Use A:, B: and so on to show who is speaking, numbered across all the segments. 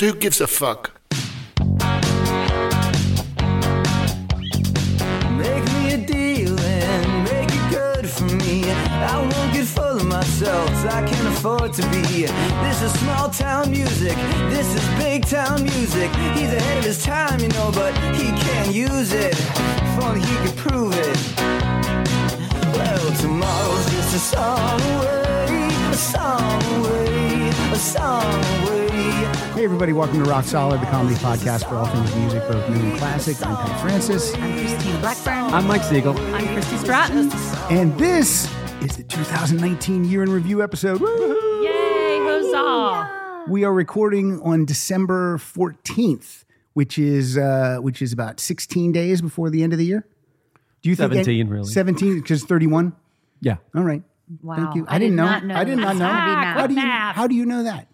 A: Who gives a fuck?
B: Make me a deal and make it good for me. I won't get full of myself, 'cause I can afford to be. This is small town music, this is big town music. He's ahead of his time, you know, but he can't use it. If only he could prove it. Well, tomorrow's just a song away, a song away, a song away.
C: Hey, everybody, welcome to Rock Solid, the comedy podcast for all things music, both new and classic. I'm Pat Francis,
D: I'm Christine Blackburn.
E: I'm Mike Siegel.
D: I'm Christy Stratton.
C: and this is the 2019 Year in Review episode. Woo-hoo!
D: Yay, huzzah.
C: We are recording on December 14th, which is uh, which is about 16 days before the end of the year. Do you think-
E: 17, really.
C: 17, because 31.
E: Yeah.
C: All right.
D: Wow.
C: Thank you. I,
D: did
C: didn't know.
D: not know.
C: I did not know.
D: Ah,
C: How do you
D: math.
C: how do you know that?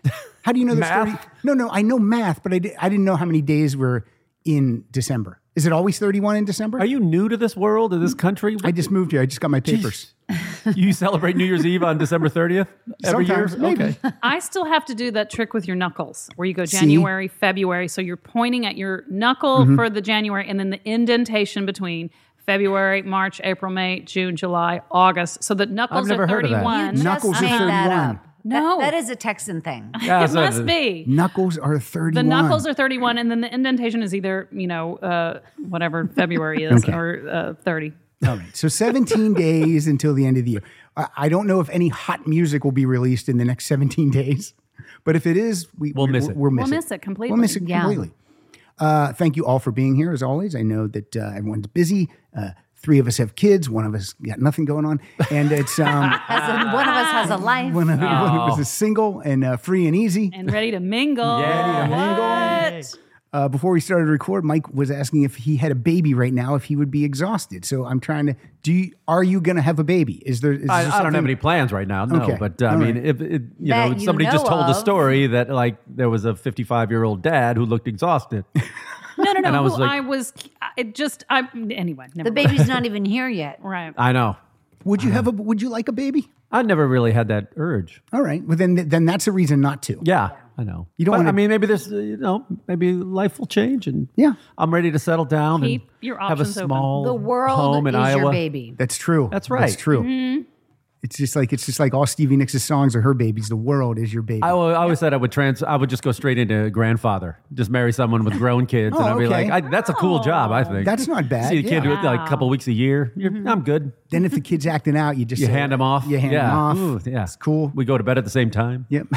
C: How do you know there's
E: Math?
C: 30? No, no, I know math, but I did, I didn't know how many days were in December. Is it always 31 in December? Mm.
E: Are you new to this world, to this country?
C: I just moved here. I just got my papers.
E: you celebrate New Year's Eve on December 30th every
C: Sometimes,
E: year?
C: maybe.
E: Okay.
F: I still have to do that trick with your knuckles where you go January, February. So you're pointing at your knuckle for the January and then the indentation between February, March, April, May, June, July, August. So the knuckles
E: never
F: are
E: heard of that.
F: 31.
C: Knuck- Knuckles
D: Just
C: are
D: made that
C: 31.
D: up.
F: No.
D: That- that is a Texan thing.
E: Yeah,
F: it
E: so
F: must
E: the-
F: be.
C: Knuckles are 31.
F: The knuckles are 31, and then the indentation is either, you know, uh, whatever February is or uh, 30.
C: All right. So 17 days until the end of the year. I, I don't know if any hot music will be released in the next 17 days, but if it is, we,
E: We'll
C: we-
E: miss it.
C: We'll miss,
F: We'll
C: it.
F: miss it completely.
C: We'll miss it
D: Yeah.
C: completely. Uh, thank you all for being here, as always. I know that uh, everyone's busy. Uh, three of us have kids. One of us got nothing going on, and it's um,
D: Has a- one of us has a life.
C: one of one was a single and uh, free and easy.
F: And ready to mingle.
E: Yeah,
F: What?
C: Uh, before we started to record, Mike was asking if he had a baby right now, if he would be exhausted. So I'm trying to. Do you, are you going to have a baby? Is there? Is
E: I, I
C: there
E: don't have
C: something-
E: any plans right now, no.
C: Okay.
E: But uh, I
C: All
E: mean,
C: right.
E: if it, you
D: That
E: know,
D: you
E: somebody just
D: know
E: told a
D: of.
E: story that like there was a 55 year old dad who looked exhausted.
F: No, no, no.
E: And I
F: I
E: was
F: was,
E: like-
F: I was it just, I, anyway, never
D: The
F: mind.
D: baby's not even here yet.
F: Right.
E: I know.
C: Would you have a? Would you like a baby?
E: I never really had that urge.
C: All right. Well, then then that's a reason not to.
E: Yeah, I know.
C: You don't
E: But,
C: wanna-
E: I mean, maybe there's, uh, you know, maybe life will change, and
C: Yeah.
E: I'm ready to settle down
F: Keep
E: and
F: your
E: have a
F: options open.
E: small
D: The world
E: home in
D: is
E: Iowa.
D: your baby.
C: That's true.
E: That's
C: That's
E: right.
C: true. It's just like it's just like all Stevie Nicks' songs are her babies. The world is your baby.
E: I al- I always said I would trans. I would just go straight into grandfather, just marry someone with grown kids, and
C: Oh,
E: I'd be
C: okay.
E: like, I, "That's a cool job, I think."
C: That's not bad.
E: See a kid
C: Yeah.
E: with like a couple weeks a year. You're, I'm good.
C: then if the kid's acting out, you just
E: You
C: say,
E: hand them off.
C: You hand
E: yeah.
C: them off.
E: Ooh, yeah.
C: It's cool.
E: We go to bed at the same time.
C: Yep.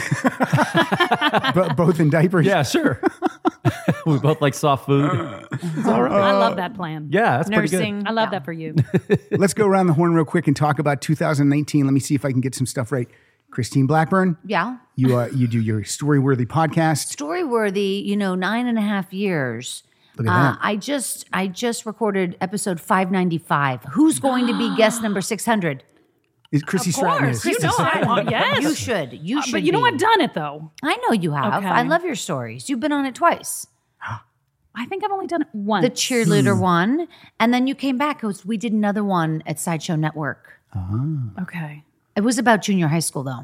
C: Bo- both in diapers. Uh-huh.
E: Yeah, sure. we both like soft food.
F: I love that plan.
E: Yeah, that's pretty good.
D: Nursing.
F: I love
D: Yeah.
F: that for you.
C: Let's go around the horn real quick and talk about 2019. Let me see if I can get some stuff right. Christine Blackburn,
D: Yeah.
C: you uh, you do your story worthy podcast.
D: Story worthy, you know, nine and a half years. Uh,
C: Look at that.
D: I just I just recorded episode 595. Who's going to be guest number 600?
C: Is Chrissy Stratton is.
F: course, you know I want. Yes,
D: You should. You
F: Uh,
D: should.
F: but you know
D: be.
F: I've done it though.
D: I know you have.
F: Okay.
D: I love your stories. You've been on it twice.
F: I think I've only done it once.
D: the
E: Hmm.
D: cheerleader one, and then you came back. It was, we did another one at Sideshow Network.
F: Okay.
D: It was about junior high school, though. Uh,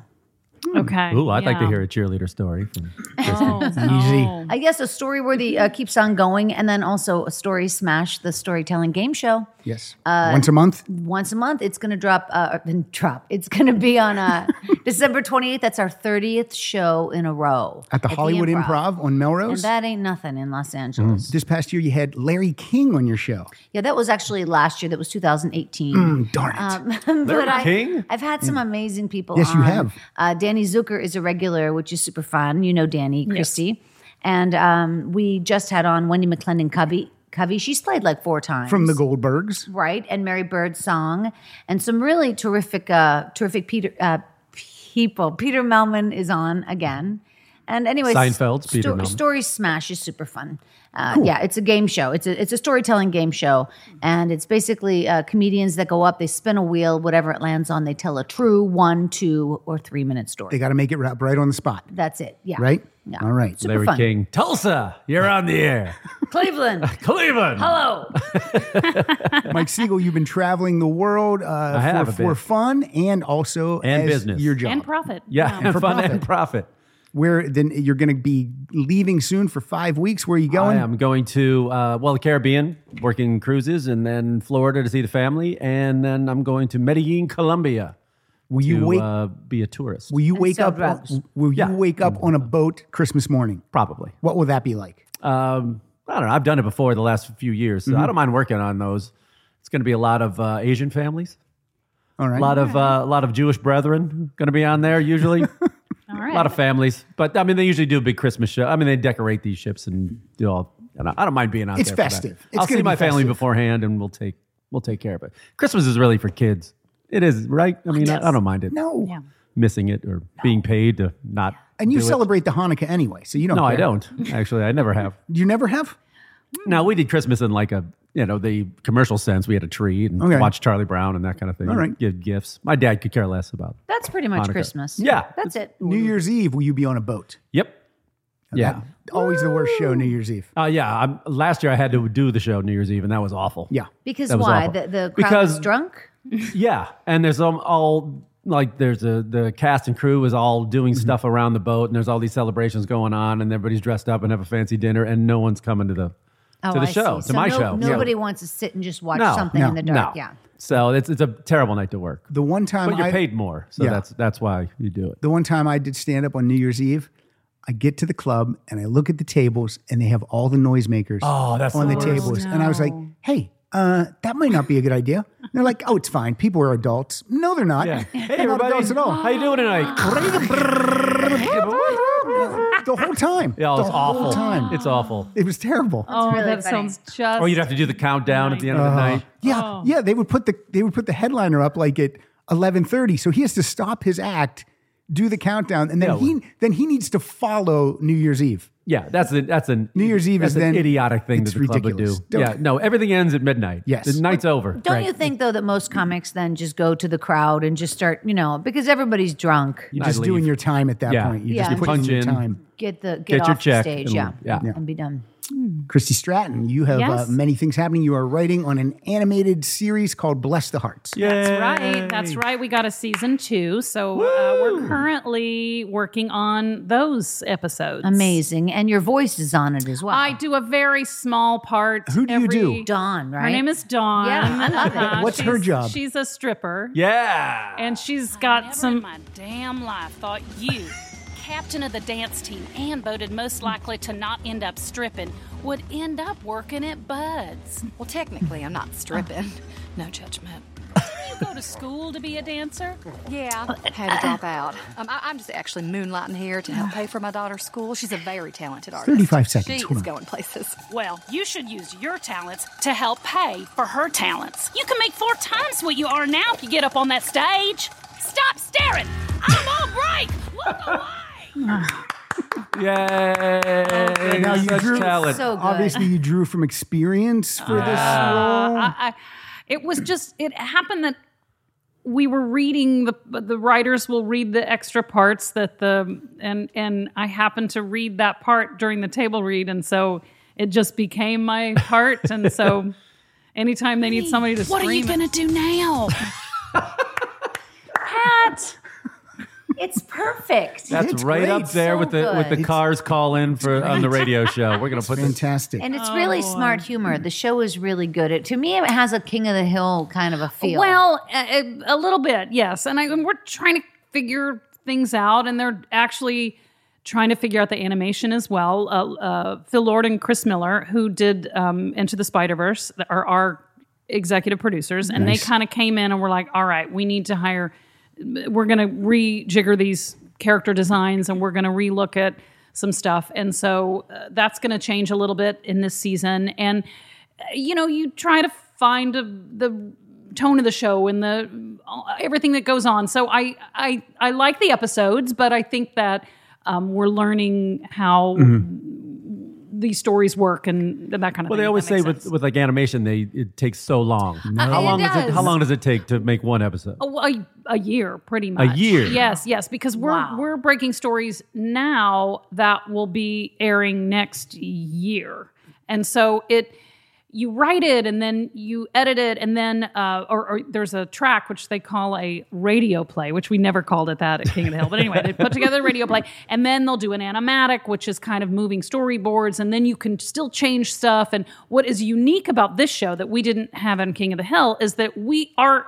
F: Okay.
E: Ooh, I'd like to
F: Yeah.
E: hear a cheerleader story. from-
C: Easy.
D: Oh, I guess a story worthy uh, keeps on going, and then also a story smash the storytelling game show Uh,
C: Yes. Once a month.
D: once a month. It's going to drop. Uh, uh, drop. It's going to be on uh, December twenty eighth. That's our thirtieth show in a row
C: At the Hollywood Improv. on
D: And
C: Melrose.
D: that ain't nothing in Los Angeles.
C: this past year, you had Larry King on your show.
D: Yeah, that was actually last year. That was 2018.
C: Mm, Darn it.
D: Um, but I,
E: King?
D: I've had some amazing people.
C: Yes, you
D: on.
C: have.
D: Uh, Danny Zucker is a regular, which is super fun. You know Danny, Christy, and um, we just had on Wendy McClendon Covey. Covey, she's played like four times
C: From the Goldbergs.
D: right? And Mary Bird's song, and some really terrific, uh, terrific Peter uh, people. Peter Melman is on again. And anyways,
E: Seinfeld's Peter Melman.
D: Story Smash is super fun. Uh, Yeah, it's a game show. It's a it's a storytelling game show, and it's basically uh, comedians that go up, they spin a wheel, whatever it lands on, they tell a true one, two, or three minute
C: They
D: story.
C: got to make it right, right on the spot,
D: That's it. Yeah.
C: right?
D: Yeah.
C: All right.
D: Super
E: Larry
D: fun.
E: King, Tulsa, you're on the air.
D: Cleveland.
E: Cleveland.
D: Hello.
C: Mike Siegel, you've been traveling the world uh,
E: I have
C: for,
E: a
C: for
E: bit.
C: fun and also
E: And
C: as
E: business.
C: your job.
D: Um,
F: And profit.
E: Yeah,
F: Wow.
E: fun and profit.
C: Where then you're going to be leaving soon for five weeks? Where are you
E: I
C: going?
E: am going to uh, well the Caribbean, working cruises, and then Florida to see the family, and then I'm going to Medellin, Colombia.
C: Will you
E: to,
C: wake?
E: Uh, be a tourist?
C: will you wake
D: sell
C: up? on-
D: drugs.
C: will you
E: Yeah.
C: wake up on a boat Christmas morning?
E: Probably.
C: What will that be like?
E: Um, I don't know. I've done it before the last few years, so
C: Mm-hmm.
E: I don't mind working on those. It's going to be a lot of uh, Asian families,
C: All right.
E: a lot of uh, a lot of Jewish brethren going to be on there usually.
F: All
E: A
F: right.
E: lot of families, but I mean, they usually do a big Christmas show. I mean, they decorate these ships and do all. And I I don't mind being out
C: It's
E: there. for that.
C: festive. It's
E: I'll see
C: gonna be
E: my family
C: festive.
E: beforehand, and we'll take we'll take care of it. Christmas is really for kids. It is right. I mean, I, I don't mind it.
C: no.
F: Yeah.
E: missing it or being paid to not.
C: And you
E: do it.
C: celebrate the Hanukkah anyway, so you don't.
E: No, I
C: care.
E: don't. Actually, I never have.
C: You never have. Hmm.
E: No, we did Christmas in like a you know the commercial sense. We had a tree and
C: Okay.
E: watched Charlie Brown and that kind of thing.
C: All right.
E: give gifts. My dad could care less about.
D: That's pretty much
E: Hanukkah.
D: Christmas.
E: Yeah.
D: That's it.
C: New Year's Eve, will you be on a boat?
E: Yep. Yeah.
C: Always the worst show, New Year's Eve.
E: Uh, yeah. I'm, last year I had to do the show New Year's Eve, and that was awful.
C: Yeah.
D: Because
E: That was
D: why?
E: awful.
D: The, the crowd was
E: Because-
D: drunk?
E: Yeah, and there's um, all like there's a the cast and crew is all
C: Mm-hmm.
E: doing stuff around the boat, and there's all these celebrations going on, and everybody's dressed up and have a fancy dinner, and no one's coming to the
D: Oh,
E: to the
D: I
E: show
D: see.
E: to
D: So
E: my
D: no-
E: show.
D: Nobody wants to sit and just watch
E: No,
D: something
C: no,
D: in the
E: yeah.
D: dark.
E: no.
D: Yeah.
E: So it's it's a terrible night to work.
C: The one time
E: But you're
C: I,
E: paid more, so
C: Yeah.
E: that's that's why you do it.
C: the one time I did stand up on New Year's Eve, I get to the club and I look at the tables and they have all the noisemakers
E: Oh, that's
C: on
E: the
C: the,
E: worst.
C: tables, and I was like, "Hey, uh, that might not be a good idea." And they're like, "Oh, it's fine. People are adults." No, they're not.
E: Yeah. Hey
C: they're not
E: everybody,
C: adults at all.
E: how you doing tonight?
C: the whole time.
E: yeah,
C: the
E: it's
C: whole
E: awful.
C: time.
E: It's awful.
C: It was terrible.
F: Oh,
D: really
F: that
D: funny.
F: sounds just.
E: Or you'd have to do the countdown at the end of the night.
C: Yeah, yeah. They would put the they would put the headliner up like at eleven thirty, so he has to stop his act, do the countdown, and then
E: Yeah.
C: he then he needs to follow New Year's Eve.
E: Yeah, that's the, that's an
C: New Year's Eve
E: that's
C: is
E: an
C: then-
E: idiotic thing
C: it's
E: that the club would do.
C: ridiculous. Don't-
E: yeah, no, everything ends at midnight.
C: Yes.
E: the night's over.
D: Don't you think though that most comics then just go to the crowd and just start, you know, because everybody's drunk.
C: You're
E: I'd
C: just doing
E: leave.
C: your time at that
E: Yeah.
C: point. You're
D: Yeah.
C: just
D: You
C: putting
E: punch
C: your
E: in.
C: time.
D: Get the get,
E: Get
D: off
E: your
D: the
E: check
D: stage.
E: and-
D: yeah.
E: yeah. Yeah.
D: And be done.
C: Christy Stratton, you have
F: Yes.
C: uh, many things happening. You are writing on an animated series called Bless the Hearts.
F: That's right. That's right. We got a season two. So uh, we're currently working on those episodes.
D: Amazing. And your voice is on it as well.
F: I do a very small part.
C: Who do you
F: every,
C: do?
D: Dawn, right?
F: Her name is Dawn. Uh-huh.
D: Yeah, I love it.
C: What's her
F: she's-
C: job?
F: She's a stripper.
E: Yeah.
F: And she's got
A: Never in
F: some.
A: my damn life thought you, captain of the dance team and voted most likely to not end up stripping, would end up working at Bud's.
G: Well, technically, I'm not stripping.
F: Oh.
G: No judgment.
A: You go to school to be a dancer?
G: Yeah, had to drop out. Um, I, I'm just actually moonlighting here to help pay for my daughter's school. She's a very talented artist.
C: 35 seconds,
G: She
C: hold
G: is
C: on.
G: going places.
A: Well, you should use your talents to help pay for her talents. You can make four times what you are now if you get up on that stage. Stop staring! I'm on break! Look away!
E: Yay.
C: Now you
E: Such
C: drew-
E: talent.
D: so good.
C: Obviously, you drew from experience for
E: Ah. Uh-huh.
C: this role.
F: I, I, it was just. It happened that we were reading the the writers will read the extra parts that the and and I happened to read that part during the table read, and so it just became my part, and so. Anytime they need somebody to
A: What are you
F: scream,
A: gonna do now?
F: Pat?
D: it's perfect.
E: That's
C: It's
E: right
C: great.
E: up there
D: So
E: with the with
D: good.
E: the cars call in for on the radio show. We're gonna put this.
C: Fantastic.
D: and it's really smart humor. The show is really good. It, to me, it has a King of the Hill kind of a feel.
F: Well, a, a a little bit, yes. And, I, and we're trying to figure things out, and they're actually trying to figure out the animation as well. Uh, uh, Phil Lord and Chris Miller, who did um, Into the Spider Verse, are our executive producers, and they kind of came in and were like, "All right, we need to hire. We're going to rejigger these character designs, and we're going to relook at." some stuff and so uh, that's going to change a little bit in this season and uh, you know you try to find a, the tone of the show and the everything that goes on. So I I I like the episodes, but I think that um, we're learning how these stories work and that kind of.
E: Mm-hmm.
F: thing.
E: Well, they
F: if
E: always
F: that
E: say
F: makes
E: with,
F: sense.
E: with like animation, they it takes so long. How
F: It
E: long does it
F: does.
E: How long does it take to make one episode?
F: Oh, a, a year, pretty much.
E: year?
F: Yes, yes, because we're we're breaking stories now that will be airing next year, and so it you write it and then you edit it and then uh, or, or there's a track which they call a radio play which we never called it that at king of the hill but anyway they put together a radio play and then they'll do an animatic which is kind of moving storyboards and then you can still change stuff and what is unique about this show that we didn't have on king of the hill is that we are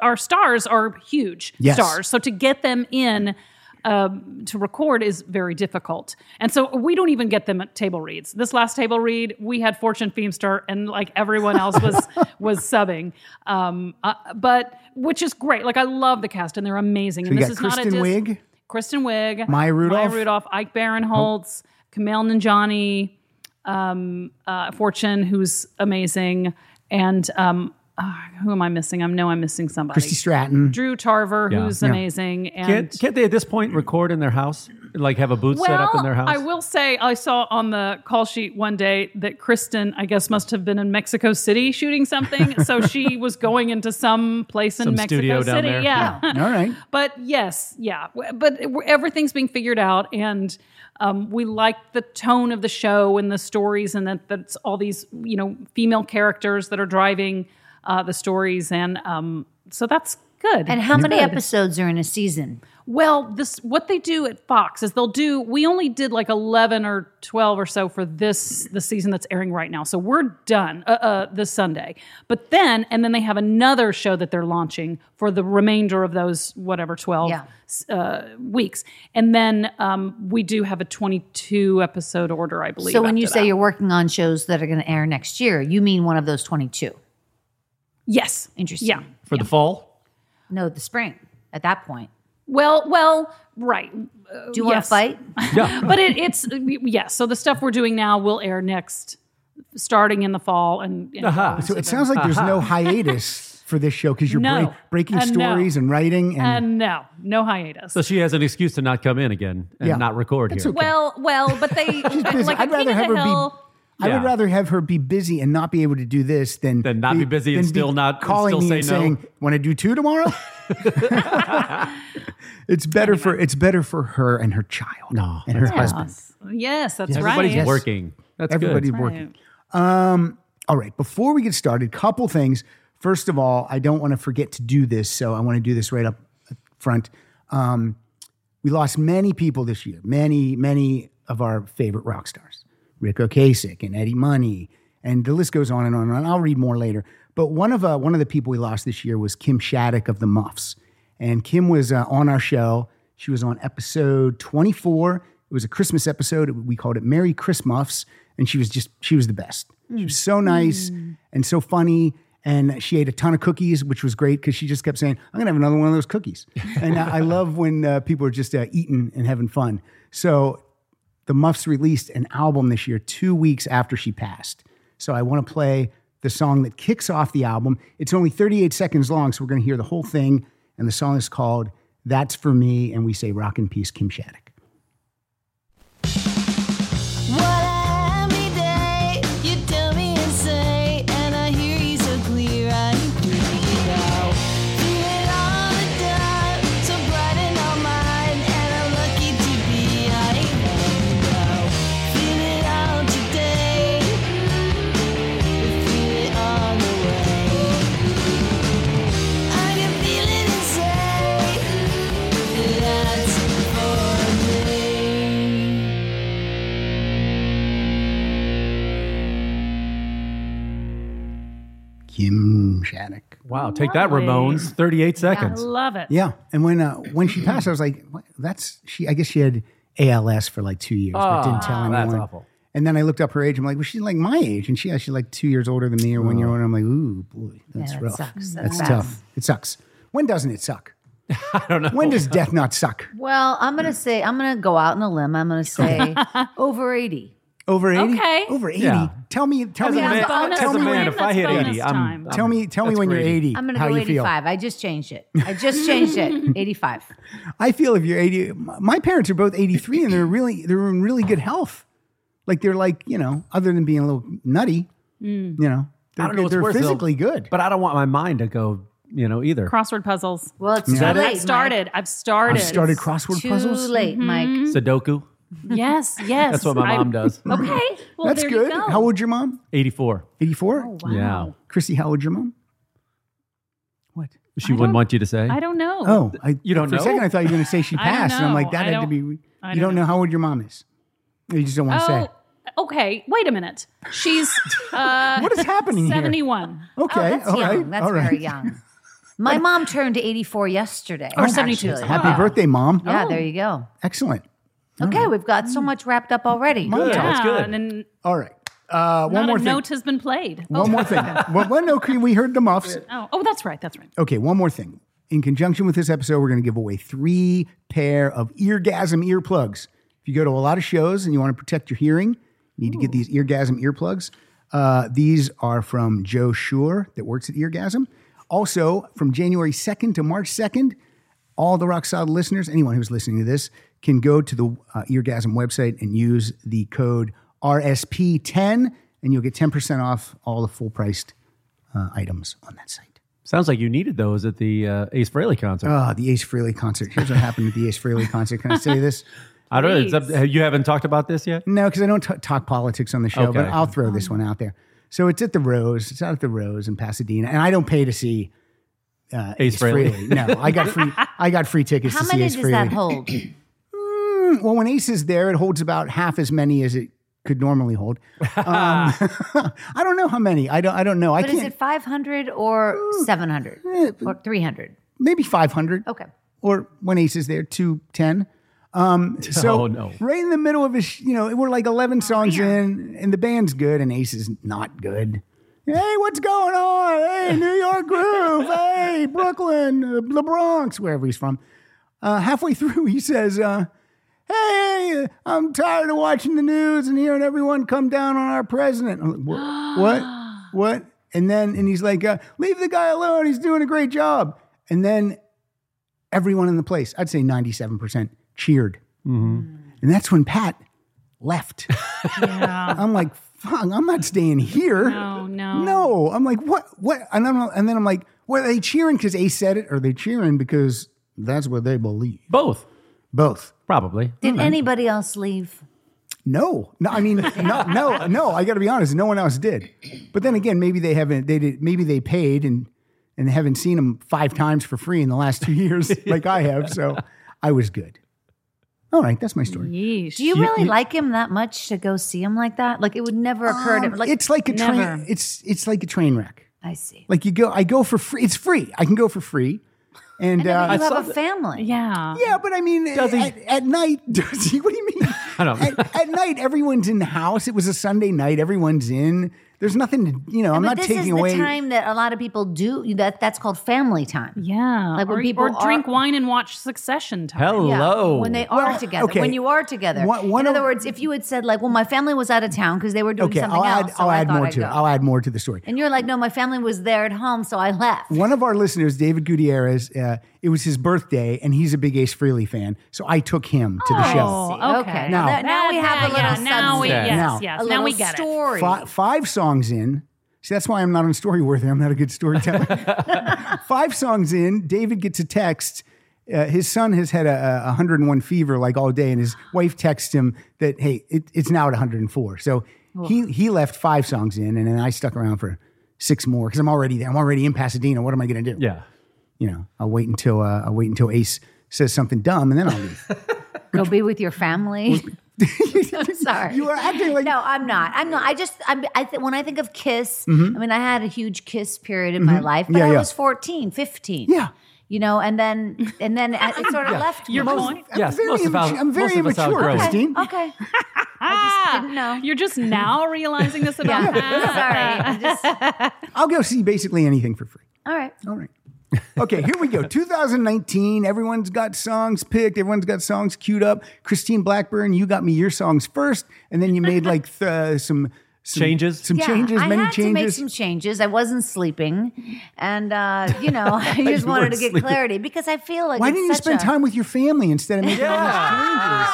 F: our stars are huge
C: Yes.
F: stars so to get them in um, to record is very difficult. And so we don't even get them at table reads. This last table read, we had Fortune Feemster and like everyone else was was subbing. Um, uh, but which is great. Like I love the cast and they're amazing. and
C: you
F: this
C: got
F: is
C: Kristen
F: not a dis-
C: Wiig?
F: Kristen Wiig,
C: Maya Rudolph?
F: Ike Barinholtz, Kumail Nanjiani, um, uh, Fortune, who's amazing, and um, ah, who am I missing? I know I'm missing somebody.
C: Christy Stratton.
F: Drew Tarver,
E: Yeah.
F: who's
E: Yeah.
F: amazing, and
E: Can't, can't they at this point record in their house? Like have a booth set up in their house?
F: I will say I saw on the call sheet one day that Kristen, I guess, must have been in Mexico City shooting something. so she was going into some place in
E: Some
F: Mexico
E: studio
F: City.
E: down there.
F: Yeah.
C: All right.
F: but yes, yeah. W- But it- everything's being figured out, and um, we like the tone of the show and the stories, and that that's all these you know female characters that are driving uh, the stories, and um, so that's good.
D: And how many
F: Good.
D: episodes are in a season?
F: Well, this what they do at Fox is they'll do. We only did like eleven or twelve or so for this the season that's airing right now, so we're done uh, uh, this Sunday. But then, and then they have another show that they're launching for the remainder of those whatever twelve
D: Yeah.
F: uh, weeks, and then um, we do have a twenty-two episode order, I believe.
D: So when you
F: after
D: say
F: that.
D: you're working on shows that are going to air next year, you mean one of those 22?
F: yes,
D: Interesting.
F: yeah,
E: For the fall?
D: No, the spring. At that point,
F: well, well, right. Uh,
D: do you want to
F: yes.
D: fight?
F: but it, it's yes. So the stuff we're doing now will air next, starting in the fall, and, and
E: Aha.
C: Uh-huh. So it sounds like there's
E: Uh-huh.
C: no hiatus for this show because you're
F: No.
C: break, breaking
F: Uh, no.
C: stories and writing. And,
F: and Uh, no, no hiatus.
E: So she has an excuse to not come in again and
C: Yeah.
E: not record here.
F: well, well, but they
C: busy.
F: like I'd
C: I'd
F: King
C: rather
F: of
C: have
F: the
C: her be-
F: Hill.
C: I would
E: Yeah.
C: rather have her be busy and not be able to do this than
E: Than not be busy and
C: than
E: still not- and
C: calling
E: still
C: me
E: say
C: and
E: no.
C: saying, "Want to do two tomorrow?" it's better for it's better for her and her child
E: No,
C: and her husband.
F: Yes, that's right.
E: Everybody's
C: Yes.
E: working. That's
C: Everybody's
E: good.
C: working. Um, all right. Before we get started, couple things. First of all, I don't want to forget to do this, so I want to do this right up front. Um, we lost many people this year. Many, many of our favorite rock stars, Rick Ocasek and Eddie Money, and the list goes on and on and on. I'll read more later. But one of uh, one of the people we lost this year was Kim Shattuck of the Muffs, and Kim was uh, on our show. She was on episode 24. It was a Christmas episode. We called it "Merry Christmas," and she was just she was the best. She was so nice and so funny. And she ate a ton of cookies, which was great because she just kept saying, "I'm gonna have another one of those cookies." and I I love when uh, people are just uh, eating and having fun. So the Muffs released an album this year, two weeks after she passed. So I want to play the song that kicks off the album. It's only 38 seconds long, so we're going to hear the whole thing. And the song is called "That's for Me," and we say "Rock in Peace, Kim Shattuck."
H: What every day you tell me and say, and I hear you so clear. I do it out. Feel it all the time, so bright in my mind, and I'm lucky to be. I know. Feel it all today, feel it all the way. I can feel it and say, that's for me.
C: Kim Shattuck.
E: Wow, take that, Ramones. 38 seconds.
F: Love it.
C: Yeah, and when uh, when she passed, I was like, what? "That's she." I guess she had ALS for like two years, but didn't tell
E: Oh,
C: anyone.
E: that's awful.
C: And then I looked up her age. I'm like, well, she's like my age, and she actually like two years older than me or
E: Oh.
C: one year older. I'm like, ooh, boy, that's
D: that
C: rough.
D: sucks. That
C: That's
D: sucks.
C: tough. It sucks. When doesn't it suck? I don't know. When does death not suck?
D: Well, I'm going to say, I'm going to go out on a limb. I'm going to say over 80.
C: Over eighty.
F: Okay.
C: Over eighty.
E: Yeah.
C: Tell me. Tell me.
F: a man-
C: tell
F: bonus
E: as a
F: time,
C: me.
E: man, if I hit
F: that's
E: 80,
F: bonus
E: I'm,
F: time.
E: I'm-
C: Tell me. Tell me
E: that's
C: when you're
E: great.
C: eighty.
D: I'm going to
C: how
D: go
C: you
D: 85.
C: feel.
D: I just changed it. I just changed it. 85.
C: I feel if you're 80, my parents are both 83 and they're really, they're in really good health. Like they're like, you know, other than being a little nutty,
F: Hmm.
C: you know, they're,
E: I don't know what's
C: they're
E: worse, though,
C: physically good.
E: But I don't want my mind to go, you know, either.
F: Crossword puzzles.
D: Well, it's too
E: that
D: late.
E: it?
F: I've
D: Mike.
F: started. I've started.
C: I've started crossword
D: Too
C: puzzles.
D: late, Mike.
E: Sudoku.
F: Yes, yes.
E: That's what my
F: I-
E: mom does.
F: Okay. Well,
C: That's
F: there
C: good.
F: you go.
C: How old's your mom?
E: 84.
C: 84?
F: Oh,
E: Yeah.
C: Chrissy, how old's your mom? What?
E: She wouldn't want you to say.
F: I don't know.
C: Oh, I,
E: You don't
C: for
E: know?
C: a second I thought you were going to say she
F: I don't
C: passed. And I'm
F: know.
C: like, that
F: I
C: had to
F: don't-
C: be. You
F: I
C: don't
F: don't
C: know. how old your mom is. You just don't want to
F: Oh,
C: say.
F: okay. Wait a minute. She's uh,
C: What is happening here?
F: 71
D: Oh,
C: Okay,
D: that's
C: all right,
D: young. That's
C: all right.
D: very young. My mom turned 84 yesterday.
F: or 72.
D: actually.
C: Oh, Happy birthday, Oh. mom.
D: Yeah, there you go.
C: Excellent.
D: Okay, we've got
C: Mm.
D: so much wrapped up already.
E: Good.
F: Yeah,
E: That's good.
F: And then
C: All right. Uh, one
F: not
C: more
F: a
C: thing.
F: note has been played.
C: One more thing. well, one note. We heard the muffs.
F: Oh, oh, that's right. That's right.
C: Okay, one more thing. In conjunction with this episode, we're going to give away three pair of eargasm earplugs. If you go to a lot of shows and you want to protect your hearing, you need to get these eargasm earplugs. Uh, these are from Joe Shure that works at Eargasm. Also, from January 2nd to March 2nd, all the Rock Solid listeners, anyone who's listening to this, can go to the uh, Eargasm website and use the code RSP10, and you'll get 10% off all the full priced uh, items on that site.
E: Sounds like you needed those at the uh, Ace Frehley concert.
C: Ah, the Ace Frehley concert. Here's what happened at the Ace Frehley concert. Can I say this?
E: I don't know. It's up, you haven't talked about this yet?
C: No, because I don't t- talk politics on the show, but
E: Okay.
C: I'll throw this one out there. So it's at the Rose. It's out at the Rose in Pasadena, and I don't pay to see uh,
E: Ace
C: Ace
E: Frehley.
C: Frehley. No, I got free. I got free tickets
D: How
C: to see
D: many
C: Ace
D: does that
C: Frehley. Mm,
D: hold?
C: well, when Ace is there, it holds about half as many as it could normally hold. Um, I don't know how many. I don't. I don't know. I
D: But is
C: can't.
D: it 500 or 700 or 300?
C: maybe five hundred.
D: Okay.
C: or when Ace is there, two ten. Um, so
E: Oh, no.
C: right in the middle of his, sh- you know, we're like eleven songs in, and the band's good, and Ace is not good. Hey, what's going on? Hey, New York groove. hey, Brooklyn, uh, the Bronx, wherever he's from. Uh, halfway through, he says, uh, "Hey, I'm tired of watching the news and hearing everyone come down on our president." I'm like, "Wha- what? What? And then, and he's like, uh, "Leave the guy alone. He's doing a great job." And then everyone in the place, I'd say 97%, cheered. And that's when Pat left.
F: Yeah.
C: I'm like, fuck, I'm not staying here.
F: No, no.
C: No. I'm like, what? What? And, I'm, and then I'm like, were they cheering because Ace said it? Or are they cheering because that's what they believe?
E: Both,
C: Both.
E: probably.
D: Did anybody else leave?
C: No, no. I mean, no, no, no. I got to be honest. No one else did. But then again, maybe they haven't. They did. Maybe they paid and and haven't seen them five times for free in the last two years, like I have. So I was good. All right, that's my story.
F: Yeesh.
D: Do you really like him that much to go see him like that? Like it would never occur to like
C: Um, it's like a
F: never.
C: train. It's it's like a train wreck.
D: I see.
C: Like you go, I go for free. It's free. I can go for free. And, uh,
D: you
E: saw
D: have a
E: that.
D: family.
F: yeah.
C: Yeah, but I mean,
E: Does he-
C: at, at night, does he? What do you mean?
E: I don't know.
C: At, at night, everyone's in the house. It was a Sunday night. Everyone's in. There's nothing to, you know, I'm
D: but
C: not
D: this
C: taking
D: is
C: away.
D: the time that a lot of people do that that's called family time.
F: Yeah.
D: Like when
F: or,
D: people
F: or drink
D: are-
F: wine and watch Succession time.
D: Yeah,
E: Hello.
D: When they are together.
C: okay.
D: When you are together.
C: One- one
D: In other
C: of-
D: words, if you had said like, well, my family was out of town because they were doing
C: Okay,
D: something
C: I'll add,
D: else. so
C: I'll
D: I
C: add
D: thought
C: more
D: I'd
C: to it.
D: go.
C: I'll add more to the story.
D: and you're like, no, my family was there at home, so I left.
C: One of our listeners, David Gutierrez, uh, it was his birthday, and he's a big Ace Frehley fan, so I took him to the show.
F: Oh, okay.
D: Okay.
C: Now-
D: Now, that- now we have a little
F: yeah, now we,
E: substance.
F: yes,
C: Now-
F: yes.
D: a
F: now
D: little
F: we get it.
D: story.
C: Fi- five songs in. See, that's why I'm not on Storyworthy. I'm not a good storyteller. five songs in, David gets a text. Uh, his son has had a, a 101 fever like all day, and his wife texts him that, hey, it, it's now at 104. So he, he left five songs in, and then I stuck around for six more because I'm already there. I'm already in Pasadena. What am I going to do?
E: Yeah.
C: You know, I'll wait until uh, I'll wait until Ace says something dumb, and then I'll leave.
D: Go be with your family. I'm sorry.
C: you are acting like
D: No, I'm not. I'm not. I just, I'm, I th- when I think of Kiss, I mean, I had a huge Kiss period in my life, but
C: Mm-hmm. Yeah,
D: I
C: yeah.
D: was 14, 15.
C: Yeah.
D: You know, and then, and then I- it sort of left
F: Your
D: me.
F: point.
C: I'm
E: Yes,
C: very,
E: most of
C: immature-
E: our-
C: I'm very
E: most of us
C: immature,
E: outgrow it.
D: Okay.
C: Christine.
D: okay. I just didn't know.
F: You're just now realizing this about
D: Yeah.
F: that.
D: Sorry. I just,
C: I'll go see basically anything for free.
D: all right.
C: All right. Okay, here we go. 2019. Everyone's got songs picked. Everyone's got songs queued up. Christine Blackburn, you got me your songs first, and then you made like th- uh, some, some
E: Changes.
C: Some
D: Yeah,
C: changes.
D: I
C: many
D: had to make
C: changes.
D: some changes. I wasn't sleeping, and uh, you know, I just wanted
E: weren't
D: to get
E: sleeping.
D: clarity because I feel like
C: Why
D: it's
C: didn't you
D: such
C: spend
D: a-
C: time with your family instead of making all these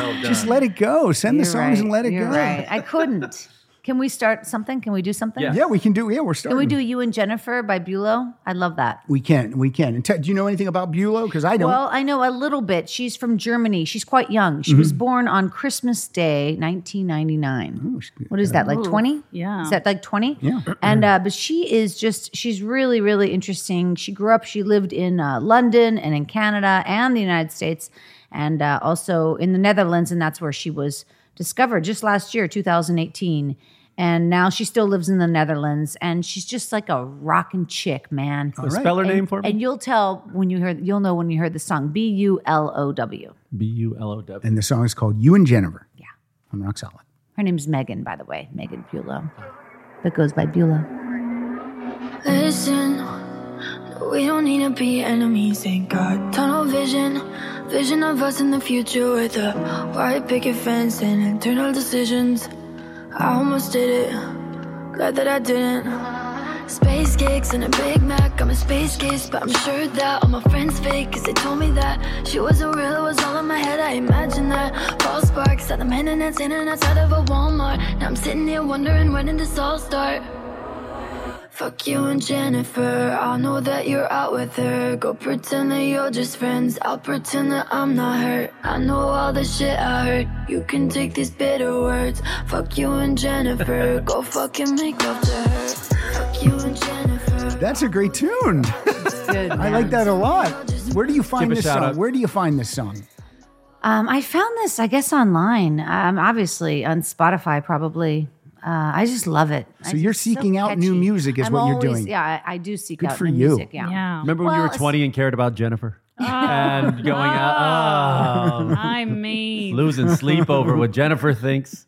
C: changes? Just let it go. Send
D: You're
C: the songs
D: right.
C: and let it
D: You're
C: go.
D: right. I couldn't. Can we start something? Can we do something?
E: Yeah.
C: Yeah, we can do. Yeah, we're starting.
D: Can we do You and Jennifer by Bulow? I love that.
C: We can. We can. And Ted, do you know anything about Bulow? Because I don't.
D: Well, I know a little bit. She's from Germany. She's quite young.
C: Mm-hmm.
D: She was born on Christmas Day, 1999. What is that, like 20?
F: yeah.
D: Is that like 20? Yeah. And, uh, but she is just, she's really, really interesting. She grew up, she lived in uh, London and in Canada and the United States and uh, also in the Netherlands. And that's where she was discovered just last year, 2018. And now she still lives in the Netherlands, and she's just like a rockin' chick, man.
E: Spell her name for
D: And
E: me.
D: you'll tell when you hear you'll know when you heard the song B U L O W.
E: B U L O W.
C: and the song is called "You and Jennifer." Yeah, on Rock Solid.
D: Her name's Megan, by the way, Megan Bulow, but goes by Bulow.
H: Listen, we don't need to be enemies, thank God. Tunnel vision, vision of us in the future with a white picket fence and internal decisions. I almost did it, glad that I didn't. Space cakes and a Big Mac, I'm a space case, but I'm sure that all my friends fake, cause they told me that she wasn't real, it was all in my head, I imagined that. False sparks at the internet, standing outside of a Walmart. Now I'm sitting here wondering when did this all start? Fuck you and Jennifer. I'll know that you're out with her. Go pretend that you're just friends. I'll pretend that I'm not hurt. I know all the shit I heard. You can take these bitter words. Fuck you and Jennifer. Go fucking make love to her. Fuck you and Jennifer.
C: That's a great tune. I like that a lot. Where do you find
E: Give a
C: this
E: shout
C: song?
E: out.
C: Where do you find this song?
D: Um, I found this, I guess, online. Um, obviously on Spotify, probably. Uh, I just love it. So
C: you're seeking out new music is
D: I'm
C: what you're
D: always-
C: doing.
D: Yeah, I, I do seek
C: Good
D: out
C: for
D: new
C: you.
D: music. Yeah.
F: Yeah.
E: Remember when you
D: Well,
E: were 20 and cared about Jennifer? and going out, oh,
F: I mean,
E: losing sleep over what Jennifer thinks.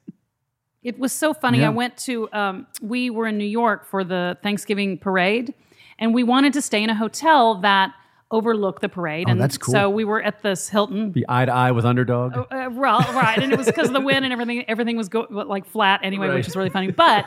F: It was so funny.
E: Yeah.
F: I went to, um, we were in New York for the Thanksgiving parade, and we wanted to stay in a hotel that overlooked the parade. and
C: Oh, that's cool.
F: So we were at this Hilton.
E: Be eye to eye with underdog.
F: Uh, well, right, and it was because of the wind and everything. Everything was go- like flat anyway,
E: Right.
F: which is really funny. But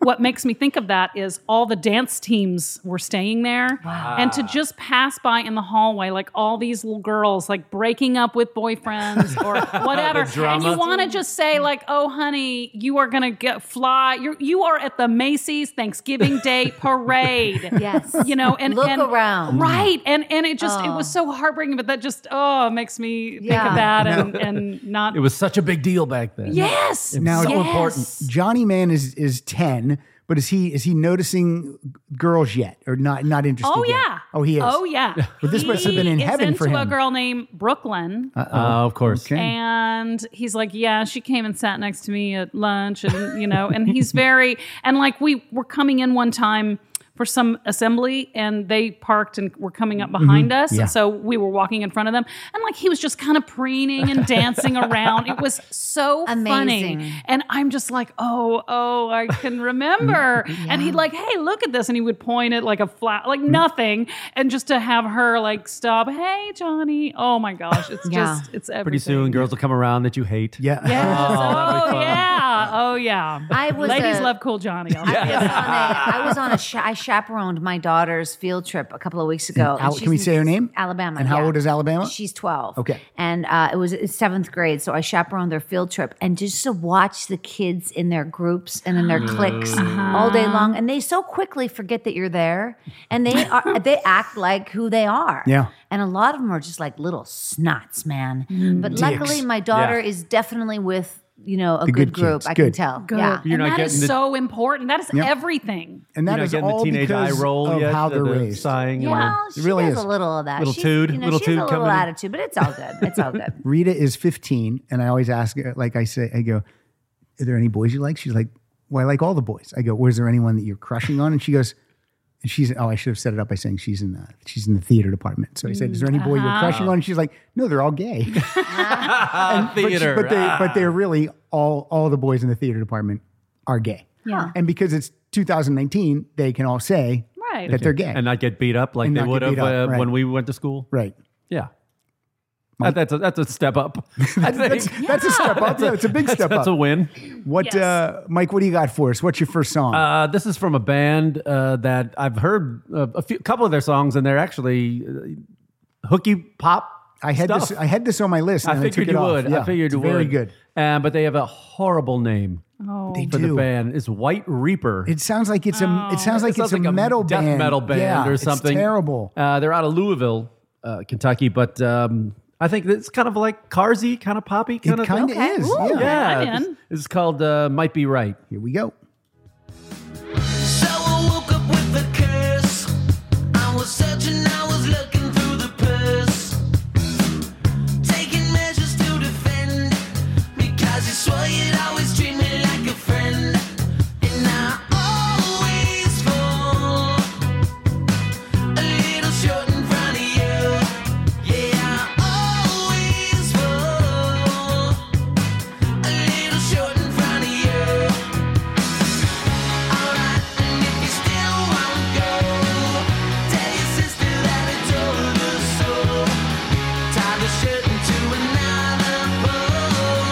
F: what makes me think of that is all the dance teams were staying there, and to just pass by in the hallway, like all these little girls, like breaking up with boyfriends or whatever, and
E: drama.
F: you want to just say like, "Oh, honey, you are gonna get fly. You're you are at the Macy's Thanksgiving Day Parade."
D: Yes.
F: You know, and
D: Look
F: and-
D: around.
F: right? And and it just it
D: Oh.
F: was so heartbreaking, but that just oh makes me think
D: Yeah.
F: of that and and not
E: It was such a big deal back then.
F: yes
C: Now-
E: so
C: Yes.
E: important.
C: Johnny Man is is ten, but is he is he noticing g- girls yet or not? Not interested.
F: Oh
C: yet?
F: yeah.
C: Oh, he is.
F: Oh yeah.
C: But this must have been in
F: He is
C: heaven for
F: into a
C: him.
F: girl named Brooklyn,
E: Uh, of course.
C: Oh, Okay.
F: and he's like, "Yeah, she came and sat next to me at lunch, and you know." And he's very and like we were coming in one time for some assembly, and they parked and were coming up behind us,
C: Yeah.
F: and so we were walking in front of them, and like he was just kind of preening and dancing around. It was so
D: Amazing.
F: funny, and I'm just like, "Oh, oh, I can remember." And he'd like, "Hey, look at this," and he would point at like a flat, like nothing, and just to have her like stop, "Hey, Johnny." Oh my gosh, it's
D: Yeah.
F: just it's everything.
E: Pretty soon, girls will come around that you hate.
C: Yeah.
F: Yes.
E: that'd
F: Oh,
E: be fun.
F: yeah. Oh yeah.
D: I was
F: Ladies
D: a-
F: love cool Johnny. I'll tell you.
D: I was on a, I was on a cha- I chaperoned my daughter's field trip a couple of weeks ago.
C: Al-
D: and
C: can we
D: she's
C: say her
D: in
C: name?
D: Alabama.
C: And how
D: yeah.
C: old is Alabama?
D: She's 12.
C: Okay.
D: And uh, it was in seventh grade. So I chaperoned their field trip and just to watch the kids in their groups and in
E: Mm.
D: their cliques
E: Uh-huh.
D: all day long. And they so quickly forget that you're there and they are, they act like who they are.
C: Yeah.
D: And a lot of them are just like little snots, man. But luckily, my daughter
E: Mm. Yeah.
D: is definitely with, you know, a
C: The good
D: good, group.
C: kids.
D: I can
C: Good.
D: tell.
F: Good.
D: Yeah.
E: You're
F: and
E: not
F: that is
E: getting the-
F: so important. That is everything.
C: And
E: You're
C: that
E: not
C: is
E: getting the
C: all
E: teenage eye
C: because
E: roll
C: of
E: yet.
C: how
E: the-
C: they're
E: the
C: raised.
E: sighing and
D: Well, she
C: really
D: has
C: is.
D: a little of that.
E: Little
D: she's,
E: tood-
D: you know,
E: little
D: she has
E: tood
D: a little
E: coming in.
D: attitude, but it's all good. It's all good.
C: Rita is 15, and I always ask, her, like I say, I go, "Are there any boys you like?" She's like, "Well, I like all the boys." I go, "Was there anyone that you're crushing on?" And she goes, "And she's oh, I should have set it up by saying she's in the she's in the theater department." So I said, "Is there any boy
F: Mm,
C: you're crushing
F: uh-huh.
C: on?" And she's like, "No, they're all gay."
E: Ah,
C: But she-
E: theater.
C: but,
E: ah.
C: they but they're really all all the boys in the theater department are gay.
F: Yeah.
C: And because it's 2019, they can all say
F: Right.
C: that they're gay.
E: and not get beat up like
C: And
E: they
C: not get
E: would have
C: beat up,
E: uh,
C: right.
E: when we went to school.
C: right.
E: Yeah. That- that's, a, that's a step up. I think.
C: That's, that's a step up. Yeah, it's a big step
E: That's a
C: up.
E: win.
C: what
F: Yes.
C: uh, Mike, what do you got for us? What's your first song?
E: Uh, this is from a band uh, that I've heard uh, a few, couple of their songs, and they're actually uh, hooky pop.
C: I had
E: stuff.
C: this I had this on my list.
E: I
C: and
E: figured
C: I took it
E: you
C: off.
E: would.
C: Yeah,
E: I figured
C: it's
E: you
C: very
E: would.
C: good.
E: Um, but they have a horrible name.
F: Oh,
C: They
E: for the
C: do.
E: band. It's White Reaper.
C: It sounds like it's a. It sounds like it's,
E: sounds
C: a
E: like a
C: metal
E: death
C: band,
E: metal band
C: Yeah,
E: or
C: it's
E: something.
C: terrible.
E: Uh, they're out of Louisville, uh, Kentucky, but um, I think it's kind of like Carzy, kind of poppy, kind
C: it
E: of.
C: kind of
D: okay.
C: is.
D: Ooh.
C: Yeah.
E: yeah,
F: I'm
E: this,
F: in.
E: this is called uh, "Might Be Right."
C: Here we go.
I: So I woke up with a curse. I was searching, I was looking through the purse. Taking measures to defend. Because you swore you'd always treat me like a friend. And I always fall a little short in front of you. Yeah, I always fall a little short in front of you. Alright, and if you still wanna go, tell your sister that I told her so. Tie the shirt into another bow.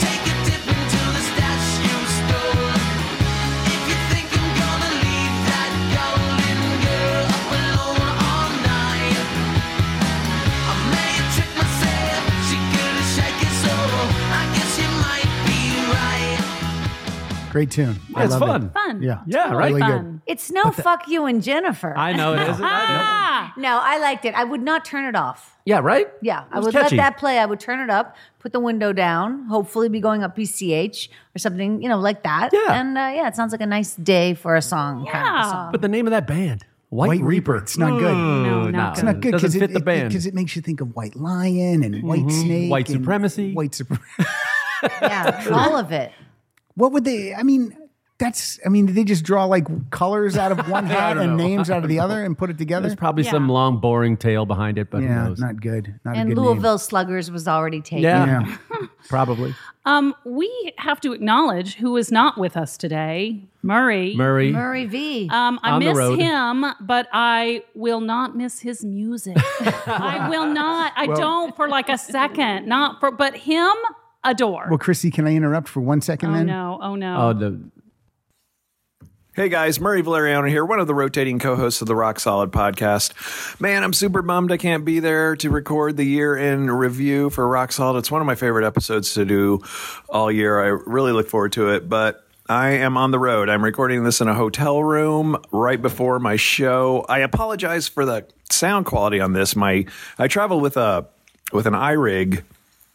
I: Take a dip into the stash you stole. If you think I'm gonna leave that golden girl up alone all night, I may have tricked myself. She could have shaken, so I guess you might be right.
C: Great tune. I
E: it's
C: love it.
E: fun.
F: fun.
C: Yeah.
E: Yeah,
F: Totally
E: right.
C: Really good.
F: fun.
D: It's no fuck you and Jennifer.
E: I know it is. I know.
F: Ah,
D: no, I liked it. I would not turn it off.
E: Yeah, right.
D: Yeah, I
E: It's
D: would
E: catchy.
D: let that play. I would turn it up, put the window down, hopefully be going up PCH or something, you know, like that.
E: Yeah.
D: And uh, yeah, it sounds like a nice day for a song. Yeah.
F: Ah.
D: Kind of a song.
E: But the name of that band, White,
C: White
E: Reaper. Mm.
C: Reaper. It's not good.
E: No,
F: not good.
E: no,
C: It's not good
E: Doesn't
C: because it,
E: fit the
C: it-
E: band. Mm-hmm.
C: 'cause it makes you think of White Lion and White Snake,
E: White
C: and
E: supremacy.
C: White supremacy.
D: yeah, all of it.
C: what would they? I mean, that's. I mean, did they just draw like colors out of one hat
E: don't
C: and
E: know.
C: names out of the other and put it together?
E: There's probably some long, boring tale behind it, but who
C: yeah,
E: knows?
C: not good. Not a
D: And
C: good
D: Louisville Sluggers was already taken.
E: yeah,
C: Name. Yeah.
E: probably.
F: um, we have to acknowledge who is not with us today, Murray.
E: Murray.
D: Murray V.
F: Um, I
E: On the
F: miss
E: road.
F: him, but I will not miss his music. I will not. I don't for like a second. Not for, but him adore.
C: Well, Christy, can I interrupt for one second?
F: oh
C: then
F: no! Oh no!
E: Oh, the
J: Hey guys, Murray Valeriano here, one of the rotating co hosts of the Rock Solid podcast. Man, I'm super bummed I can't be there to record the year in review for Rock Solid. It's one of my favorite episodes to do all year. I really look forward to it, but I am on the road. I'm recording this in a hotel room right before my show. I apologize for the sound quality on this. My I travel with a with an iRig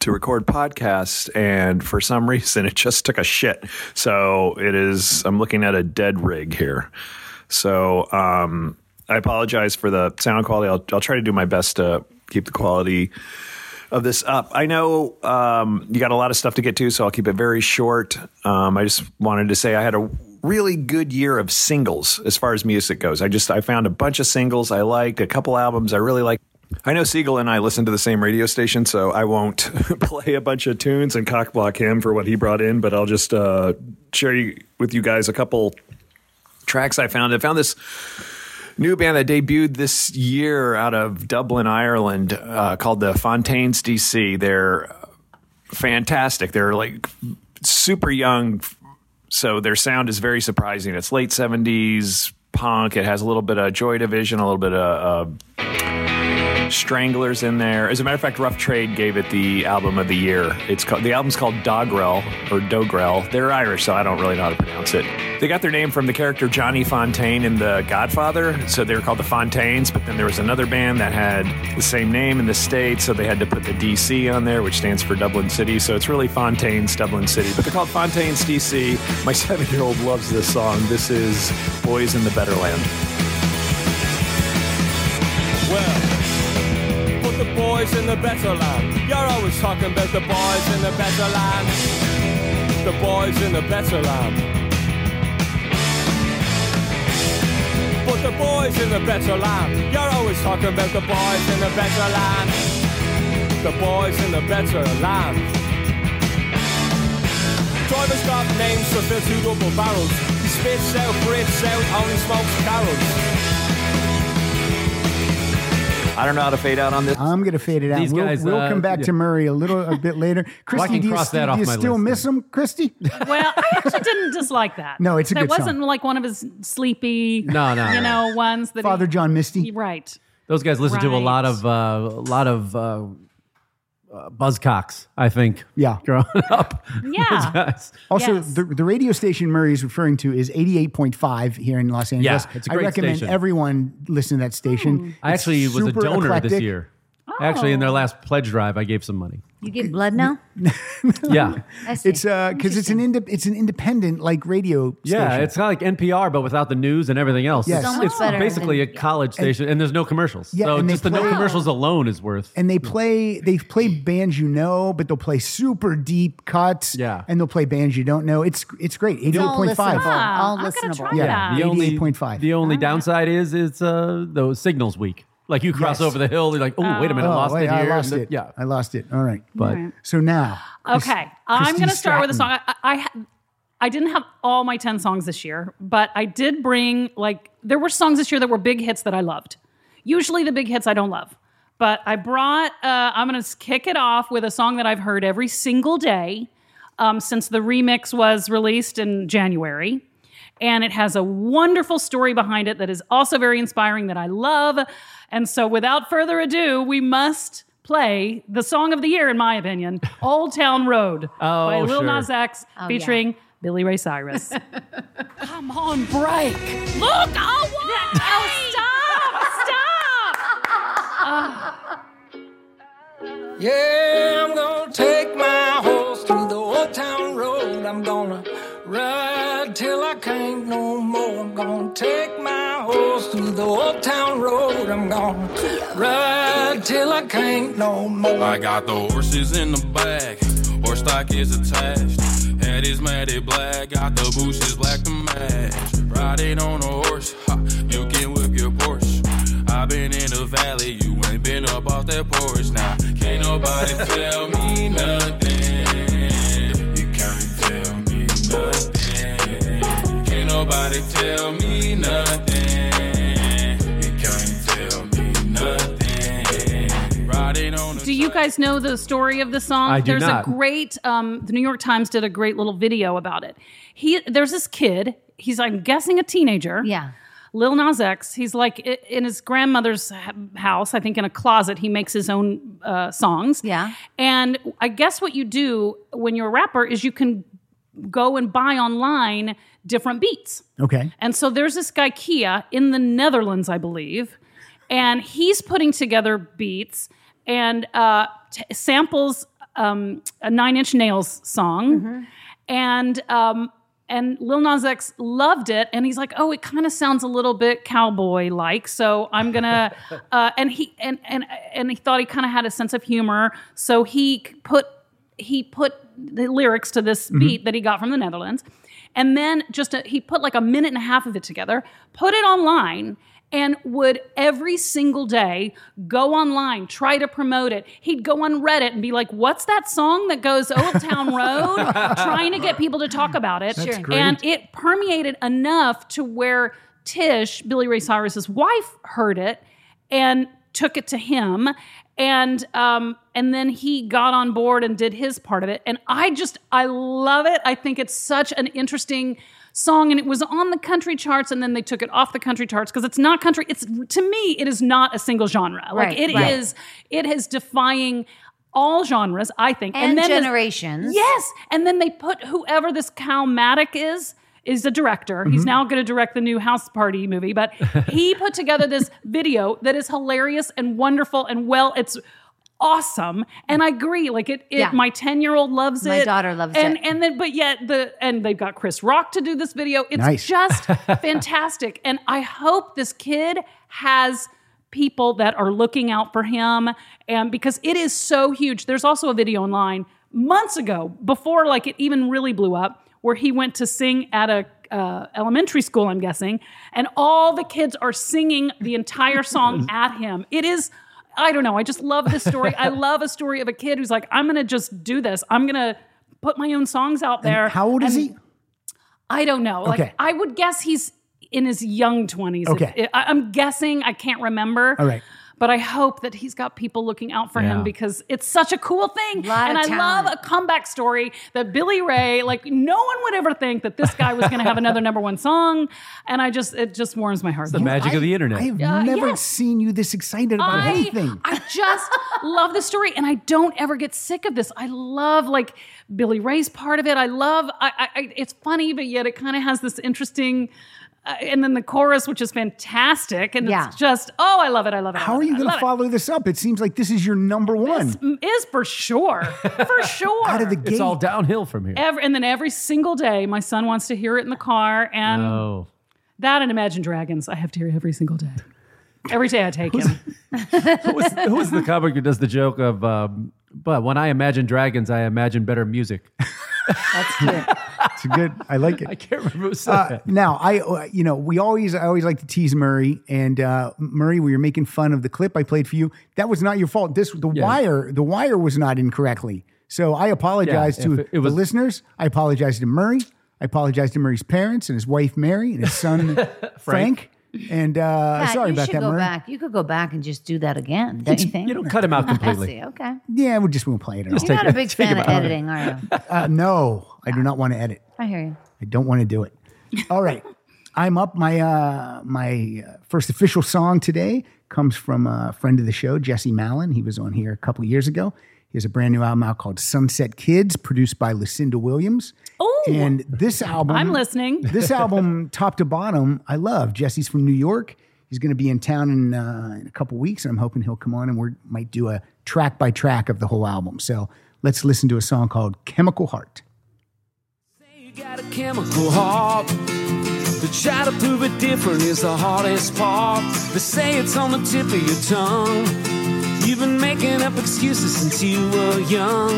J: to record podcasts and for some reason it just took a shit so it is i'm looking at a dead rig here so um i apologize for the sound quality i'll, I'll try to do my best to keep the quality of this up i know um you got a lot of stuff to get to so i'll keep it very short um i just wanted to say i had a really good year of singles as far as music goes i just i found a bunch of singles i liked a couple albums i really liked I know Siegel and I listen to the same radio station, so I won't play a bunch of tunes and cockblock him for what he brought in, but I'll just uh, share you, with you guys a couple tracks I found. I found this new band that debuted this year out of Dublin, Ireland, uh, called the Fontaines DC. They're fantastic. They're like super young, so their sound is very surprising. It's late 70s punk, it has a little bit of Joy Division, a little bit of. Uh, Stranglers in there. As a matter of fact, Rough Trade gave it the album of the year. It's called the album's called Dogrel or Dogrel. They're Irish, so I don't really know how to pronounce it. They got their name from the character Johnny Fontaine in The Godfather, so they were called the Fontaines. But then there was another band that had the same name in the states, so they had to put the DC on there, which stands for Dublin City. So it's really Fontaines Dublin City, but they're called Fontaines DC. My seven-year-old loves this song. This is Boys in the Better Land.
K: Well, put the boys in the better land. You're always talking about the boys in the better land. The boys in the better land. Put the boys in the better land. You're always talking about the boys in the better land. The boys in the better land. Drivers got names so they're two double barrels. He spits out, breathes out, only smokes carols.
J: I don't know how to fade out on this.
C: I'm gonna fade it out.
E: These
C: we'll
E: guys,
C: we'll
E: uh,
C: come back
E: yeah.
C: to Murray a little a bit later. Christy,
E: can
C: do you,
E: cross
C: st-
E: that
C: do
E: off
C: you
E: my
C: still
E: list
C: miss him, Christy?
F: well, I actually didn't dislike that.
C: No, it's a
F: that
C: good song.
F: wasn't like one of his sleepy,
E: No, no,
F: you
E: no.
F: know, ones that
C: Father
F: he-
C: John Misty.
F: Right.
E: Those guys listen to a lot
F: Right.
E: of uh, a lot of uh, uh, buzzcocks, I think.
C: Yeah.
E: Growing up.
F: Yeah.
E: Guys.
C: Also,
F: Yes.
C: the, the radio station Murray is referring to is 88.5 here in Los Angeles.
E: Yeah, it's a great
C: I recommend
E: station.
C: everyone listen to that
D: Hmm.
C: station.
E: I
C: It's
E: actually was a
C: super
E: donor this
C: eclectic.
E: year. Actually, in their last pledge drive, I gave some money.
D: You give blood now?
E: Yeah.
D: I see.
C: It's uh because it's an inde- it's an independent like radio
E: Yeah,
C: station.
E: it's kind of like NPR, but without the news and everything else.
C: Yes.
E: It's,
C: So
D: much
E: it's
D: better
E: basically
D: than-
E: a college station, and, there's no commercials.
C: Yeah,
E: so
C: and they
E: just the no
C: play-
E: commercials alone is worth.
C: and they play they play bands you know, but they'll play super deep cuts.
E: Yeah.
C: And they'll play bands you don't know. It's it's great. 88.5.
D: listenable.
F: Ah,
D: all
F: I'm gonna try
D: listenable.
F: that.
C: oh Yeah.
E: the only
C: 88.5.
E: The
D: Ah.
E: only downside is it's uh, the signals weak. Like you cross
C: Yes.
E: over the hill, you're like, oh, wait a minute, I
C: Oh,
E: lost
C: wait,
E: it
C: I
E: here.
C: lost
E: and
C: it.
E: the- Yeah.
C: I lost it. All right.
E: But
C: So now Chris-
F: Okay, I'm
C: Christine
F: going to start with a
C: Stratton.
F: song. I, I ha- I didn't have all my ten songs this year, but I did bring like there were songs this year that were big hits that I loved. Usually the big hits I don't love, but I brought. Uh, I'm going to kick it off with a song that I've heard every single day um, since the remix was released in January. And it has a wonderful story behind it that is also very inspiring that I love. And so, without further ado, we must play the song of the year, in my opinion Old Town Road by Lil
E: sure.
F: Nas X featuring Billy Ray Cyrus.
A: Come on, break. Look away.
F: oh, stop! Stop!
L: Yeah, I'm gonna take my horse through the old town road. I'm gonna ride till I can't no more. I'm gonna take my horse through the old town road. I'm gonna ride till I can't no more. I got the horses in the back, horse stock is attached. Head is matted black, got the bushes black to match. Riding on a horse, ha, you can whip your Porsche. I've been in the valley, you ain't been up off that porch now. Can't nobody tell me nothing. You can't tell me nothing. Can't nobody tell me nothing. You can't tell me nothing. Riding on a
F: Do you guys know the story of the song?
E: I do
F: there's
E: not.
F: a great um, the New York Times did a great little video about it. He there's this kid, he's I'm guessing a teenager.
D: Yeah.
F: Lil Nas X, he's like i- in his grandmother's h- house, I think in a closet, he makes his own uh, songs.
D: Yeah.
F: And I guess what you do when you're a rapper is you can go and buy online different beats.
C: Okay.
F: And so there's this guy Kia in the Netherlands, I believe, and he's putting together beats and uh, t- samples um, a Nine Inch Nails song, and um, and Lil Nas X loved it, and he's like, oh, it kind of sounds a little bit cowboy like, so I'm gonna, uh, and he and and and he thought he kind of had a sense of humor, so he c- put he put the lyrics to this beat that he got from the Netherlands, and then just a, he put like a minute and a half of it together, put it online, and would every single day go online, try to promote it. He'd go on Reddit and be like, "What's that song that goes Old Town Road?" trying to get people to talk about it,
C: That's great.
F: and it permeated enough to where Tish, Billy Ray Cyrus's wife, heard it and took it to him and um and then he got on board and did his part of it and i just i love it i think it's such an interesting song and it was on the country charts and then they took it off the country charts because it's not country it's to me it is not a single genre like
D: Right,
F: it is,
D: right.
F: it is defying all genres i think
D: And,
F: this-
D: generations.
F: Yes, and then they put whoever this Cal Maddock is is the director. He's now going to direct the new House Party movie, but he put together this video that is hilarious and wonderful and well, it's awesome. And I agree, like it, it
D: Yeah.
F: my ten year old loves
D: My
F: it,
D: daughter loves
F: and,
D: it.
F: and then but yet the and they've got Chris Rock to do this video. It's
C: Nice.
F: just fantastic, and I hope this kid has people that are looking out for him and because it is so huge there's also a video online months ago before like it even really blew up where he went to sing at a uh, elementary school i'm guessing and all the kids are singing the entire song at him it is i don't know i just love this story i love a story of a kid who's like i'm gonna just do this i'm gonna put my own songs out there
C: How old is
F: And
C: he?
F: I don't know. Like
C: Okay.
F: I would guess he's in his young twenties.
C: Okay.
F: I, am guessing. I can't remember.
C: All right.
F: But I hope that he's got people looking out for him
E: Yeah.
F: because it's such a cool thing.
D: Lot of
F: and I
D: talent.
F: love a comeback story that Billy Ray, like no one would ever think that this guy was going to have another number one song. And I just, it just warms my heart.
E: The magic of the internet.
C: I have
F: Uh,
C: never
F: yes.
C: seen you this excited about anything.
F: I just love the story, and I don't ever get sick of this. I love like Billy Ray's part of it. I love. I, I, I it's funny, but yet it kind of has this interesting. Uh, and then the chorus, which is fantastic, and
D: Yeah.
F: it's just oh, I love it. I love it. I
C: How
F: love
C: are
F: it,
C: you
F: I
C: going to
F: love it.
C: follow this up? It seems like this is your number one.
F: Is for sure, for sure.
C: Out of the gate.
E: it's all downhill from here.
F: Every, and then every single day, my son wants to hear it in the car,
D: um,
F: and
E: oh.
F: that and Imagine Dragons, I have to hear every single day. Every day I take him.
E: who, is, who is the comic who does the joke of, um, but when I imagine dragons, I imagine better music?
D: That's cute.
C: It's good. I like it.
E: I can't remember who said
C: Uh,
E: that.
C: now I, uh, you know, we always, I always like to tease Murray and uh, Murray. We were making fun of the clip I played for you. That was not your fault. This, the wire, the wire was not incorrectly. So I apologize
E: Yeah,
C: to
E: if it- it was-
C: the listeners. I apologize to Murray. I apologize to Murray's parents and his wife Mary and his son Frank. And uh,
D: Yeah,
C: sorry
D: you
C: about
D: should
C: that,
D: go
C: Murray.
D: back. You could go back and just do that again, don't you think?
E: You don't cut him out
D: I
E: completely.
D: see. Okay.
C: Yeah, we just won't play it. At all.
D: You're not a big fan of
E: about it.
D: editing, are you?
C: Uh, no, I do not want to edit.
D: I hear you.
C: I don't want to do it. All right. I'm up. My uh, my uh, first official song today comes from a friend of the show, Jesse Mallon. He was on here a couple years ago. He has a brand new album out called Sunset Kids, produced by Lucinda Williams.
F: Ooh.
C: and this album,
F: I'm listening.
C: This album, top to bottom, I love. Jesse's from New York. He's going to be in town in, uh, in a couple weeks, and I'm hoping he'll come on and we might do a track by track of the whole album. So let's listen to a song called Chemical Heart.
L: You got a chemical heart. To try to prove it different is the hardest part. They say it's on the tip of your tongue. You've been making up excuses since you were young.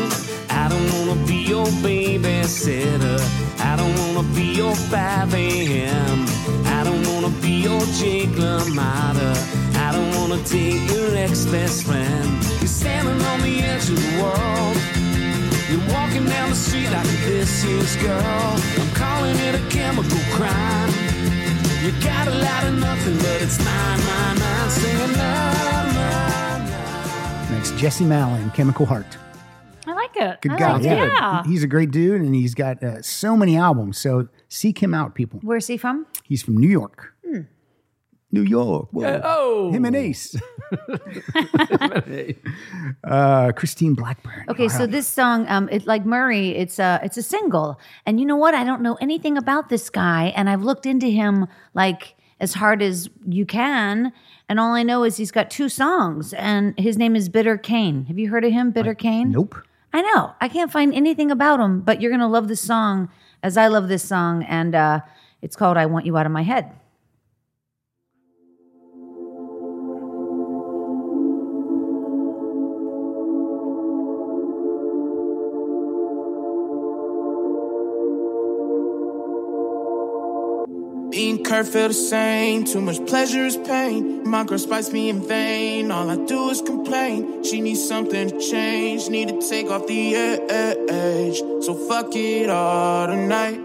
L: I don't wanna be your babysitter. I don't wanna be your 5 a.m. I don't wanna be your Jake LaMotta. I don't wanna date your ex-best friend. You're standing on the edge of the world. You're walking down the street like this is girl. I'm calling it a chemical crime. You got a lot of nothing, but it's mine, mine, mine. Singing mine, mine,
C: That's Jesse Mallon, Chemical Heart.
F: I like it.
D: Oh,
C: Good
F: I
C: guy.
F: like it.
C: yeah.
F: yeah.
C: He- He's a great dude and he's got uh, so many albums. So seek him out, people.
D: Where's he from?
C: He's from New York.
F: Hmm.
C: New York. Whoa.
E: Oh.
C: Him and Ace. uh, Christine Blackburn.
D: Okay, so this song, um, it like Murray, it's a it's a single, and you know what? I don't know anything about this guy, and I've looked into him like as hard as you can, and all I know is he's got two songs, and his name is Bitter Kane. Have you heard of him, Bitter Kane?
C: Nope.
D: I know I can't find anything about him, but you're gonna love this song as I love this song, and uh, it's called "I Want You Out of My Head."
L: Being Kurt feel the same. Too much pleasure is pain. My girl spites me in vain. All I do is complain. She needs something to change. Need to take off the edge. So fuck it all tonight.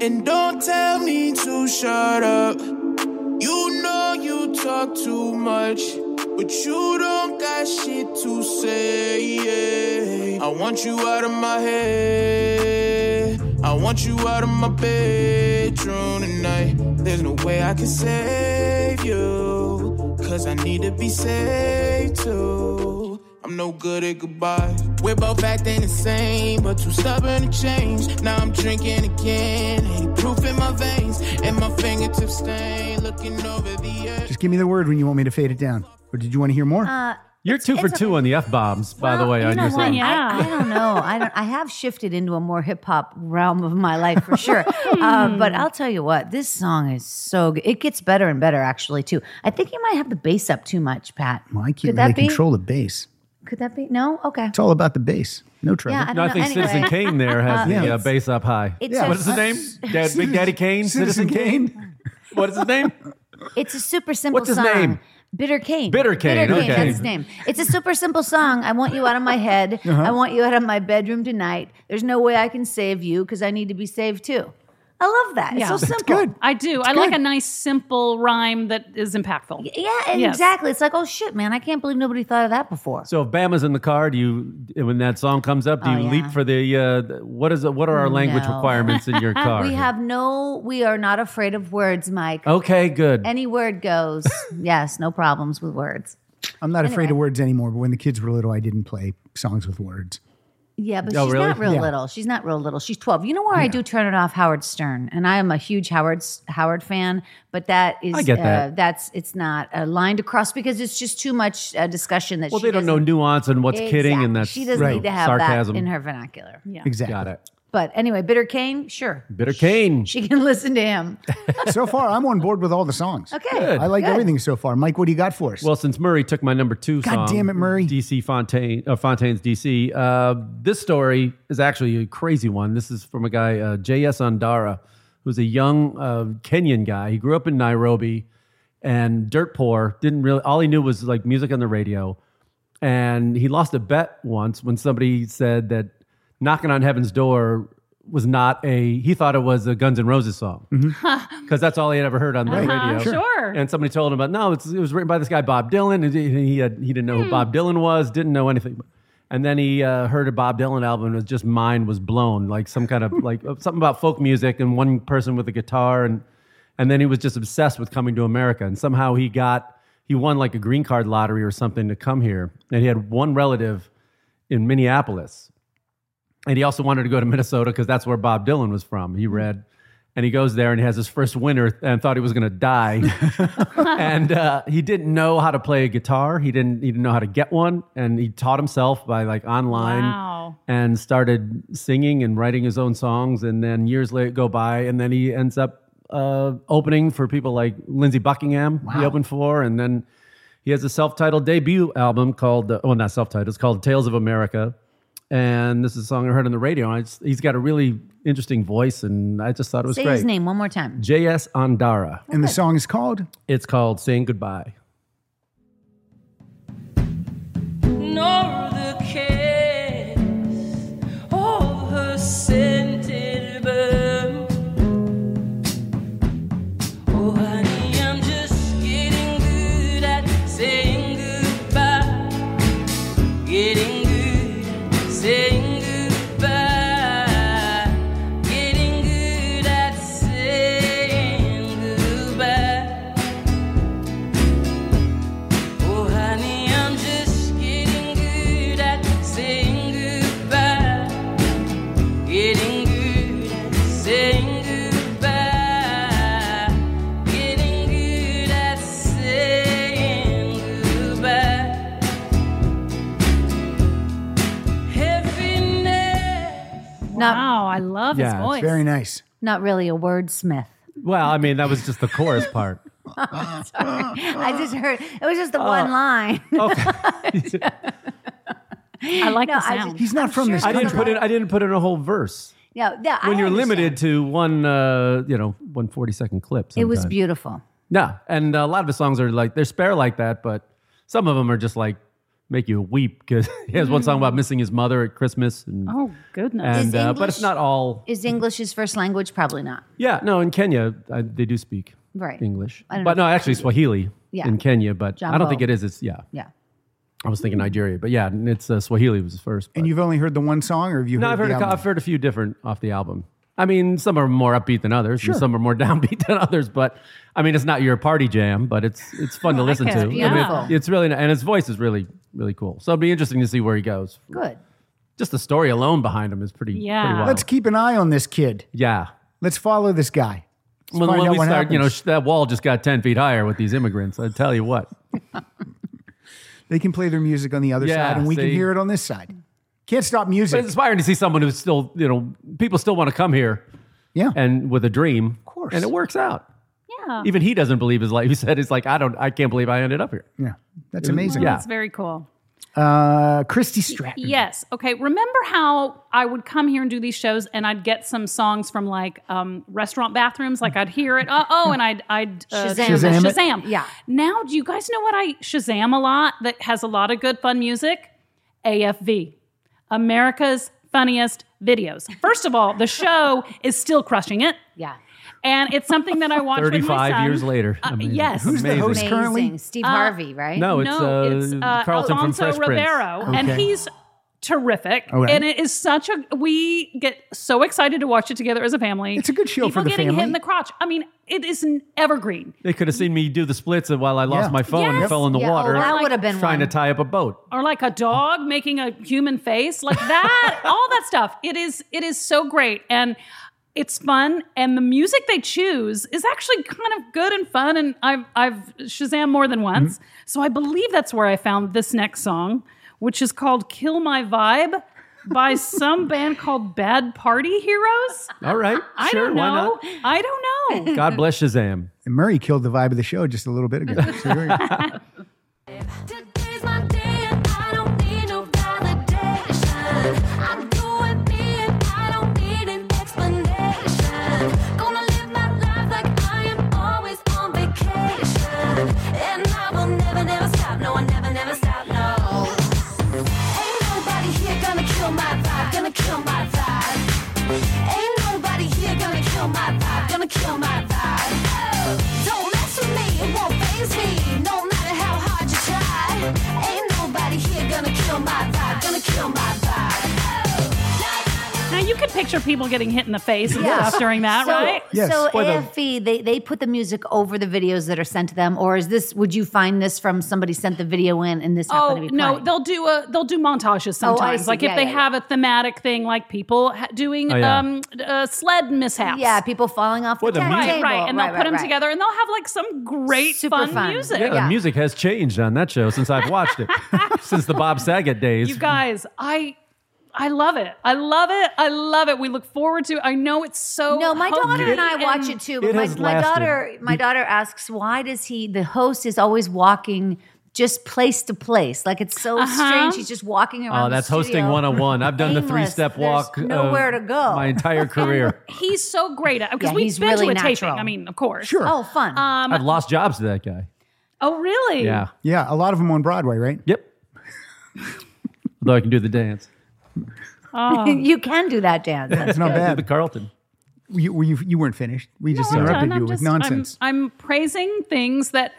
L: and don't tell me to shut up. You know you talk too much, but you don't got shit to say. I want you out of my head. I want you out of my bedroom tonight. There's no way I can save you, cause I need to be saved too. I'm no good at goodbye. We're both acting the same, but too stubborn to change. Now I'm drinking again, ain't proof in my veins, and my fingertips stain. Looking over the edge.
C: Just give me the word when you want me to fade it down. Or did you want to hear
D: Uh,
C: more?
E: You're two for
D: it's
E: two
D: okay.
E: on the F bombs, by the
D: Well,
E: way,
D: you
E: on
D: know
E: your
D: what?
E: song.
F: Yeah.
D: I, I don't know. I don't. I have shifted into a more hip hop realm of my life for sure. uh, but I'll tell you what, this song is so good. It gets better and better actually too. I think you might have the bass up too much, Pat.
C: well, I can't
D: could
C: really
D: that be?
C: control the bass.
D: Could that be? No. Okay.
C: It's all about the bass. No trouble.
D: Yeah, I don't
E: No, I
D: know.
E: think
D: anyway,
E: Citizen Kane there has
C: Yeah.
E: the uh, bass up high.
D: It's
C: Yeah.
D: a,
E: What is his name? Dad, Big Daddy Kane? Citizen, Kane? What is his name?
D: It's a super simple
E: What's his
D: song.
E: name?
D: Bitter Kane.
E: Bitter Kane,
D: Bitter Kane.
E: okay.
D: That's his name. It's a super simple song. I want you out of my head. I want you out of my bedroom tonight. There's no way I can save you because I need to be saved too. I I love
F: Yeah.
D: that. It's so
F: That's
D: simple.
C: good.
F: I do. I like
C: good.
F: a nice, simple rhyme that is impactful.
D: Yeah, and
F: Yes.
D: exactly. It's like, oh shit, man, I can't believe nobody thought of that before.
E: So if Bama's in the car, do you when that song comes up, do
D: Oh,
E: you
D: yeah.
E: leap for the uh, what is what are our language
D: No.
E: requirements in your car?
D: we have no, we are not afraid of words, Mike.
E: okay, good.
D: Any word goes. yes, no problems with words.
C: I'm not afraid of words anymore, but when the kids were little, I didn't play songs with words.
D: Yeah, but
E: Oh,
D: she's
E: really?
D: not real
C: Yeah.
D: little. She's not real little. She's 12. You know where I do turn it off? Howard Stern. And I am a huge Howard S- Howard fan, but that is
E: I get
D: Uh,
E: that.
D: that's it's not a line to cross because it's just too much uh, discussion that
E: well,
D: she
E: they don't know
D: doesn't-
E: nuance and what's kidding, and
D: Exactly.
E: that's
D: she doesn't
C: Right.
D: need to have
E: sarcasm.
D: that in her vernacular.
C: Exactly.
E: Got it.
D: But anyway, Bitter Kane, sure.
E: Bitter cane.
D: She can listen to him.
C: so far, I'm on board with all the songs.
D: Okay.
C: I like
D: Good.
C: everything so far. Mike, what do you got for us?
E: Well, since Murray took my number two song,
C: God damn it, Murray.
E: DC Fontaine, uh, Fontaine's DC. Uh, this story is actually a crazy one. This is from a guy, uh, J.S. Andara, who's a young uh, Kenyan guy. He grew up in Nairobi and dirt poor. Didn't really. All he knew was like music on the radio, and he lost a bet once when somebody said that "Knocking on Heaven's Door" was not a. He thought it was a Guns N' Roses song
C: Mm-hmm.
E: because that's all he had ever heard on the radio.
F: Uh-huh. Sure. Sure.
E: And somebody told him about no, it's, it was written by this guy Bob Dylan, and he he, had, he didn't know who Bob Dylan was, didn't know anything. And then he uh, heard a Bob Dylan album, and was just mind was blown, like some kind of like uh, something about folk music and one person with a guitar, and and then he was just obsessed with coming to America, and somehow he got he won like a green card lottery or something to come here, and he had one relative in Minneapolis, and he also wanted to go to Minnesota because that's where Bob Dylan was from. He read, and he goes there and he has his first winter and thought he was going to die, and uh, he didn't know how to play a guitar. He didn't he didn't know how to get one, and he taught himself by like online
F: Wow.
E: and started singing and writing his own songs. And then years later go by, and then he ends up uh, opening for people like Lindsey Buckingham. He opened for, and then he has a self-titled debut album called uh, well, not self-titled. It's called Tales of America. And this is a song I heard on the radio. And I just, he's got a really interesting voice, and I just thought it was
D: Say
E: great.
D: his name one more time.
E: J.S. Andara.
C: and the song is called
E: It's called Saying Goodbye.
H: nor the kiss of her scented bum. Oh, honey, I'm just getting good at saying goodbye. Getting good at saying goodbye. Getting good at saying goodbye. Oh, honey, I'm just getting good at saying goodbye. Getting good at saying goodbye. Getting good at saying goodbye. Heaviness.
D: Not
F: Wow, I love
E: Yeah,
F: his
E: it's
F: voice.
C: Very Nice.
D: not really a wordsmith.
E: Well, I mean, that was just the chorus part.
D: I just heard it was just the
E: Oh,
D: one line.
F: I like
D: No,
F: the
D: I
F: sound.
C: He's not from this
E: I
C: country.
E: didn't put in. I didn't put in a whole verse.
D: yeah, yeah. I
E: when you're
D: understand.
E: limited to one, uh, you know, one forty second clip.
D: it was
E: sometimes.
D: beautiful.
E: Yeah, and a lot of his songs are like they're spare like that, but some of them are just like make you weep because he has one song about missing his mother at Christmas, and,
F: oh goodness.
E: and
D: Is
E: uh, but
D: English-
E: it's not all.
D: Is English his first language? Probably not.
E: Yeah, no, in Kenya I, they do speak
D: Right.
E: English,
D: I don't
E: but
D: know
E: no, actually Swahili
D: Yeah.
E: in Kenya, but I
D: Jambo.
E: don't think it is. It's yeah,
D: Yeah.
E: I was thinking Nigeria, but yeah, and it's uh, Swahili was first. but-
C: And you've only heard the one song, or have you?
E: No,
C: heard
E: I've heard,
C: the
E: a, cou-
C: album?
E: I've heard a few different off the album. I mean, some are more upbeat than others, and some are more downbeat than others. But I mean, it's not your party jam, but it's it's fun to listen
F: it.
E: to. I mean,
D: Beautiful.
E: it's really and his voice is really really cool. So it'll be interesting to see where he goes.
D: Good.
E: Just the story alone behind him is pretty
F: Yeah.
E: pretty wild.
C: Let's keep an eye on this kid.
E: yeah.
C: Let's follow this guy. Let's
E: When,
C: find
E: when
C: out
E: we
C: what
E: start, you know,
C: happens.
E: sh- that wall just got ten feet higher with these immigrants. I tell you what.
C: they can play their music on the other
E: Yeah,
C: side, and we can
E: see?
C: hear it on this side. Can't stop
E: But
C: music.
E: it's inspiring to see someone who's still, you know, people still want to come here
C: Yeah,
E: and with a dream. Of
C: course.
E: And it works out.
F: yeah.
E: Even he doesn't believe his life. He said, "It's like I don't, I can't believe I ended up here."
C: yeah, that's amazing.
E: yeah.
F: That's very cool.
C: uh, Christy Stratton.
F: Yes. Okay. Remember how I would come here and do these shows, and I'd get some songs from like um, restaurant bathrooms. Like I'd hear it. Uh, oh, and I'd I'd uh,
D: Shazam it. Shazam
C: it.
F: Shazam.
D: Yeah.
F: Now, do you guys know what I Shazam a lot that has a lot of good fun music? AFV, America's funniest videos. First of all, the show is still crushing it.
D: Yeah.
F: And it's something that I watch with my
E: 35
F: son.
E: years later.
F: Uh,
E: Amazing.
F: yes.
C: Who's the
E: Amazing.
C: host
D: Amazing.
C: currently?
D: Steve Harvey, right?
E: No, it's,
F: no,
E: uh,
F: it's uh,
E: Carlton from
F: Alfonso
E: Fresh Prince.
F: Rivero, and
C: Okay.
F: he's terrific.
C: All right.
F: And it is such a we get so excited to watch it together as a family.
C: It's a good show
F: People
C: for the
F: getting hit in
C: family.
F: the crotch. I mean, it is an evergreen.
E: They could have seen me do the splits while I lost
C: Yeah.
E: my phone and
F: Yes.
E: fell in the
D: Yeah, oh,
E: water.
D: that would've been
E: trying
D: one.
E: to tie up a boat.
F: or like a dog making a human face like that all that stuff it is it is so great and it's fun and the music they choose is actually kind of good and fun and i've i've shazam more than
E: Mm-hmm.
F: once so i believe that's where i found this next song which is called kill my vibe by some band called bad party heroes
E: All right,
F: i
E: sure,
F: don't
E: why
F: know
E: not?
F: i don't know
E: God bless Shazam.
C: And Murray killed the vibe of the show just a little bit ago. So there you go.
H: Today's my day and I don't need no validation. I'm doing me and I don't need an explanation. Gonna live my life like I am always on vacation. And I will never, never stop. No, I never, never stop. No. Ain't nobody here gonna kill my vibe. Gonna kill my vibe. Ain't nobody here gonna kill my vibe, gonna kill my vibe. Don't mess with me, it won't phase me, no matter how hard you try. Ain't nobody here gonna kill my vibe, gonna kill my vibe.
F: now you can picture people getting hit in the face and stuff during that
D: So,
F: right
C: Yes.
D: so
C: Or the-
D: AFE, they, they put the music over the videos that are sent to them, or is this? Would you find this from somebody sent the video in, and this happened
F: Oh
D: to be
F: no,
D: playing?
F: they'll do a they'll do montages
D: Oh, I
F: sometimes.
D: see.
F: like
D: Yeah,
F: if they
D: yeah,
F: have a thematic thing, like people ha- doing
E: Oh, yeah.
F: um, uh, sled mishaps.
D: yeah, people falling off
E: Well,
D: the,
E: the
D: table,
E: music-
F: right, right, and they'll
D: Right,
F: put
D: right,
F: them
D: right.
F: together, and they'll have like some great
D: Super
F: fun,
D: fun.
F: music.
E: Yeah,
D: Yeah.
E: the music has changed on that show since I've watched it, since the Bob Saget days.
F: You guys, I. I love it. I love it. I love it. We look forward to. it. I know it's so.
D: No, my daughter
F: hokey
D: and I watch it too. But
E: It
D: my,
E: has
D: my
E: lasted.
D: daughter, my daughter asks, why does he? The host is always walking just place to place. Like it's
F: Uh-huh.
D: so strange. He's just walking around.
E: Oh,
D: the
E: that's hosting
D: studio.
E: 101. I've done the
D: Aimless.
E: three step
D: There's
E: walk. uh,
D: nowhere to go.
E: My entire career.
F: He's so great at because
D: Yeah,
F: we've
D: he's
F: been
D: really
F: to a taping.
D: natural.
F: I mean, of course. Um,
C: Sure.
D: Oh, fun.
E: I've lost jobs to that guy.
F: Oh, really?
E: Yeah.
C: Yeah, a lot of them on Broadway, right?
E: Yep. Although I can do the dance.
F: Oh.
D: you can do that dance.
C: It's not
E: I do the
C: bad.
E: Carlton.
C: You, well, you, you weren't finished. We just
F: I'm
C: interrupted
F: done. I'm
C: you with
F: just-
C: nonsense.
F: I'm, I'm praising things that.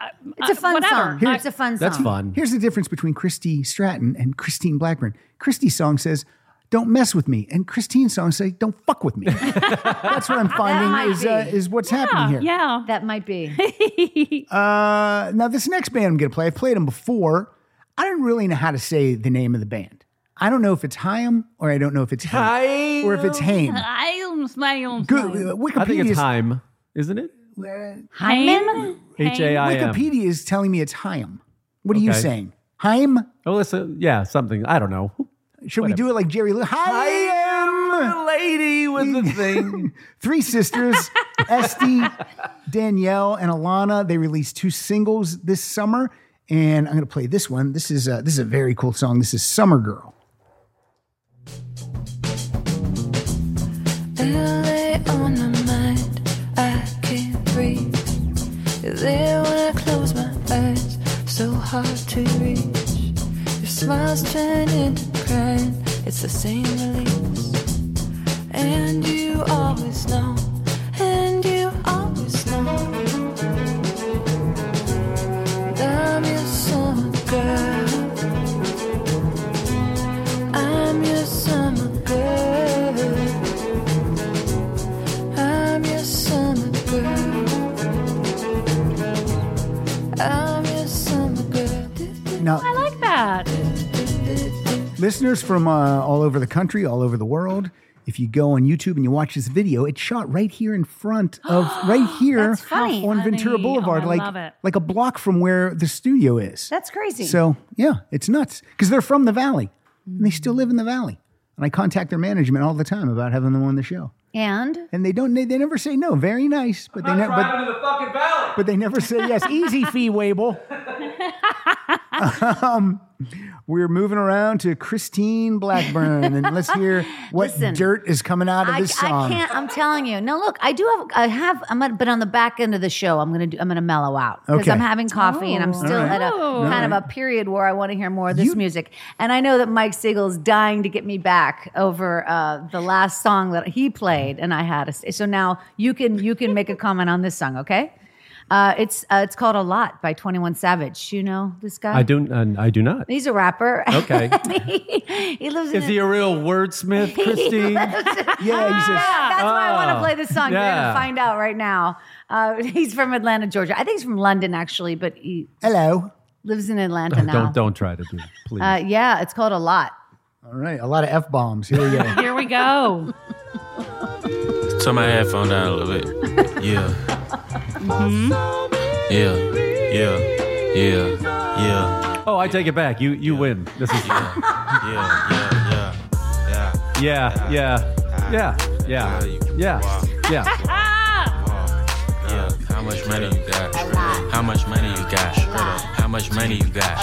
F: uh,
D: It's a fun
F: whatever.
D: song.
F: Here-
D: it's a fun song.
E: That's fun.
C: Here's the difference between Christy Stratton and Christine Blackburn. Christy's song says, "Don't mess with me," and Christine's song says, "Don't fuck with me." That's what I'm
D: might
C: finding is uh,
D: be.
C: is what's happening here.
F: Yeah.
D: That might be.
C: Uh, now, this next band I'm going to play, I've played them before. I don't really know how to say the name of the band. I don't know if it's Haim or I don't know if it's Haim or if it's Haim.
F: I'm smiling.
C: Good. uh, Wikipedia
E: I think it's
C: is
E: time, isn't it?
F: Hyman?
E: H A I M.
C: Wikipedia is telling me it's Haim. What are you
E: Okay.
C: saying? Haim?
E: Oh, let's, uh, yeah, something. I don't know.
C: Should we do it like Jerry Lee? Haim!
E: lady with the thing.
C: Three sisters, Esty, Danielle, and Alana. They released two singles this summer, and I'm going to play this one. This is a, this is a very cool song. This is Summer Girl.
H: LA on my mind, I can't breathe. You're there when I close my eyes, so hard to reach. Your smile's turn into crying, it's the same release. And you always know, and you always know. that I'm your summer girl. I'm your summer girl. I'm your summer girl. I'm your summer girl.
C: Now,
F: I like that.
C: Listeners from uh, all over the country, all over the world, if you go on YouTube and you watch this video, it's shot right here in front of, right here
D: That's funny.
C: on Ventura
F: Funny.
C: Boulevard,
F: Oh, I
C: like
F: love it.
C: like a block from where the studio is.
D: That's crazy.
C: so yeah, it's nuts because they're from the valley and they still live in the valley. And I contact their management all the time about having them on the show,
D: and
C: and they don't. They, they never say no. Very nice, but they never. But,
E: the fucking valley.
C: but they never say yes. Easy fee, Wable. Um, We're moving around to Christine Blackburn, and let's hear what
D: Listen,
C: dirt is coming out of
D: I,
C: this
D: I
C: song.
D: can't. I'm telling you. No, look, I do have. I have. I'm. Gonna, but on the back end of the show, I'm gonna do. I'm gonna mellow out because
C: Okay.
D: I'm having coffee and I'm
C: Oh.
D: still
C: Alright.
D: at a kind of a period where I want to hear more of this
C: You-
D: music. And I know that Mike Siegel is dying to get me back over uh, the last song that he played, and I had. A, so now you can you can make a comment on this song, okay? Uh, it's uh, it's called a lot by Twenty One Savage. You know this guy.
E: I do. Uh, I do not.
D: He's a rapper.
E: Okay.
D: he, he lives in
E: Is
D: a-
E: he a real wordsmith, Christine?
C: yeah, you said-
D: yeah, Ah, that's why I want to
E: Oh,
D: play this song. You're
E: yeah.
D: gonna find out right now. Uh, he's from Atlanta, Georgia. I think he's from London actually, but he
C: hello.
D: lives in Atlanta now.
E: Oh, don't don't try to do. Please.
D: Uh, yeah, it's called a lot.
C: All right, a lot of f bombs. Here we go.
F: Here we go.
K: Turn my headphone down a little bit. Yeah. Mm-hmm. Yeah. Yeah. Yeah.
D: Uh,
K: Yeah.
E: oh, I take it back. You you win. This is.
K: Yeah. Yeah. Yeah.
E: Yeah. Yeah. Yeah. Yeah. Yeah. Yeah.
K: Yeah. How much money you got? How much money you got? How much money you got?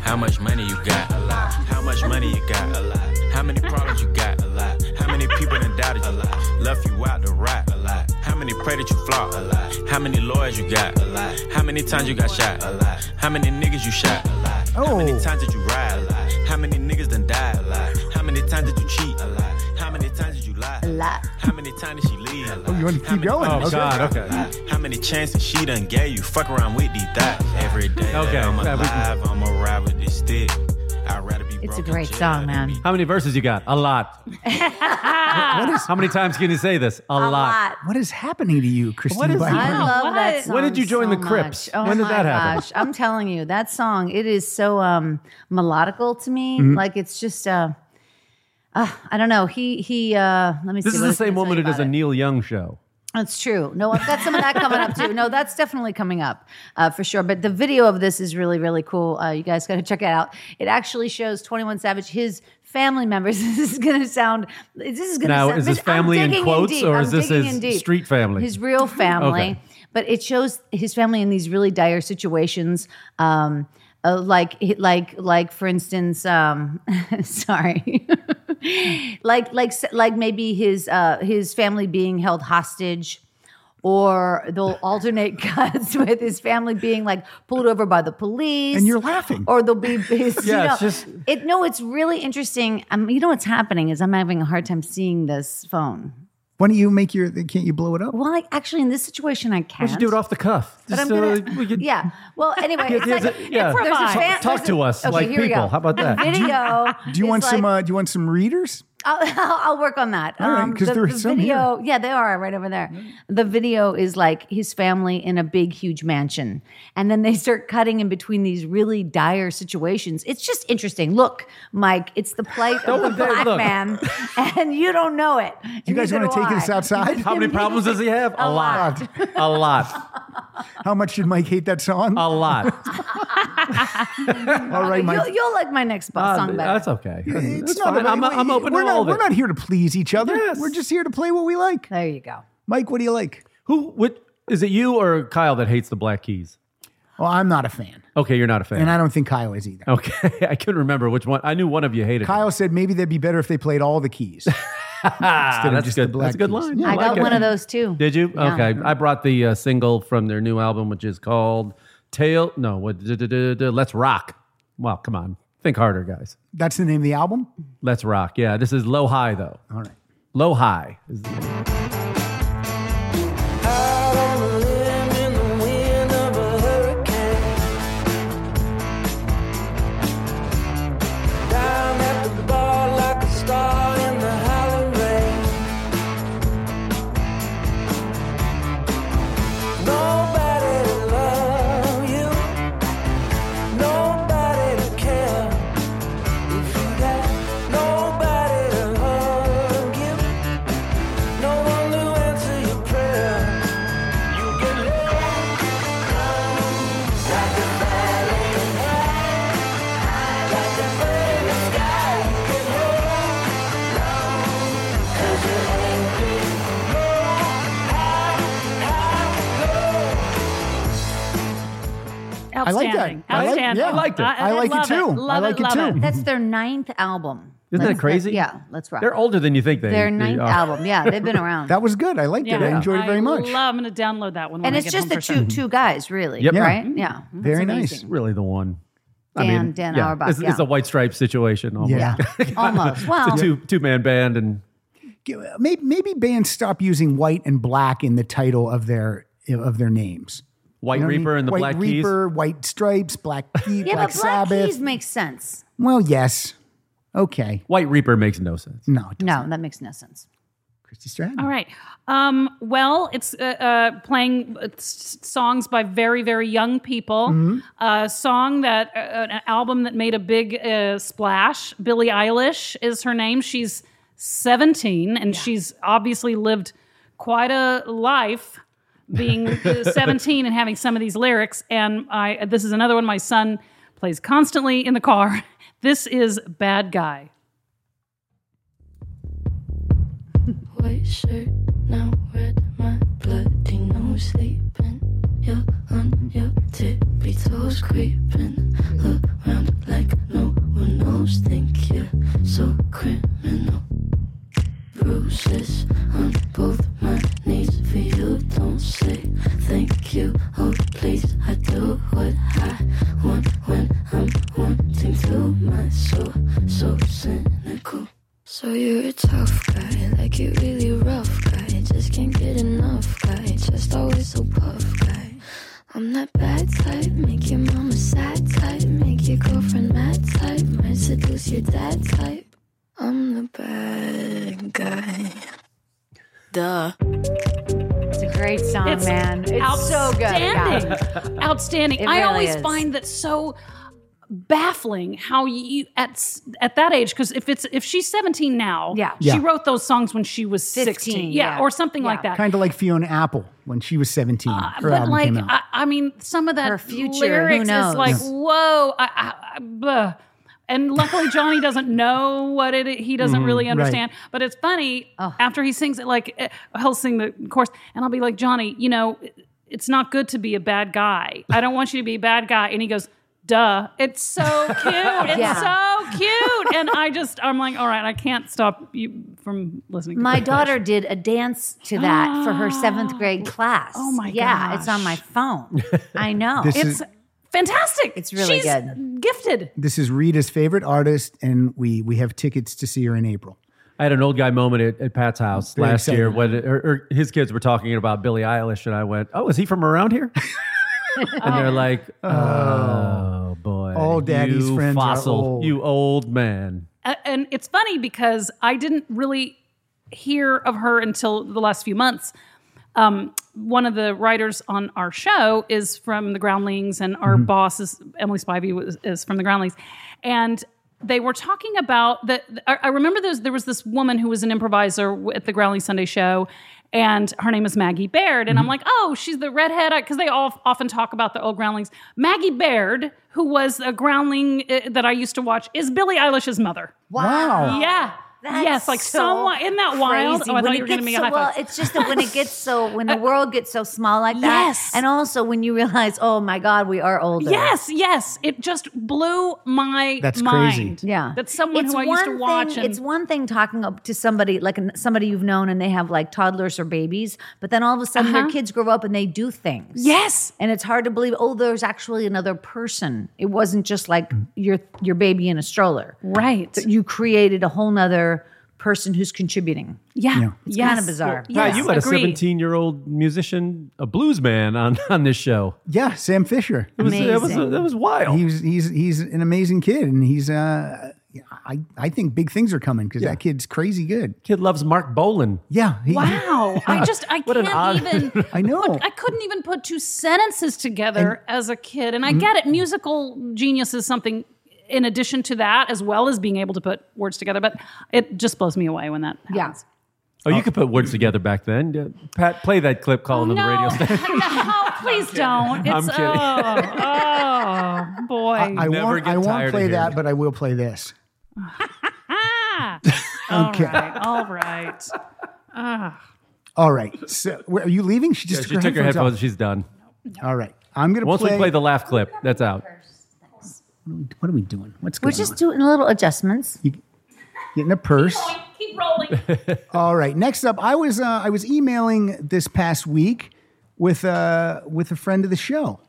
K: How much money you got? How much money you got? How many problems you got? How many people done doubted you? Left you out to rot? How many pray that you flop? How many lawyers you got? How many times you got shot? How many niggas you shot? How many
C: Oh.
K: times did you ride? How many niggas done died? How many times did you cheat? How many times did you lie? How many times did she leave? Oh,
C: you want to keep going?
E: Oh
C: Okay.
E: God. Okay.
K: how many chances she done gave you? Fuck around with these thoughts every day.
E: Okay,
K: that I'm
E: yeah, we can-
K: alive. I'm a ride with this stick. I'd rather be
D: It's a
K: broke in
D: great
K: jail
D: song,
K: than
D: man.
K: be-
E: How many verses you got? A lot. How many times can you say this? A,
D: A lot.
C: What is happening to you, Christine?
E: What is
C: Blackburn?
D: I love
F: what?
D: that song.
E: When did you join
D: so
E: the Crips?
D: much. Oh
E: When did
D: my
E: that happen?
D: gosh. I'm telling you, that song, it is so um melodical to me.
E: Mm-hmm.
D: Like it's just uh, uh, I don't know. He he uh let me see.
E: This is
D: what
E: the
D: else can I
E: same
D: tell
E: woman
D: you
E: who does
D: about
E: a
D: it.
E: Neil Young show.
D: That's true. No, I've got some of that coming up too. No, that's definitely coming up uh, for sure. But the video of this is really, really cool. Uh, you guys got to check it out. It actually shows 21 Savage, his family members. this is going to sound, this is going to
E: Now,
D: sound.
E: is this
D: this- I'm
E: family in
D: digging
E: quotes
D: deep.
E: or
D: I'm
E: is this
D: digging
E: his
D: in deep.
E: street family?
D: His real family.
E: Okay.
D: But it shows his family in these really dire situations. Um, uh, like, like, like, for instance, um, sorry, like, like, like maybe his uh, his family being held hostage, or they'll alternate cuts with his family being like pulled over by the police,
C: And you're laughing.
D: or they'll be his, you
E: Yeah,
D: know,
E: it's just-
D: it. No, it's really interesting. Um, you know what's happening is I'm having a hard time seeing this phone.
C: Why don't you make your? Can't you blow it up?
D: Well, I, actually, in this situation, I can't.
E: We should do it off the cuff.
D: But I'm
E: Just, uh,
D: gonna,
E: we could-
D: yeah. Well, anyway, it's
E: here's
D: like,
E: a- yeah.
D: there's a
E: Talk-
D: fan-
E: talk
D: there's
E: to
D: a-
E: us
D: okay,
E: like
D: here we
E: people.
D: go.
E: How about
D: The
E: that? Do you-
D: Video.
C: Do you
D: is
C: want some? Uh,
D: like-
C: do you want some readers?
D: I'll, I'll work on that. Um,
C: All right, 'cause
D: the,
C: there are
D: the
C: some
D: video, yeah, they are right over there. The video is like his family in a big, huge mansion, and then they start cutting in between these really dire situations. It's just interesting. Look, Mike, it's the plight of the
E: Don't-
D: black
E: look.
D: man, and you don't know it.
C: Oh, You guys want to take this outside?
E: How
C: How,
E: many problems does he have? A lot. A lot.
C: much did Mike hate that song?
E: A lot.
C: All right, Mike.
D: You'll, you'll like my next bo-
E: Uh,
D: song better.
E: that's okay. That's
C: It's not
E: fine.
C: about-
E: I'm, I'm open
C: we're
E: to
C: not,
E: all of
C: We're
E: it.
C: not here to please each other.
E: Yes.
C: We're just here to play what we like.
D: there you go.
C: Mike, what do you like?
E: Who? What? Is it you or Kyle that hates the Black Keys?
C: Well, I'm not a fan,
E: Okay, you're not a fan.
C: and I don't think Kyle is either.
E: okay, I couldn't remember which one. I knew one of you hated. it.
C: Kyle said maybe that'd be better if they played all the keys.
E: Ah,
C: of
E: that's
C: just the
E: good.
C: Black
E: That's a good
C: Keys.
E: line.
D: I
E: like
D: got
E: it.
D: one of those too.
E: Did you?
D: Yeah.
E: Okay. I brought the uh, single from their new album, which is called Tail. No, what? duh, duh, duh, duh, Let's Rock. Wow, come on. Think harder, guys.
C: That's the name of the album.
E: Let's Rock. Yeah, this is Low High, though.
C: All right.
E: Low High. is-
L: Out on a limb in the wind of a hurricane. Down at the bar like a star in the hollow rain. Nobody to love you. Nobody to care. If you got nobody to hug you. No one
C: like that.
F: Outstanding.
C: I like-
F: Outstanding.
C: yeah, I liked it. I like it
F: love
C: too. I
F: Love
C: like it
F: love
C: too.
D: That's their ninth album.
E: Isn't
D: Let's-
E: that crazy?
D: yeah, let's rock.
E: They're older than you think they,
D: Their
E: they
D: ninth
E: are.
D: album. Yeah, they've been around.
C: That was good. I liked it. I enjoyed it very much.
F: Love, I'm going to download that one. when
D: and
F: I
D: it's
F: get
D: just
F: home
D: the
F: for
D: two
F: sure.
D: two guys, really.
E: Yep. Yeah.
D: Right? Yeah. That's
C: Very
D: amazing.
E: Really the one.
D: Dan- Dan Auerbach,
E: It's, it's a
D: yeah.
E: white stripe situation almost.
C: Yeah.
D: Yeah, almost. Well,
E: It's a two two man band and
C: maybe, maybe bands stop using white and black in the title of their of their names.
E: White
C: You know what I mean?
E: Reaper and the
C: White
E: Black
C: Reaper, White Stripes, Black Keys,
D: yeah,
C: Black
D: but Black
C: Sabbath.
D: Keys makes sense.
C: Well, yes. Okay.
E: Keys. White Reaper makes no sense.
C: No, it doesn't.
D: No, that makes no sense.
C: Christy Stratton.
F: All right. Um, well, it's uh, uh, playing uh, s- songs by very, very young people.
I: Mm-hmm.
C: Mm-hmm.
F: A song that, uh, an album that made a big uh, splash. Billie Eilish is her name. She's 17, and she's obviously lived quite a life being uh, 17 and having some of these lyrics. And I, this is another one my son plays constantly in the car. This is Bad Guy.
H: White shirt, now red, my bloody nose sleeping. You're on your tippy toes, creeping around like no one knows. Think you're so criminal. Bruises on both my knees for you. Don't say thank you. Oh, please, I do what I want when I'm wanting to. My soul, so cynical. So you're a tough guy, like you really rough guy. Just can't get enough guy, just always so puff guy. I'm that bad type, make your mama sad type, make your girlfriend mad type, might seduce your dad type. I'm the bad guy. Duh.
D: It's a great song,
F: It's
D: man. It's so good. Yeah.
F: outstanding. outstanding.
D: It
F: I
D: really
F: always
D: is.
F: find that so baffling how you at s- at that age because if it's if she's 17 now
D: Yeah.
F: she
C: Yeah.
F: wrote those songs when she was
D: 15,
F: 16 yeah,
D: yeah.
F: or something like
D: Yeah.
F: that Uh,
C: Kind of like Fiona Apple when she was 17. her
F: but
C: album
F: like
C: came out.
F: I, I mean some of that
D: Her future, who
F: lyrics is
D: knows?
F: like
D: Yes.
F: whoa I, I, I, bleh. and luckily johnny doesn't know what it he doesn't
C: Mm-hmm.
F: really understand but it's funny
D: Oh.
F: after he sings it like eh, he'll sing the chorus and i'll be like johnny you know it's not good to be a bad guy i don't want you to be a bad guy and he goes Duh. It's so cute. It's
D: Yeah.
F: so cute. And I just, I'm like, all right, I can't stop you from listening to
D: My
F: that.
D: daughter did a dance to that for her seventh grade class. Oh
F: my
D: Yeah, it's on
F: gosh.
D: my phone. I know.
C: This
F: It's
C: is-
F: fantastic.
D: It's really
F: She's
D: good.
F: Gifted.
C: this is Rita's favorite artist, and we we have tickets to see her in April.
E: I had an old guy moment at, at Pat's house
C: Very
E: last year
C: exciting.
E: when it- her, her, his kids were talking about Billie Eilish, and I went, "Oh, is he from around here?" and they're like, "Oh, boy,
C: All daddy's
E: you
C: friends are
E: fossil,
C: old."
E: you old man."
F: Uh, and it's funny because I didn't really hear of her until the last few months. Um, one of the writers on our show is from the Groundlings, and our boss is Emily Spivey was, is from the Groundlings, and they were talking about that. I, I remember there's there was this woman who was an improviser w- at the Groundling Sunday Show. And her name is Maggie Baird.
C: Mm-hmm.
F: And I'm like, oh, she's the redhead. Because they all often talk about the old groundlings. Maggie Baird, who was a groundling uh, that I used to watch, is Billie Eilish's mother.
C: Wow.
F: Yeah.
D: That's
F: yes, like
D: so
F: someone in that wild.
D: crazy.
F: Oh, I
D: When
F: thought
D: it
F: you were giving
D: gets
F: me a
D: so-
F: high five.
D: Well, it's just that when it gets so when the world gets so small like that,
F: Yes.
D: and also when you realize, oh my God, we are older.
F: yes, yes. It just blew my
C: That's crazy.
F: mind.
D: Yeah,
F: That someone who I used to
D: one
F: watch.
D: Thing,
F: and,
D: it's one thing talking up to somebody like an- somebody you've known, and they have like toddlers or babies, but then all of a sudden their kids grow up and they do things.
F: Uh-huh. yes.
D: and it's hard to believe. Oh, there's actually another person. It wasn't just like your your baby in a stroller.
F: Right.
D: You created a whole nother person who's contributing.
F: Yeah. yeah.
D: It's kind of bizarre.
E: Wow,
F: Yes,
E: you had
F: agreed.
E: a 17 year old musician, a blues man on, on this show.
C: Yeah, Sam Fisher.
E: It was, That was,
D: Amazing.
E: that was wild.
C: He's he's he's an amazing kid, and he's uh, I I think big things are coming because that kid's crazy good.
E: Kid loves Mark Bolan.
C: Yeah. he-
F: Wow. I just, I
E: What an
F: can't
E: odd-
F: even.
C: I know.
F: put- I couldn't even put two sentences together as a kid.
C: Mm-hmm.
F: And I get it. Musical genius is something in addition to that, as well as being able to put words together. But it just blows me away when that
D: Yeah.
F: happens.
E: Oh,
C: Uh,
E: you could put words together back then. Yeah. Pat, play that clip calling on the radio station.
F: no, please don't. It's,
E: I'm kidding.
F: Oh, oh, boy.
C: I
E: Never
C: won't
E: get
C: I
E: tired
C: won't
E: of
C: play
E: hearing
C: that,
E: it.
C: but I will play this.
F: ah.
C: Okay.
F: All right. All right.
C: All right. So, where, are you leaving? She just
E: She took her
C: off.
E: headphones. She's done.
C: All right. I'm gonna
E: Once
C: play,
E: we play the laugh clip, that's out.
C: What are we doing? What's
D: We're
C: going
D: just
C: on?
D: doing little adjustments.
C: Getting a purse.
A: Keep rolling.
C: All right. Next up, I was uh, I was emailing this past week with uh, with a friend of the show,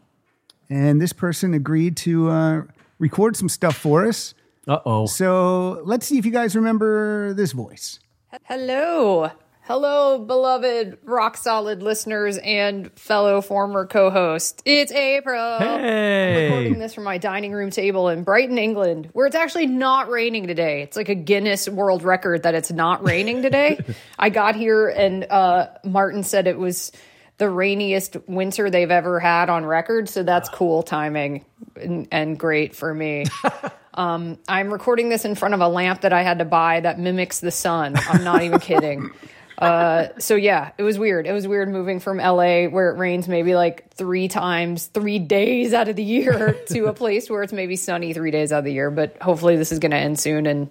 C: and this person agreed to uh, record some stuff for us.
E: Uh oh.
C: So let's see if you guys remember this voice.
M: Hello. Hello, beloved rock solid listeners and fellow former co host. It's April. Recording
E: Hey.
M: this from my dining room table in Brighton, England, where it's actually not raining today. It's like a Guinness World Record that it's not raining today. I got here and uh, Martin said it was the rainiest winter they've ever had on record. So that's cool timing and, and great for me. Um, I'm recording this in front of a lamp that I had to buy that mimics the sun. I'm not even kidding. Uh, so yeah, it was weird. It was weird moving from LA where it rains maybe like three times, three days out of the year to a place where it's maybe sunny three days out of the year. But hopefully this is going to end soon. And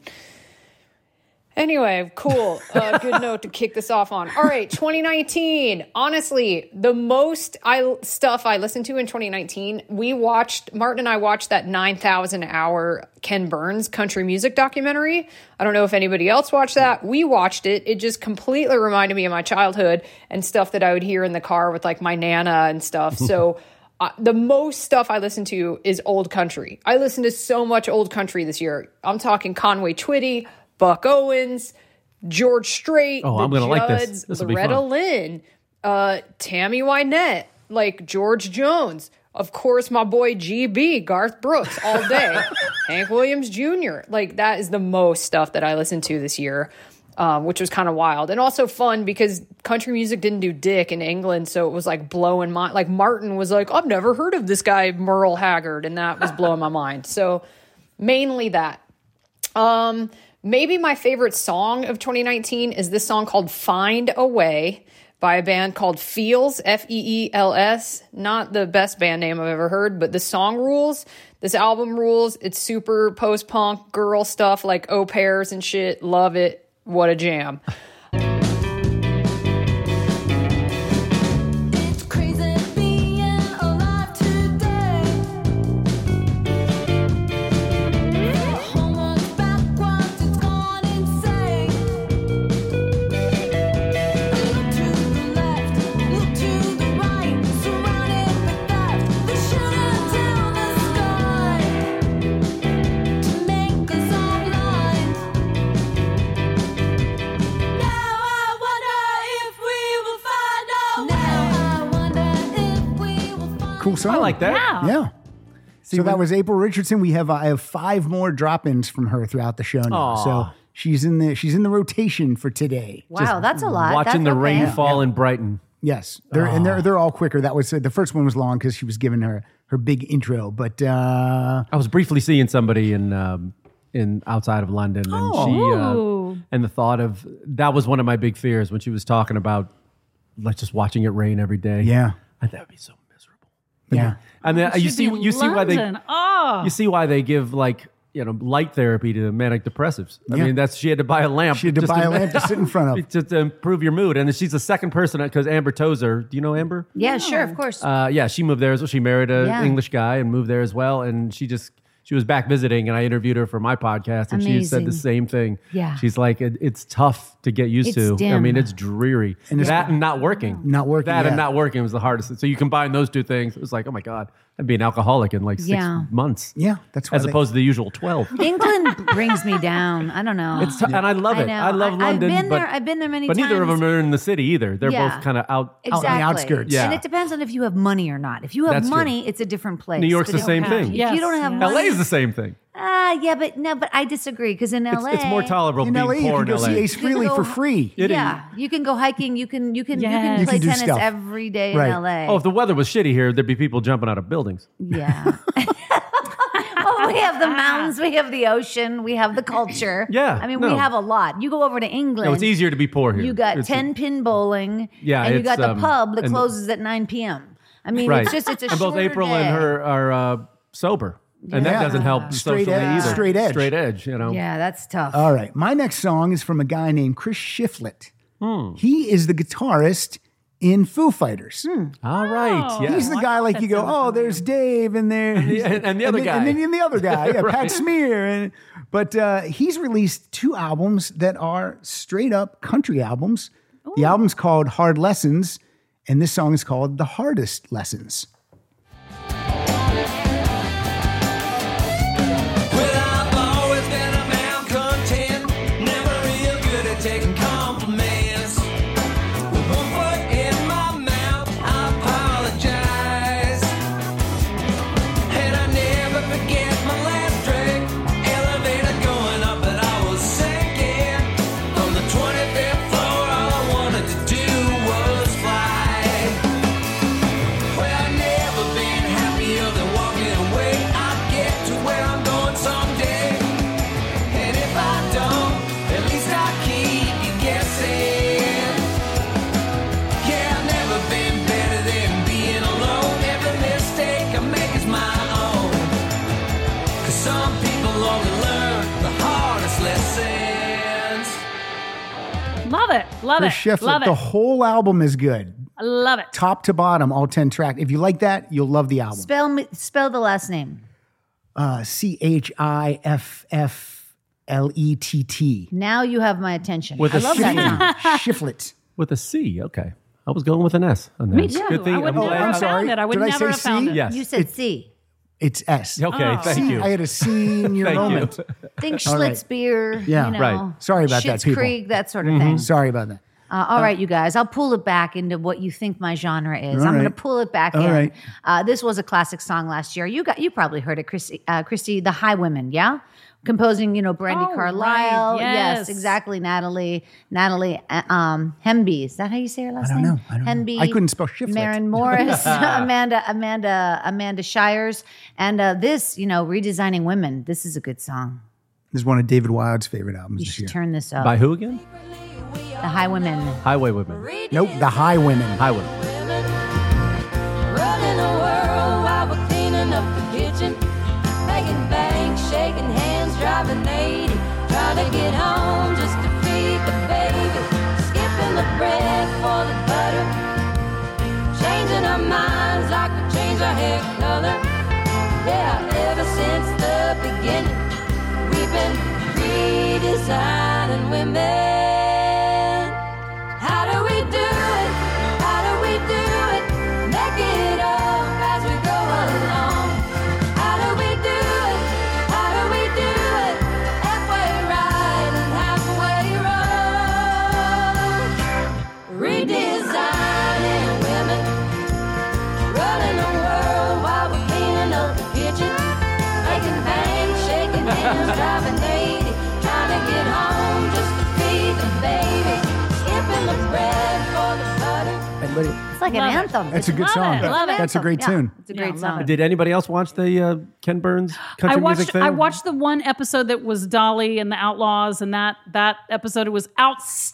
M: anyway, cool. Uh, good note to kick this off on. All right, 2019. Honestly, the most I stuff I listened to in 2019. We watched Martin and I watched that 9,000 hour Ken Burns country music documentary. I don't know if anybody else watched that. We watched it. It just completely reminded me of my childhood and stuff that I would hear in the car with like my nana and stuff. So. Uh, the most stuff I listen to is old country. I listened to so much old country this year. I'm talking Conway Twitty, Buck Owens, George Strait,
E: Oh,
M: the
E: I'm gonna like this.
M: Judds,
E: This'll be
M: Loretta
E: fun.
M: Lynn, uh, Tammy Wynette, like George Jones, of course, my boy GB, Garth Brooks, all day, Hank Williams Jr. Like that is the most stuff that I listened to this year. Um, which was kind of wild and also fun because country music didn't do dick in England, so it was like blowing my like Martin was like I've never heard of this guy Merle Haggard, and that was blowing my mind. So mainly that. Um, maybe my favorite song of 2019 is this song called Find a Way by a band called Feels, F E E L S. Not the best band name I've ever heard, but the song rules. This album rules. It's super post punk girl stuff like au pairs and shit. Love it. What a jam.
H: It's crazy being alive today. Homework backwards, it's gone insane. Look to the left, look to the right, surrounded by theft. They shouldn't tell the sky to make us all blind. Now I wonder if we will find a way. Now I wonder if we will find.
C: Cool song.
E: I like that.
F: Yeah.
C: Yeah. so that was April Richardson. We have uh, I have five more drop-ins from her throughout the show now.
E: Aw.
C: So she's in the she's in the rotation for today.
D: Wow, that's a lot.
E: Watching
D: That's
E: the
D: okay.
E: rain fall in Brighton.
C: Yes, they're and they're they're all quicker. That was uh, the first one was long because she was giving her her big intro, but uh,
E: I was briefly seeing somebody in um, in outside of London, and
C: Oh.
E: she uh, and the thought of that was one of my big fears when she was talking about like just watching it rain every day.
C: yeah,
E: and that would be so miserable.
C: yeah, Oh,
E: And then you
F: Should
E: see
F: be in
E: you see why they
F: London. Oh,
E: you see why they give like you know light therapy to manic depressives. I
C: Yeah.
E: mean that's she had to buy a lamp.
C: She had to
E: just
C: buy a lamp to sit in front of.
E: to, to improve your mood. And she's the second person because Amber Tozer. Do you know Amber?
D: Yeah, sure, of course.
E: Uh, yeah, she moved there as well. She married an
D: Yeah.
E: English guy and moved there as well. And she just she was back visiting, and I interviewed her for my podcast, and she said
D: Amazing.
E: the same thing.
D: Yeah.
E: she's like, it, it's tough to get used
D: It's
E: to. I
D: dim.
E: mean, it's dreary. And that and not working,
C: Not working,
E: That
C: yeah.
E: and not working was the hardest. So you combine those two things. It was like, oh my god, I'd be an alcoholic in like six
D: Yeah.
E: months.
C: yeah. That's why
E: as
C: they-
E: opposed to the usual twelve.
D: England brings me down. I don't know.
E: It's t- and I love
D: I
E: it.
D: know.
E: I love
D: I- I've
E: London.
D: been
E: but,
D: there- I've been there many
E: But neither of
D: times.
E: them are in the city either. They're
D: Yeah.
E: both kind of out.
D: exactly.
C: outskirts.
E: Yeah.
D: And it depends on if you have money or not. If you have
E: That's true.
D: money, it's a different place.
E: New York's
D: But
E: the
D: if-
E: same
F: have-
E: thing.
D: If
F: Yes,
D: you don't have
F: yes.
E: LA
D: money,
E: is the same thing.
D: ah, yeah, but no, but I disagree because in LA,
E: It's, it's more tolerable
C: in
E: being
C: LA, you
E: poor
C: can go
E: in LA.
C: see Ace
D: You can
C: Frehley
D: go-
C: for free.
E: It
D: yeah, you can go hiking. You can you can you
F: Yes.
D: can
F: You
D: play
C: can do
D: tennis
C: stuff.
D: every day
C: Right.
D: in LA.
E: Oh, if the weather was shitty here, there'd be people jumping out of buildings.
D: yeah. well, Oh, we have the mountains, we have the ocean, we have the culture.
E: Yeah,
D: I mean,
E: no.
D: we have a lot. You go over to England.
E: No, it's easier to be poor here.
D: You got
E: It's-
D: ten pin bowling.
E: Yeah,
D: and you
E: it's,
D: got the
E: um,
D: pub that
E: and-
D: closes at nine p.m. I mean,
E: Right.
D: it's just it's a
E: and both
D: shorter
E: April
D: day.
E: and her are uh, sober, and that
C: Yeah.
E: doesn't help
C: Straight
E: socially
C: ed-
E: either.
C: straight edge.
E: Straight edge. You know.
D: Yeah, that's tough.
C: All
E: Hmm.
C: right, my next song is from a guy named Chris Shiflett. He is the guitarist in Foo Fighters.
F: Hmm.
E: All right. yeah.
C: He's the guy like you go, oh, there's Dave, and there,
E: and- and the other
C: then-
E: guy.
C: and then the other guy, yeah,
E: Right.
C: Pat Smear, and but uh, he's released two albums that are straight up country albums. The album's called Hard Lessons, and this song is called The Hardest Lessons.
H: Well, I've always been a malcontent, never real good at taking compliments. With one foot in my mouth, I apologize. And I never forget my last trick. Elevator going up, but I was sinking. From the 25th floor, all I wanted to do was fly. Well, I've never been happier than walking away. I'll get to where I'm going someday. And if I don't, at least I keep you guessing. Yeah, I've never been better than being alone. Every mistake I make is my own. 'Cause some people only learn the hardest lessons.
F: Love it. Love
C: Chris
F: it.
C: Sheffield,
F: love it.
C: the whole album is good,
F: I love it.
C: top to bottom, all ten track. If you like that, you'll love the album.
D: Spell me, spell the last name.
C: uh, C H I F F L E T T.
D: Now you have my attention.
E: With
D: I
E: a
D: love that
E: C.
D: song.
C: Shiflet.
E: With a C. Okay. I was going with an S on that.
F: Me too.
E: Good thing.
F: I would
E: I'm
F: never
E: glad-
F: have
C: Oh, sorry.
F: found it. I would
C: Did I
F: never
C: say
F: have found
C: C?
F: it.
E: Yes.
D: You said C.
C: It's S.
E: Okay.
F: Oh.
E: Thank you.
C: I had a senior
E: Thank you.
C: moment.
D: Think
C: All right.
D: Schlitz beer.
C: Yeah.
D: you know,
E: Right.
C: Sorry about that,
D: Schitt's
C: people. Mm-hmm.
D: Creek, that sort of thing.
C: Sorry about that.
D: Uh, all right, you guys, I'll pull it back into what you think my genre is.
C: All
D: I'm going to
C: right.
D: pull it back
C: All
D: in.
C: right.
D: Uh, this was a classic song last year. You got you probably heard it, Christy. Uh, Christy, the High Women, yeah, composing. You know, Brandy
F: Oh,
D: Carlisle.
F: right. Yes.
D: exactly. Natalie, Natalie uh, um, Hemby. Is that how you say her last
C: don't
D: name?
C: know. I don't know.
D: Hemby.
C: I couldn't spell Shiflett.
D: Maren Morris, Amanda, Amanda, Amanda Shires, and uh, this. You know, redesigning women. This is a good song.
C: This is one of David Wild's favorite albums
D: You
C: this
D: should
C: year.
D: turn this up.
E: By who again?
D: The High Women.
E: Highway Women.
C: nope, The High Women.
E: Highway.
H: Running the world while we're cleaning up the kitchen. Making bank, shaking hands, driving 80. Try to get home just to feed the baby. Skipping the bread for the butter. Changing our minds like we change our hair color. Yeah, ever since the beginning, we've been redesigning women. How do we do it? How do we do it? Make it up as we go along. How do we do it? How do we do it? Halfway right and halfway wrong. Redesigning women. Running the world while we're cleaning up the kitchen. Making bangs, shaking hands, driving 80. Trying to get home just to feed the baby. Skipping the bread for the butter.
D: It's like an
F: Love it.
D: anthem.
C: That's a good
F: Love
C: song.
F: it, love it.
C: That's a great
D: Yeah,
C: tune.
D: It's a great
F: Yeah, love
D: song.
E: Did anybody else watch the uh, Ken Burns country
F: I watched.
E: music thing?
F: I watched the one episode that was Dolly and the Outlaws, and that that episode was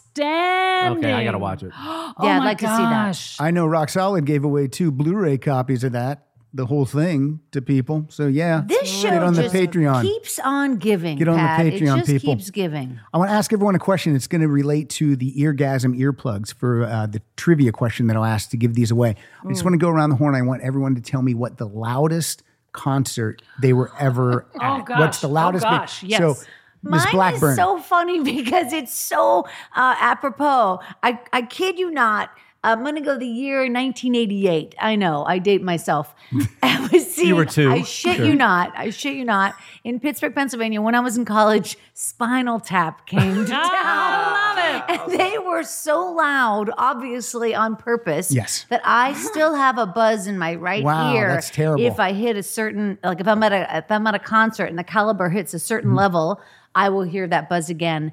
F: outstanding.
E: Okay, I gotta watch it.
F: Oh
D: Yeah, I'd
F: my
D: like to see that.
F: gosh.
C: I know Rock Solid gave away two Blu-ray copies of that, the whole thing, to people. So yeah,
D: This show
C: get on the
D: just
C: Patreon.
D: keeps on giving.
C: Get on the
D: Pat.
C: Patreon,
D: it just
C: people.
D: keeps giving.
C: I want to ask everyone a question. It's going to relate to the eargasm earplugs for uh, the trivia question that I'll ask to give these away. I
D: Mm.
C: just want to go around the horn. I want everyone to tell me what the loudest concert they were ever at.
F: gosh.
C: What's the
F: Oh,
C: loudest? band?
F: gosh. Yes.
C: So, Miss
D: Mine
C: Blackburn.
D: is so funny because it's so uh, apropos. I, I kid you not. I'm gonna go the year 1988. I know I date myself. I was seeing,
E: were two.
D: I shit
E: Sure.
D: you not. I shit you not. In Pittsburgh, Pennsylvania, when I was in college, Spinal Tap came to town.
F: I love it.
D: And they were so loud, obviously on purpose.
C: Yes.
D: That I still have a buzz in my right
C: Wow,
D: ear.
C: that's terrible.
D: If I hit a certain, like if I'm at a if I'm at a concert and the caliber hits a
C: Mm-hmm.
D: certain level, I will hear that buzz again.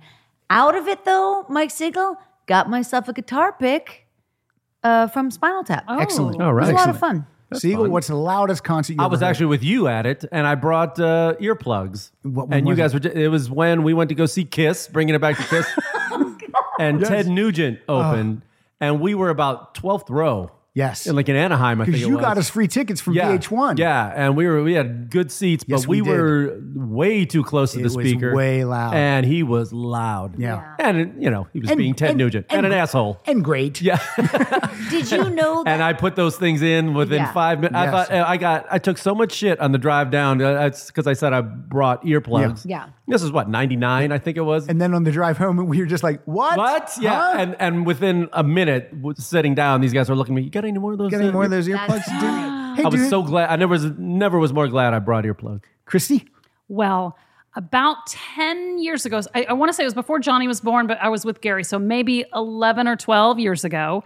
D: Out of it though, Mike Siegel got myself a guitar pick uh, from Spinal Tap. Oh,
C: Excellent.
E: All
D: it was
E: right.
D: a lot
C: Excellent.
D: of fun.
C: Siegel, what's the loudest concert you
E: I
C: ever
E: was
C: heard?
E: actually with you at it, and I brought uh, earplugs.
C: What- when
E: and you
C: was
E: guys were. ju- It was when we went to go see Kiss, bringing it back to Kiss, and Ted Nugent opened, and we were about twelfth row.
C: Yes.
E: in like in Anaheim. I think
C: Because
E: it
C: you
E: was.
C: got us free tickets from
E: yeah,
C: VH1.
E: Yeah, and we were we had good seats,
C: Yes,
E: but we,
C: we did.
E: were way too close to the
C: It was
E: speaker,
C: way loud.
E: and he was loud.
C: Yeah.
E: and you know he was being Ted Nugent and, an asshole.
C: And great.
E: Yeah,
D: Did you know that?
E: and I put those things in within
D: Yeah.
E: five minutes. I
C: Yes.
E: thought I got I took so much shit on the drive down because I said I brought earplugs.
D: Yeah. Yeah.
E: this is what ninety nine I think it was.
C: And then on the drive home, we were just like, what?
E: What? Yeah.
C: Huh?
E: And and within a minute w- sitting down, these guys are looking at me. You got any more of those?
C: Got any
E: uh,
C: more of those
D: That's
C: earplugs? Dude? Hey,
E: I was
C: dude.
E: so glad. I never was never was more glad I brought earplugs.
C: Christy,
F: Well, about 10 years ago, I, I want to say it was before Johnny was born, but I was with Gary. So maybe 11 or 12 years ago,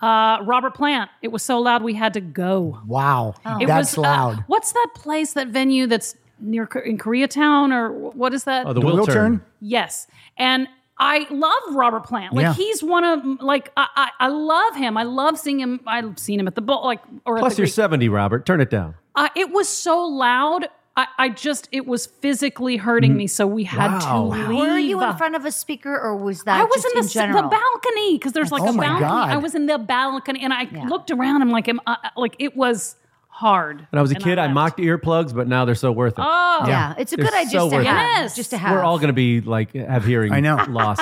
F: uh, Robert Plant, it was so loud we had to go.
C: wow.
F: It
C: That's
F: was, uh,
C: loud.
F: what's that place, that venue that's near K- in Koreatown or wh- what is that?
E: Oh, the,
C: The
E: wheel
C: wheel
E: turn.
C: turn?
F: Yes. And I love Robert Plant. Like
C: Yeah.
F: he's one of like I, I I love him. I love seeing him. I've seen him at the bowl like or at
E: Plus,
F: the
E: you're
F: Greek.
E: 70, Robert. Turn it down.
F: Uh, it was so loud. I, I just it was physically hurting me, so we had
E: Wow.
F: to leave.
D: Were you in front of a speaker or was that
F: I was
D: just
F: in the, s-
D: general?
F: the balcony because there's like
C: Oh
F: a
C: my
F: balcony.
C: God.
F: I was in the balcony and I looked around. I'm like, am I, like it was hard.
E: When I was a kid, I,
F: left.
E: mocked earplugs, but now they're so worth it.
F: Oh,
D: Yeah, it's a
E: They're
D: good idea
E: so
D: just to
E: worth it.
D: have.
F: Yes.
D: Just to have.
E: We're all going to be like have hearing.
C: I know.
E: loss.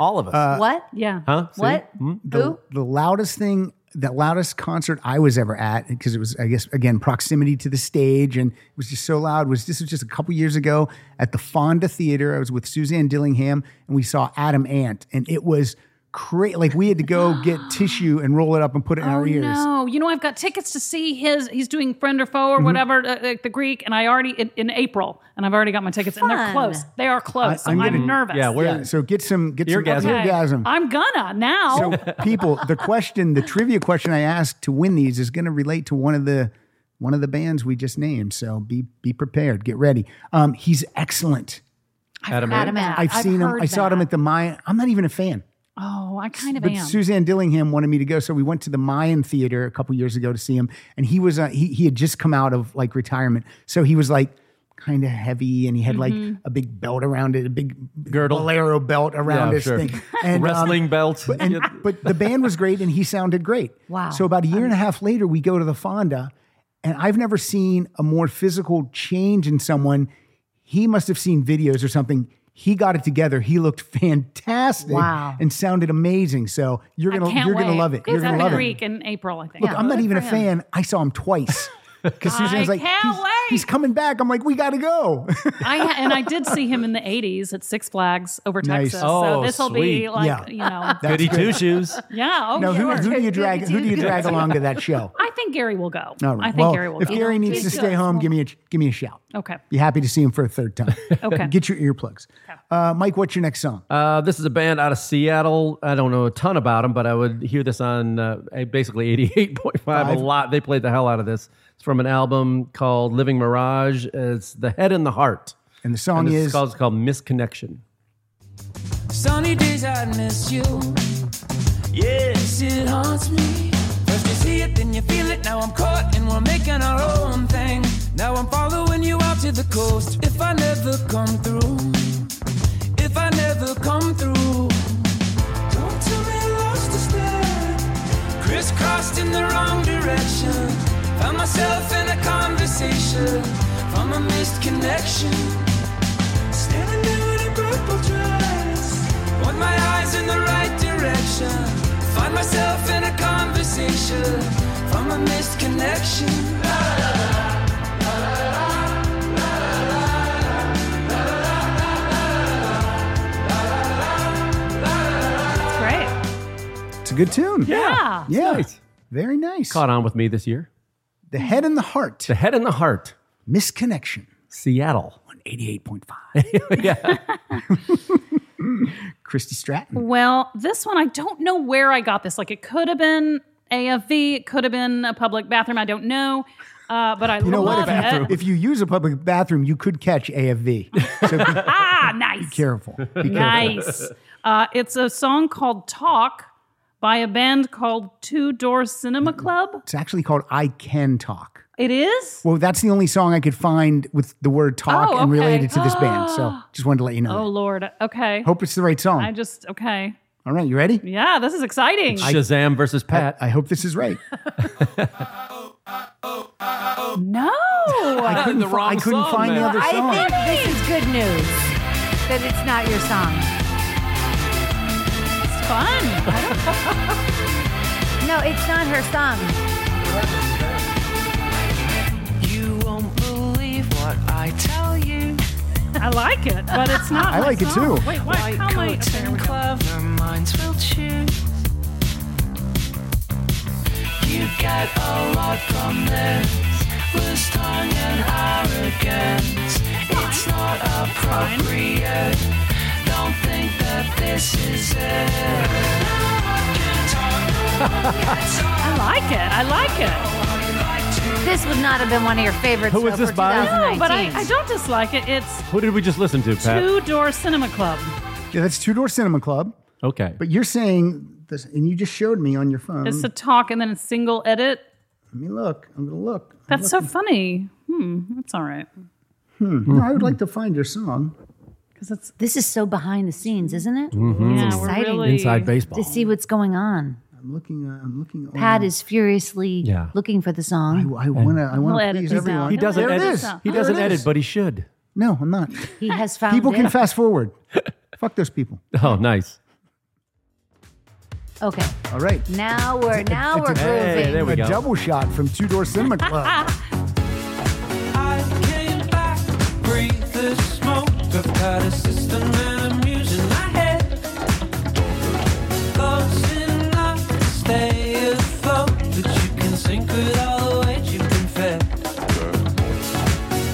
E: All of us.
C: Uh,
D: What?
F: yeah.
E: huh? See?
D: What? Who?
C: Hmm? the loudest thing the loudest concert I was ever at because it was I guess again proximity to the stage and it was just so loud was this was just a couple years ago at the Fonda Theater I was with Suzanne Dillingham and we saw Adam Ant and it was crazy like we had to go get tissue and roll it up and put it in our ears
F: No, you know I've got tickets to see his. He's doing friend or foe or whatever, uh, uh, the Greek, and I already in, in April, and I've already got my tickets, and they're
D: Fun.
F: close. They are close. I,
C: I'm
F: am
C: gonna-
F: nervous.
E: Yeah, we're
C: yeah so get some get
E: Eargasm.
C: some
E: Okay.
C: orgasm
F: I'm gonna now.
C: so people the question the trivia question I asked to win these is going to relate to one of the one of the bands we just named so be be prepared get ready um, he's excellent
E: Adam.
D: Adam
E: Ant.
D: Ant.
C: I've, seen him. I saw him at the Mayan. I'm not even a fan,
F: oh, I kind of
C: but
F: am.
C: Suzanne Dillingham wanted me to go, so we went to the Mayan Theater a couple years ago to see him. And he was uh, he he had just come out of like retirement, so he was like kind of heavy, and he had like a big belt around it, a big
E: Girdle.
C: bolero belt around
E: Yeah,
C: his
E: sure.
C: thing, and um,
E: Wrestling belt.
C: but, and, but the band was great and he sounded great.
D: Wow.
C: So about a year and a half later, we go to the Fonda, and I've never seen a more physical change in someone. He must have seen videos or something. He got it together. He looked fantastic
D: Wow.
C: and sounded amazing. So you're
F: I
C: gonna
F: can't
C: you're gonna
F: wait.
C: love it.
F: He's
C: You're gonna
F: at
C: love
F: the
C: it.
F: Greek in April, I think.
C: Look, I'm not even a fan. I saw him twice. Because Suzanne's like,
F: can't
C: he's,
F: wait."
C: he's coming back. I'm like, we gotta go.
F: I ha- and I did see him in the '80s at Six Flags over
C: Nice.
F: Texas.
E: Oh,
F: so this will
E: sweet.
F: be like
C: Yeah.
F: you know,
C: That's
E: Goody
C: good.
E: two shoes.
F: yeah. Oh,
C: Now, who,
F: sure.
C: who do you drag? Who do you drag along to that show?
F: I think Gary will go.
C: All right.
F: I think
C: well,
F: Gary will
C: if
F: go.
C: Gary needs
D: Please
C: to
D: do.
C: stay home, give me a give me a shout.
F: okay.
C: Be happy to see him for a third time.
F: Okay.
C: Get your earplugs. Uh, Mike, what's your next song?
E: Uh, this is a band out of Seattle. I don't know a ton about them, but I would hear this on uh, basically 88.5 a lot. They played the hell out of this. It's from an album called Living Mirage. It's The Head and the Heart.
C: and the song
E: And this
C: is
E: is called, it's called Misconnection.
L: Sunny days I'd miss you. Yes, it haunts me. First you see it, then you feel it. Now I'm caught and we're making our own thing. Now I'm following you out to the coast. If I never come through, if I never come through, don't tell me I lost a step. Crisscrossed in the wrong direction. Found myself in a conversation from a missed connection. Standing there in a purple dress. Want my eyes in the right direction. Find myself in a conversation from a missed connection. La, la, la, la, la, la, la, la, la, la, la, la, la, la, la, la, la, la, la, la, la, la, la.
F: Great.
C: it's a good tune.
F: Yeah.
C: Yeah.
E: Nice.
C: Very nice.
E: Caught on with me this year.
C: The head and the heart.
E: The Head and the Heart,
C: Misconnection.
E: Seattle.
C: on 88.5.
E: yeah.
C: Christy Stratton.
F: Well, this one I don't know where I got this. Like it could have been AFV. It could have been a public bathroom. I don't know. Uh, but I
C: You know
F: love
C: what? If you,
F: it.
C: if you use a public bathroom, you could catch AFV. So be
F: ah, nice.
C: careful. Be careful.
F: Nice. Uh, it's a song called Talk by a band called Two Door Cinema Club.
C: It's actually called I Can Talk.
F: It is?
C: Well, that's the only song I could find with the word talk
F: Oh,
C: and
F: okay.
C: related to this band. So just wanted to let you know.
F: Oh,
C: that.
F: Lord. Okay.
C: Hope it's the right song.
F: I just, okay.
C: All right, you ready?
F: Yeah, this is exciting.
E: Shazam versus Pat.
C: I hope this is right.
F: no.
C: I couldn't,
E: The
C: fi-
E: wrong
C: I couldn't
E: song,
C: find
E: man.
C: the other
D: I
C: song.
D: think this is good news that it's not your song.
F: It's fun.
D: No, it's not her song.
H: You won't believe what I tell you.
F: I like it, but it's not.
C: I
F: my
C: like it
F: song.
C: too.
F: Wait, what? How am I?
H: Coats
F: Okay, here we
H: and
F: go.
H: clever minds will choose. You get a lot from this. Loose tongue and arrogance. It's not appropriate. Don't think that this is
F: I like it. I like it.
D: This would not have been one of your favorites.
E: Who was
D: though,
E: this
D: for
E: by? No,
F: No, but I,
D: 2019.
F: I don't dislike it. It's
E: Who did we just listen to, Pat?
F: Two Door Cinema Club.
C: Yeah, that's Two Door Cinema Club.
E: Okay.
C: But you're saying this, and you just showed me on your phone.
F: It's a talk and then a single edit.
C: Um, Let me look. I'm gonna look.
F: That's so funny. Hmm, that's all right.
E: Mm-hmm.
C: No, Hmm. I would like to find your song.
F: Because it's
D: This is so behind the
C: Mm-hmm.
D: scenes, isn't it?
E: Mm-hmm.
F: yeah,
D: exciting.
F: we're really
E: Inside baseball.
D: To see what's going on.
C: I'm looking. Uh, I'm looking.
D: Pat
C: on,
D: is furiously
E: Yeah.
D: looking for the song.
C: I want to. I want
F: We'll
C: to
F: edit
C: please
F: this
C: everyone.
F: out.
E: He doesn't
C: There it
E: edit.
C: is.
E: He
C: There
E: doesn't
C: it
E: edit,
C: is.
E: but he should.
C: No, I'm not.
D: He has found
C: People
D: it.
C: can fast forward. Fuck those people.
E: Oh, nice.
D: okay,
C: All right.
D: now we're now we're grooving.
E: Hey, there we
C: A
E: go.
C: double shot from Two Door Cinema Club.
K: I came back, breathe the smoke of Paris system and I'm using my head. Close enough to stay afloat, but you can sink with all the weight you've been fed.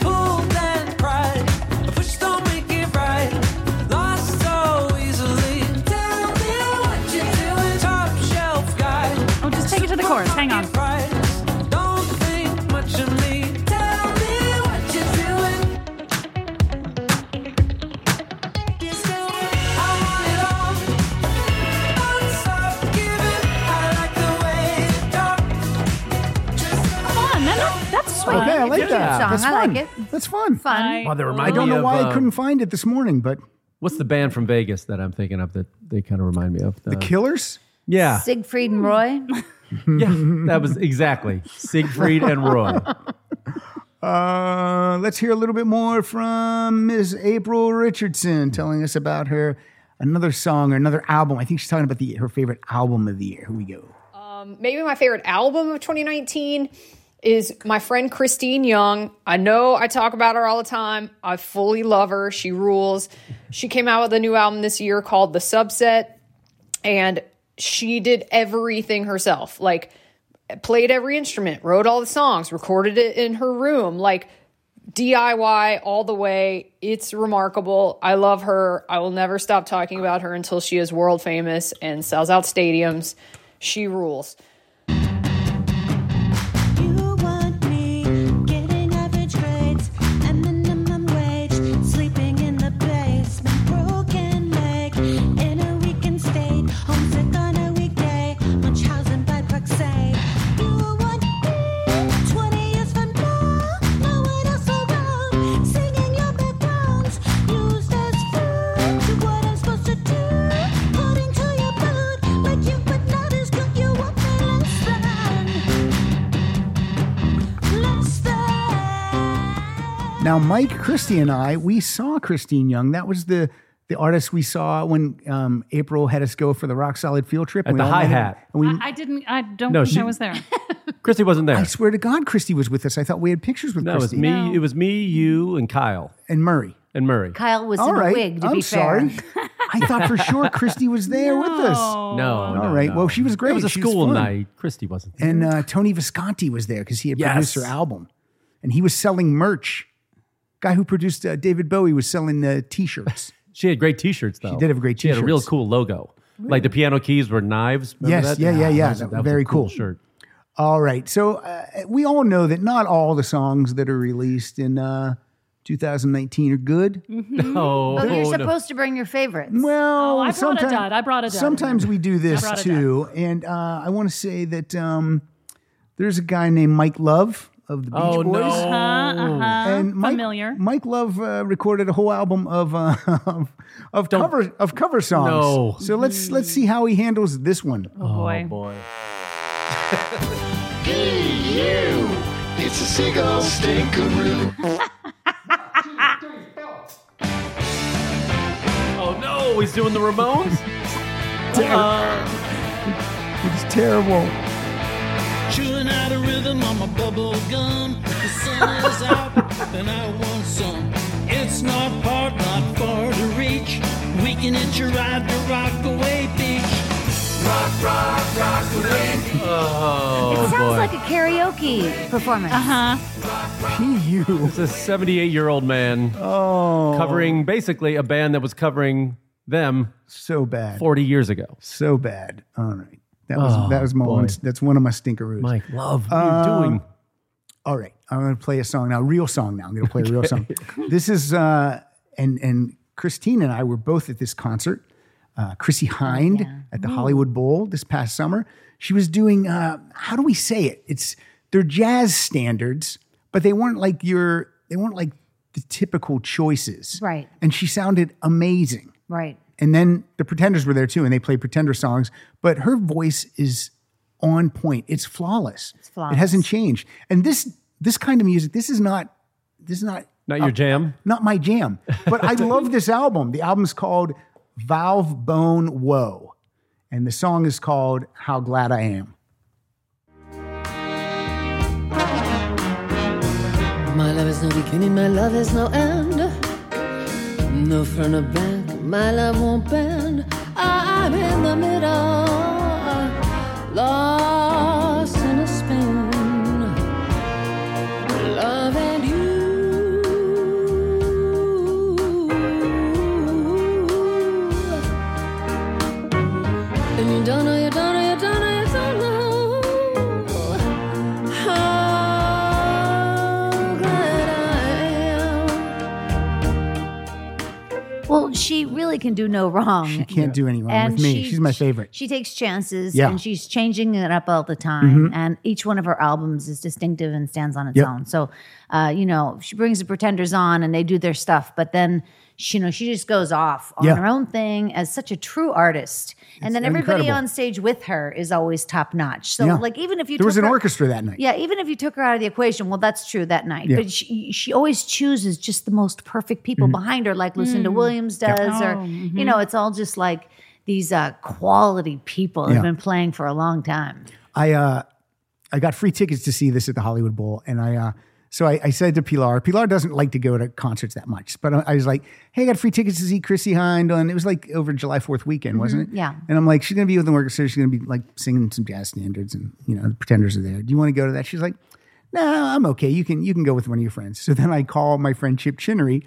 K: Pulled and pride, I pushed don't make it right. Lost so easily. Tell me what you're doing, top shelf guy.
F: Oh, just take it to the chorus. Hang on.
K: Don't think much of me. Tell me what you're doing. Still, I want it all. Don't stop giving. I like the way you talk. Just
F: fun. That- That's
C: Okay,
F: fun.
C: I like
E: Yeah.
C: that.
D: Song,
C: That's
D: I
C: fun.
D: like it.
C: That's fun.
D: Fun.
E: Wow, they
C: I
E: remind
C: don't
E: me
C: know
E: of,
C: why
E: uh,
C: I couldn't find it this morning, but
E: What's the band from Vegas that I'm thinking of that they kind of remind me of? Uh,
C: Killers.
E: yeah,
D: Siegfried and Roy.
E: yeah, that was exactly Siegfried and Roy.
C: Uh, let's hear a little bit more from Ms. April Richardson telling us about her another song or another album. I think she's talking about the her favorite album of the year. Here we go.
M: Um, maybe my favorite album of 2019 is my friend Christine Young. I know I talk about her all the time. I fully love her. She rules. She came out with a new album this year called The Subset, and she did everything herself. Like, played every instrument, wrote all the songs, recorded it in her room. Like, DIY all the way. It's remarkable. I love her. I will never stop talking about her until she is world famous and sells out stadiums. She rules.
H: You want me getting average grades and minimum wage, sleeping in the basement, broken leg, in a weekend state, homesick on a weekday, much housing by Parkside. You want me 20 years from now, no one else around, singing your backgrounds, used as food to what I'm supposed to do, putting to your boot like you but not as good. You want me less than.
C: Now, Mike, Christy, and I, we saw Christine Young. That was the the artist we saw when um, April had us go for the Rock Solid field trip.
E: At
C: We
E: the
C: all met her.
E: hi-hat.
C: And we, I,
F: I didn't. I don't
E: No,
F: think
E: she-
F: I was there.
E: Christy wasn't there.
C: swear to God, Christy was with us. I thought we had pictures with
E: No, it was
C: Christy
E: me. It was me, you, and Kyle
C: and Murray.
E: and Murray.
D: Kyle was
C: All
D: in
C: right.
D: a wig, to
C: I'm
D: be
C: sorry.
D: fair.
C: I thought for sure Christy was there with us. All
E: No,
D: Oh,
E: all right.
C: right. Well, she was great.
E: It was a
C: She
E: school
C: fun.
E: night. Christy wasn't. There.
C: And uh, Tony Visconti was there because he had produced
E: Yes.
C: her album, and he was selling merch. Guy who produced uh, David Bowie was selling uh, T-shirts.
E: She had great T-shirts though. She
C: did have great
E: She had a real
C: t-shirts.
E: cool logo. Like the piano keys were knives. Remember
C: Yes,
E: that?
C: yeah, yeah, yeah.
E: was a-
C: That was
E: was a
C: very cool.
E: Shirt.
C: All right. So uh, we all know that not all the songs that are released in uh, 2019 are good.
F: Mm-hmm.
E: Oh,
D: But you're
E: no.
D: supposed to bring your favorites.
C: Well,
F: Oh, I brought a
C: sometime-
F: dud. I brought a dud.
C: Sometimes we do this
F: brought a
C: too, and uh, I want to say that um, there's a guy named Mike Love of the Beach
E: Oh,
C: Boys.
E: no.
C: And Mike,
F: Uh-huh, Familiar.
C: Mike Love uh, recorded a whole album of uh, of, of cover of cover songs.
E: No.
C: So let's let's see how he handles this one.
F: Oh boy.
E: boy.
N: you. It's a seagull stinkaroo.
E: Oh no, he's doing the Ramones. Uh.
C: It's terrible.
I: Chewing out a rhythm on my bubble gum. The sun is out, and I want some. It's not hard, not far to reach. We can hitch a ride to Rockaway Beach. Rock, rock, Rockaway.
E: Oh
D: it sounds
E: boy.
D: like a karaoke performance.
C: Uh-huh.
D: Uh huh.
E: It's a 78 year old man
C: Oh,
E: covering basically a band that was covering them
C: so bad,
E: 40 years ago.
C: so bad. All right, that was
E: Oh,
C: that was my
E: boy.
C: one, that's one of my stinkeroos.
E: Mike Love, what are you
C: Um,
E: doing?
C: All right, I'm going to play a song now, real song now. I'm going to play a real song. This is uh, and and Christine and I were both at this concert. Uh, Chrissy
D: Oh,
C: Hind at the Hollywood Bowl this past summer. She was doing uh, how do we say it? It's they're jazz standards, but they weren't like your they weren't like the typical choices.
D: Right.
C: And she sounded amazing.
D: Right.
C: And then the Pretenders were there too, and they played Pretender songs. But her voice is on point. It's flawless. It's
D: flawless.
C: It hasn't changed. And this this kind of music, this is not this is not
E: Not your jam?
C: not my jam. But I love this album. The album's called Valve Bone Woe, and the song is called How Glad I Am.
O: My love is no beginning, my love is no end. No front or back, my love won't bend. I'm in the middle, lost in a spin. Love and you. And you don't know, you don't know, you don't know, you don't know. How glad I am.
D: Well, she really can do no wrong.
C: She can't do any wrong
D: And
C: with me.
D: she-
C: She's my favorite.
D: She takes chances
C: Yeah.
D: and she's changing it up all the time.
C: Mhm.
D: And each one of her albums is distinctive and stands on its
C: Yep.
D: own. So, uh, you know, she brings the Pretenders on and they do their stuff, but then she, you know, she just goes off on
C: Yeah.
D: her own thing as such a true artist. and then everybody
C: incredible.
D: on stage with her is always top notch. So,
C: Yeah.
D: like, even if you
C: there was
D: took
C: an
D: her-
C: orchestra that night.
D: Yeah, even if you took her out of the equation, well, that's true that night.
C: Yeah.
D: But she she always chooses just the most perfect people
C: Mhm.
D: behind her, like Lucinda
C: Mm.
D: Williams
C: Yeah.
D: does, or
C: Oh,
D: you
C: mhm.
D: know, it's all just like these uh, quality people who've
C: Yeah.
D: been playing for a long time.
C: I uh, I got free tickets to see this at the Hollywood Bowl, and I uh, so I, I said to Pilar, Pilar doesn't like to go to concerts that much, but I, I was like, hey, I got free tickets to see Chrissy Hind on. It was like over July Fourth weekend, wasn't it?
D: Yeah.
C: And I'm like, she's gonna be with the orchestra. She's gonna be like singing some jazz standards, and you know, the Pretenders are there. Do you want to go to that? She's like, no, I'm okay. You can you can go with one of your friends. So then I call my friend Chip Chinnery,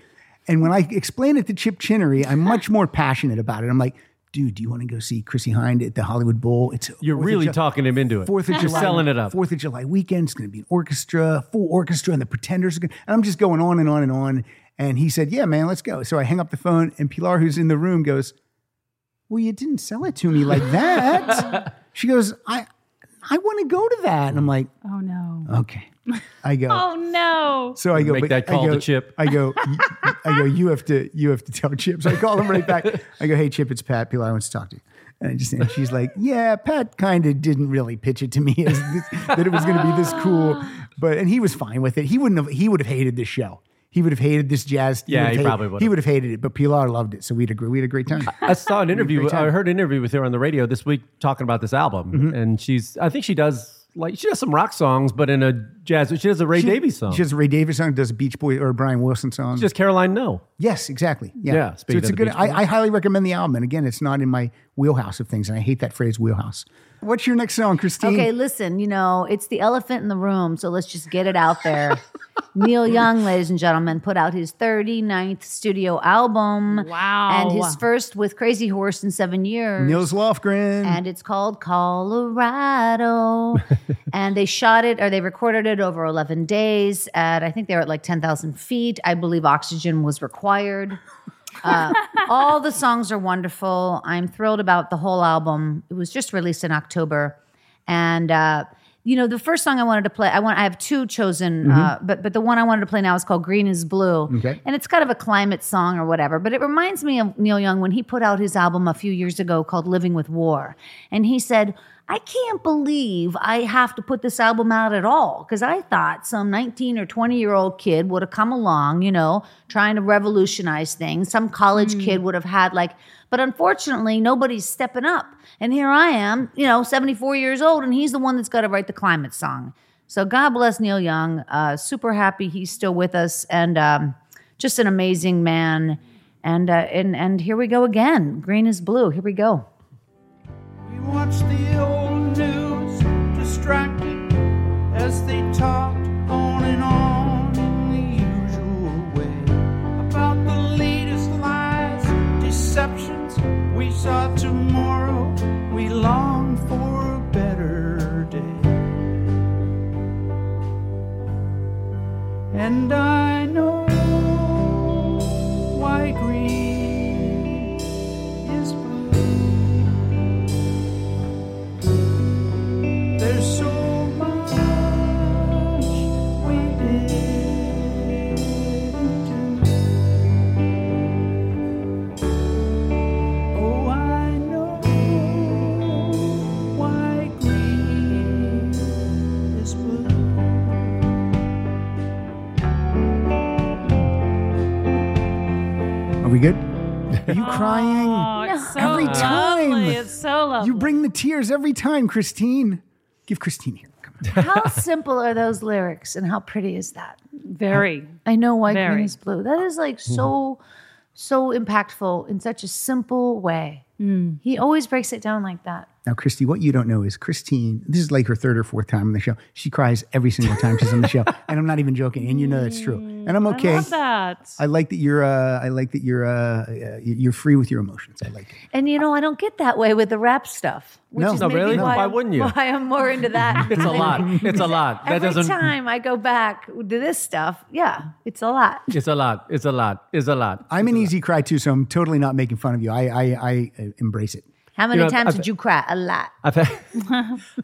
C: and when I explain it to Chip Chinnery, I'm much more passionate about it. I'm like. Dude, do you want to go see Chrissy Hind at the Hollywood Bowl? It's
E: You're
C: Fourth of
E: really
C: Ju-
E: talking him into it.
C: Fourth of
E: You're
C: July,
E: selling it up.
C: Fourth of July weekend. It's going to be an orchestra, full orchestra, and the Pretenders are going. And I'm just going on and on and on. And he said, "Yeah, man, let's go." So I hang up the phone, and Pilar, who's in the room, goes, "Well, you didn't sell it to me like that." she goes, "I, I want to go to that," and I'm like,
F: Oh no.
C: "Okay." I go.
F: Oh no.
C: So I go
E: Make
C: but
E: that
C: I
E: call to
C: go-
E: Chip.
C: I go, I go. You have to, you have to tell Chip. So I call him right back. I go, hey Chip, it's Pat. Pilar wants to talk to you. And I just, and she's like, yeah, Pat kind of didn't really pitch it to me as this, that it was going to be this cool, but and he was fine with it. He wouldn't have, he would have hated this show. He would have hated this jazz.
E: Yeah,
C: would have
E: he
C: hated-
E: probably would
C: He
E: have.
C: would have hated it, but Pilar loved it, so we'd agree. We had a great time.
E: I saw an interview.
C: great
E: I
C: time. Mm-hmm.
E: heard an interview with her on the radio this week talking about this album, and she's. I think she does like she does some rock songs, but in a jazz. She does a Ray
C: She-
E: Davies song.
C: She has a Ray Davies song. Does a Beach Boy or a Brian Wilson song?
E: She does Caroline No.
C: Yes, exactly. Yeah.
E: Yeah,
C: so
E: speaking
C: it's
E: of
C: a
E: the
C: good.
E: Beach Boys.
C: I, I highly recommend the album. And again, it's not in my wheelhouse of things, and I hate that phrase wheelhouse. What's your next song, Christine?
D: Okay, listen, you know, it's the elephant in the room, so let's just get it out there. Neil Young, ladies and gentlemen, put out his 39th studio album.
F: Wow.
D: And his first with Crazy Horse in seven years.
C: Nils Lofgren.
D: and it's called Colorado. and they shot it or they recorded it over 11 days at, I think they were at like 10,000 feet. I believe oxygen was required. Uh, all the songs are wonderful. I'm thrilled about the whole album. It was just released in October. And uh, you know, the first song I wanted to play, I want I have two chosen, uh, but but the one I wanted to play now is called "Green Is Blue,"
C: Okay.
D: and it's kind of a climate song or whatever. But it reminds me of Neil Young when he put out his album a few years ago called "Living with War," and he said. I can't believe I have to put this album out at all because I thought some 19 or 20 year old kid would have come along, you know, trying to revolutionize things. Some college
F: Mm.
D: kid would have had like, but unfortunately, nobody's stepping up. And here I am, you know, 74 years old, and he's the one that's got to write the climate song. So God bless Neil Young. Uh, super happy he's still with us and um, just an amazing man. And, uh, and, and here we go again. Green is blue. Here we go.
I: watch the old news, distracted as they talked on and on in the usual way about the latest lies, deceptions. We saw tomorrow, we long for a better day.
F: uh,
I: And I know why green is There's so much we didn't do. Oh, I know why green is blue.
C: Are we good? Are you crying?
F: Oh, it's so
C: Every time.
F: lovely. It's so lovely.
C: You bring the tears every time, Christine. Give Christine here.
D: How simple are those lyrics and how pretty is that?
F: Very.
D: I know why green
F: Very.
D: is blue. That is like so, so impactful in such a simple way.
F: Mm.
D: He always breaks it down like that.
C: Now, Christy, what you don't know is Christine, this is like her third or fourth time on the show. She cries every single time she's on the show. And I'm not even joking. And you know that's true. And I'm okay.
F: I love that.
C: I like that you're. Uh, I like that you're. Uh, uh, you're free with your emotions. I like it.
D: And you know, I don't get that way with the rap stuff. Which
C: No.
D: is
C: No,
D: maybe
E: really?
D: Why,
E: Why
D: I'm-
E: wouldn't you?
D: Why I'm more into that.
E: It's a lot. It's a lot. That
D: Every
E: doesn't.
D: time I go back to this stuff, yeah, it's a lot.
E: It's a lot. It's a lot. It's a lot.
C: I'm an easy cry too, so I'm totally not making fun of you. I I, I uh, embrace it.
D: How many
E: know,
D: times
E: I've-
D: did you cry? A lot.
E: I've had,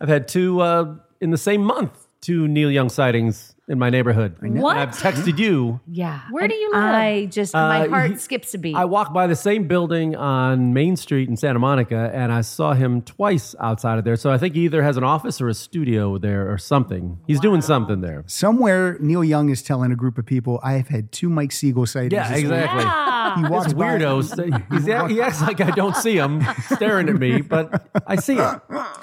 E: I've had two uh, in the same month. Two Neil Young sightings in my neighborhood.
F: What?
E: And I've texted you.
D: Yeah.
F: Where do you live?
D: I just, my
E: Uh,
D: heart
E: he-
D: skips a beat.
E: I walked by the same building on Main Street in Santa Monica, and I saw him twice outside of there. So I think he either has an office or a studio there or something. He's doing something there.
C: Somewhere Neil Young is telling a group of people, I have had two Mike Siegel sightings.
E: Yeah,
C: this week."
E: exactly.
C: He walks
E: This
C: by-
E: weirdo, st- he's act- he acts like I don't see him staring at me, but I see him.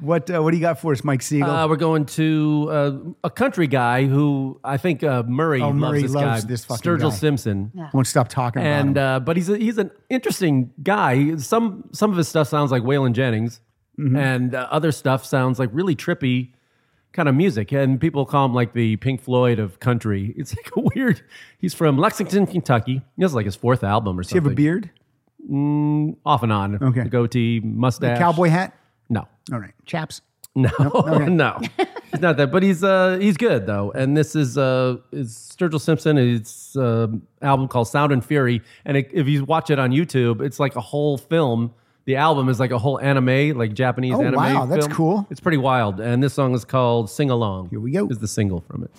C: What uh, What do you got for us, Mike Siegel?
E: Uh, we're going to uh, a country guy who I think uh, Murray,
C: Oh,
E: loves,
C: Murray
E: this
C: loves
E: guy,
C: this fucking
E: Sturgill
C: guy.
E: Simpson.
C: Won't stop talking about
E: and
C: him.
E: uh, but he's a, he's an interesting guy. Some some of his stuff sounds like Waylon Jennings,
C: Mm-hmm.
E: and uh, other stuff sounds like really trippy kind of music. And people call him like the Pink Floyd of country. It's like a weird. He's from Lexington, Kentucky. This is like his fourth album or
C: Does he
E: something. Mm,
C: have a beard?
E: Off and on.
C: Okay.
E: A goatee, mustache,
C: Cowboy hat?
E: No,
C: All right, chaps.
E: no, no. He's not that, but he's uh he's good though. And this is uh is Sturgill Simpson. It's uh, album called Sound and Fury. And it, if you watch it on YouTube, it's like a whole film. The album is like a whole anime, like Japanese
C: Oh,
E: anime.
C: wow, that's
E: film.
C: cool.
E: It's pretty wild. And this song is called Sing Along. Here
C: we go.
E: Is the single from it.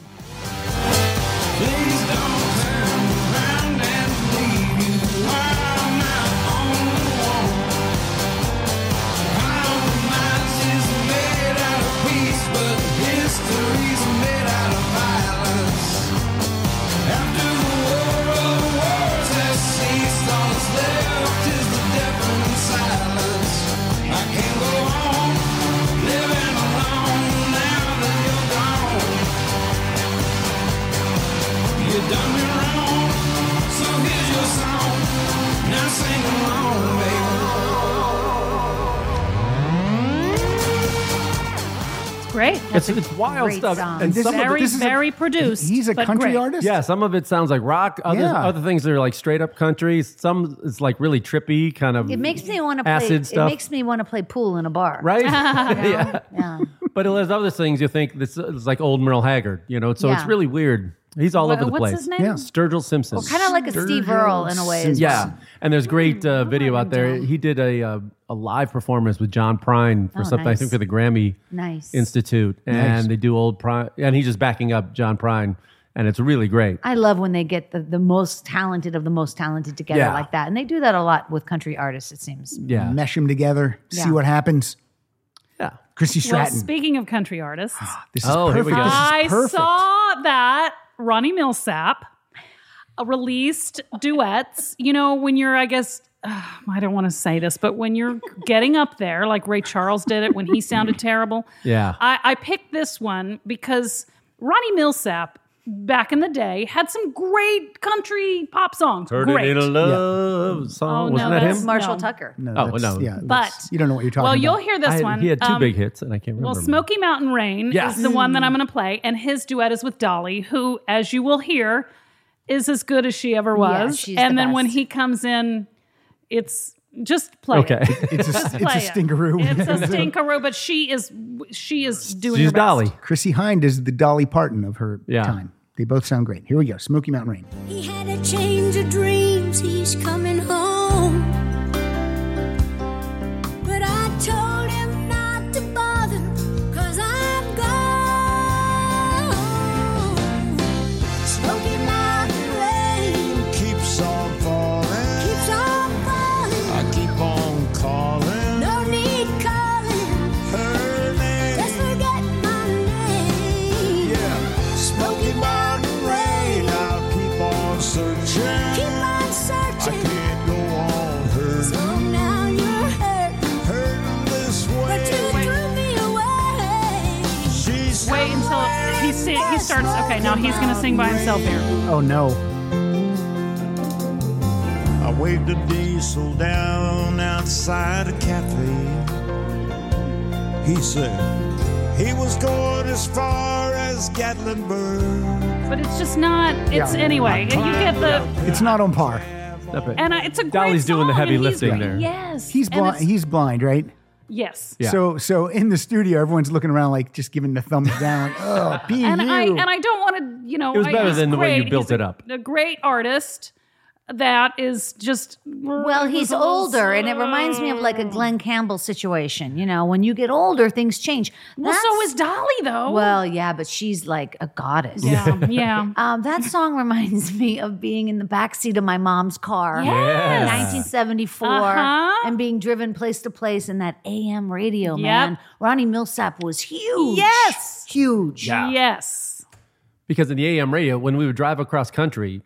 I: Done me wrong, so here's your song. Now sing along, baby.
F: It's great.
E: It's, it's wild
D: great
E: stuff.
D: song.
E: And
C: This
E: some
C: is-
E: of
F: very,
E: it,
C: is a-
F: very produced.
C: He's a
F: but
C: country
F: great.
C: artist.
E: yeah, some of it sounds like rock. Other
C: Yeah.
E: other things are like straight up country. Some is like really trippy kind of.
D: it makes me want to play,
E: um, acid stuff.
D: it makes me want to play pool in a bar.
E: right. yeah.
D: Yeah.
E: But there's other things you think this is like old Merle Haggard, you know. So it's
D: Yeah.
E: really weird. He's all
F: What-
E: over the
F: what's
E: place.
F: his name? Yeah.
E: Sturgill Simpson.
D: Well, kinda like a Steve Sturgill Earle in a way as
E: Yeah, and there's great uh, video out there. He did a uh, a live performance with John Prine for
D: Oh,
E: something I
D: nice.
E: think for the Grammy
D: Nice.
E: Institute, and
D: Nice.
E: they do old Prine, and he's just backing up John Prine, and it's really great.
D: I love when they get the, the most talented of the most talented together
E: Yeah.
D: like that. And they do that a lot with country artists, it seems.
E: Yeah.
C: Mesh them together,
D: Yeah.
C: see what happens.
E: Yeah.
C: Chrissy
F: Well,
C: Stratton.
F: speaking of country artists,
C: This is Oh, here we perfect. go. This is
F: I
C: perfect.
F: saw that Ronnie Millsap uh, released duets. You know, when you're, I guess, uh, I don't want to say this, but when you're getting up there, like Ray Charles did it when he sounded terrible.
E: Yeah.
F: I, I picked this one because Ronnie Millsap back in the day had some great country pop songs.
E: Turn
F: great.
E: it in a love song.
F: Oh, no,
E: Wasn't that
F: that's
E: him?
D: Marshall Tucker.
E: No,
C: Oh,
E: oh no.
C: yeah,
F: But
C: you don't know what you're talking
F: well,
C: about.
F: you'll hear this
E: I had-
F: one.
E: He had two
F: um,
E: big hits, and I can't
F: Well,
E: remember. Mm-hmm.
F: Smoky Mountain Rain
E: Yes.
F: is the one that I'm going to play, and his duet is with Dolly, who, as you will hear, is as good as she ever
D: Yeah,
F: was.
D: she's
F: and
D: the
F: then when
D: best.
F: he comes in, it's just play. it.
E: Okay. It's a-
F: Just
E: it's a
F: play it.
C: stinkeroo.
F: It's a stinkeroo, but she is she is doing her
C: She's
F: best.
C: Chrissy Hind is the Dolly Parton of her time. They both sound great. Here we go. Smoky Mountain Rain.
P: He had a change of dreams, he's coming home. But I told him not to bother, cause I'm gone. Smoky Mountain rain
N: Keeps on falling.
P: keeps on falling.
N: I keep on calling.
P: No need calling,
N: Her name.
P: just forget my name.
N: Yeah. Smoky Mountain Rain. I'll keep on searching.
P: Keep on
N: I
P: searching.
N: can't go on hurting.
P: So now you're hurt,
N: Hurting this way.
P: but you threw me away.
N: She's
F: Wait until he si- he starts. Okay, now he's going to sing by himself here.
C: Oh no.
N: I waved a diesel down outside a cafe. He said he was going as far as Gatlinburg.
F: But it's just not. It's
C: Yeah.
F: anyway. You get the
C: It's not on par.
F: and I, it's a great
E: Dolly's doing the
F: song,
E: heavy
F: and he's
E: lifting
F: great.
E: there.
F: Yes,
C: He's
F: and
C: blind.
F: it's-
C: He's blind, right?
F: Yes.
C: So so in the studio, everyone's looking around like just giving the thumbs down. Like, oh, be
F: and
C: you.
F: I and I don't want to, you know,
E: It was
F: I-
E: better
F: he's
E: than the way you
F: great.
E: built
F: He's
E: it up.
F: A, a great artist that is just
D: Well, he's older, and it reminds me of like a Glenn Campbell situation. You know, when you get older, things change.
F: Well, so is Dolly, though.
D: Well, yeah, but she's like a goddess.
F: Yeah, yeah.
D: Um, that song reminds me of being in the backseat of my mom's car
F: Yes.
D: in 1974
F: Uh-huh.
D: and being driven place to place in that AM radio,
F: Yep.
D: man. Ronnie Millsap was huge.
F: Yes.
D: Huge.
E: Yeah.
F: Yes.
E: because in the AM radio, when we would drive across country,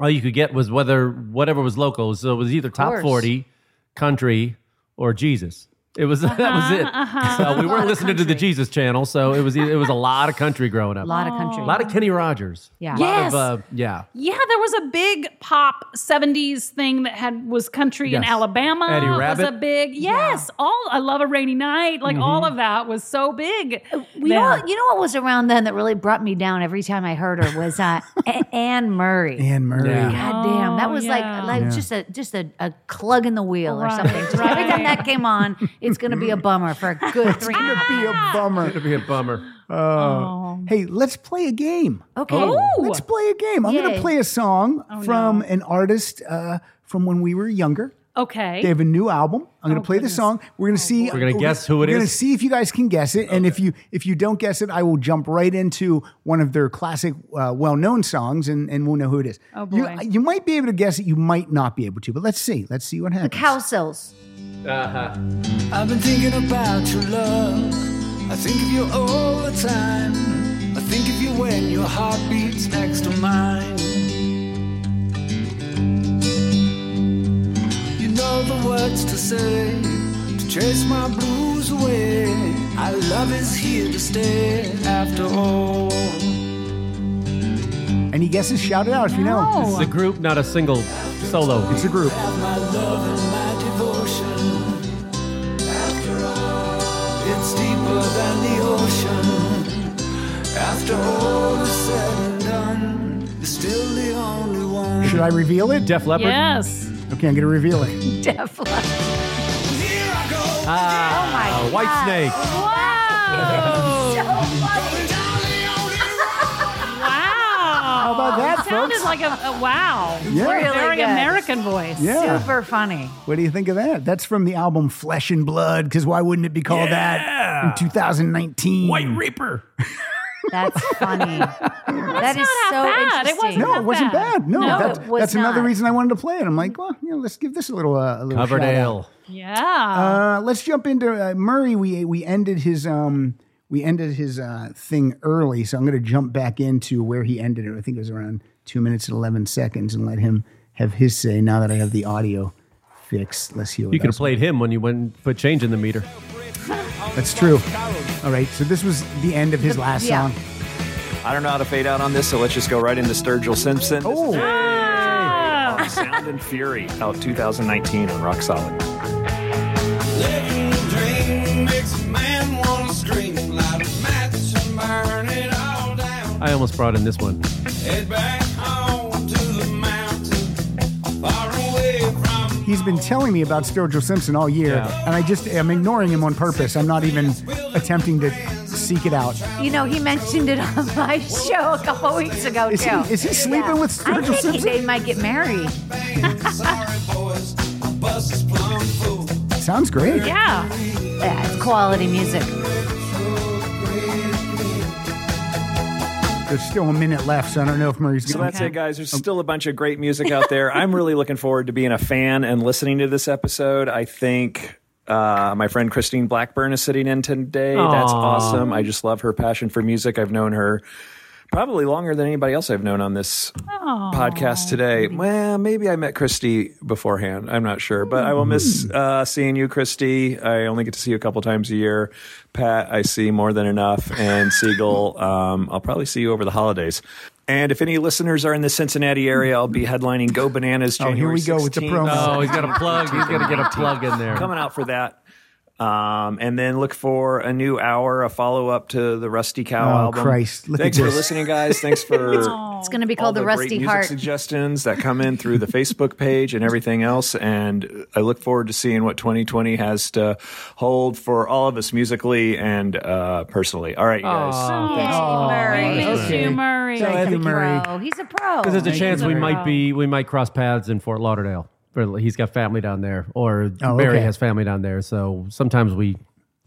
E: all you could get was whether whatever was local. So it was either top
F: course.
E: forty, country, or Jesus. It was that was it.
F: uh-huh.
E: So we weren't listening to the Jesus channel, so it was e, it was a lot of country growing up.
F: A lot of country.
E: a lot of Kenny Rogers.
F: Yeah.
E: a lot
F: Yes.
E: of uh, yeah.
F: Yeah, there was a big pop '70s thing that had was country in
E: Yes.
F: Alabama.
E: Eddie
F: was a
E: Rabbit.
F: big yes. All I love a rainy night. Like all
E: Mhm.
F: of that was so big.
D: You know, what, you know what was around then that really brought me down every time I heard her was uh, A- Anne Murray.
C: Anne Murray.
D: God damn, that was
F: Oh, yeah.
D: like like
C: Yeah.
D: just a just a, a plug in the wheel or something. Just every time
F: right.
D: that came on, it's gonna be a bummer for a good three.
C: It'd
D: minutes.
C: be
F: Ah!
C: a bummer.
E: It'd be a bummer.
C: Oh. Hey, let's play a game.
D: Okay. Oh.
C: Let's play a game. I'm going
D: Yay.
C: to play a song
F: Oh,
C: from an artist uh, from when we were younger.
F: Okay. Oh,
C: They have a new album. I'm going to play the song. We're going to see.
E: We're gonna guess who it
C: it We're going
E: is?
C: to see if you guys can guess it. And if you if you don't guess it, I will jump right into one of their classic, uh, well known songs, and, and we'll know who it is.
F: Oh,
C: You,
F: boy.
C: you might be able to guess it. You might not be able to. But let's see. Let's see what happens.
D: Cow cells.
E: Uh-huh.
L: I've been thinking about your love. I think of you all the time. I think of you when your heart beats next to mine. You know the words to say to chase my blues away. Our love is here to stay after all.
C: Any guesses? Shout it out if you know.
E: This is a group, not a single solo.
C: It's a group.
L: My love and my devotion. After all, it's deeper than the ocean. After all is said and done, you're still the only one.
C: Should I reveal it?
E: Def Leppard.
F: Yes.
C: Okay, I'm going to reveal it.
D: Definitely.
E: Ah,
D: Oh my
E: White
D: God.
E: Snake.
F: Wow.
D: So funny.
F: wow. like a, a wow.
C: Yeah. Really
F: Very
C: good.
F: American voice.
C: Yeah.
D: Super funny.
C: What do you think of that? That's from the album Flesh and Blood, because why wouldn't it be called that in 2019? White
E: Reaper.
D: That's funny. That is
F: not half
D: so
F: bad. It wasn't
D: interesting.
C: No, it wasn't bad. No,
D: No,
C: that-
D: it was
C: that's another
D: not.
C: reason I wanted to play it. I'm like, well, you know, let's give this a little, uh, a little shout out.
E: Coverdale.
F: Yeah.
C: Uh, let's jump into uh, Murray. We we ended his um we ended his uh, thing early, so I'm going to jump back into where he ended it. I think it was around two minutes and eleven seconds, and let him have his say. Now that I have the audio fixed, let's hear. what
E: You could have
C: else-
E: played him when you went and put change in the meter.
C: That's true. All right, so this was the end of his last
J: yeah.
C: song.
J: I don't know how to fade out on this, so let's just go right into Sturgill Simpson. Oh.
D: Ah.
J: Sound and Fury out 2019 on Rock Solid.
I: Letting the dream makes a man wanna scream like a match and burn it all down.
E: I almost brought in this one.
I: Head back home to the mountain, far away from
C: He's been telling me about Sturgill Simpson all year,
E: Yeah.
C: and I just am ignoring him on purpose. I'm not even attempting to seek it out.
D: You know, he mentioned it on my show a couple weeks ago
C: Is he-
D: too.
C: is he sleeping with
D: I
C: Sturgill
D: think he-
C: Simpson?
D: They might get married.
C: Sounds great.
F: Yeah.
D: Yeah, it's quality music.
C: There's still a minute left, so I don't know if Murray's
J: So
C: going
J: that's it, guys. There's still a bunch of great music out there. I'm really looking forward to being a fan and listening to this episode. I think uh, my friend Christine Blackburn is sitting in today. That's
E: Aw.
J: awesome. I just love her passion for music. I've known her probably longer than anybody else I've known on this podcast today. Well, maybe I met Christy beforehand. I'm not sure, but I will miss
C: Hmm.
J: uh, seeing you, Christy. I only get to see you a couple times a year. Pat, I see more than enough. And Siegel, um, I'll probably see you over the holidays. And if any listeners are in the Cincinnati area, I'll be headlining Go Bananas
C: Oh,
J: January
C: here we go with the
J: 16th.
C: promo.
E: Oh, he's got a plug. He's got to get a plug in there.
J: Coming out for that. Um, and then look for a new hour, a follow up to the Rusty Cow
C: Oh,
J: album.
C: Christ. Look at
J: Thanks for
C: this.
J: listening, guys. Thanks for
D: It's going to be
J: all
D: called the,
J: great
D: Rusty
J: music
D: Heart.
J: suggestions that come in through the Facebook page and everything else. And I look forward to seeing what 2020 has to hold for all of us musically and uh, personally. All right, you guys.
D: Oh,
F: Murray. Thank you, Murray.
C: So Thank you, Murray.
D: Pro. He's a pro.
E: Because there's a chance we
F: Murray.
E: might be we might cross paths in Fort Lauderdale. Or He's got family down there, or
C: Oh,
E: Barry
C: okay.
E: has family down there. So sometimes we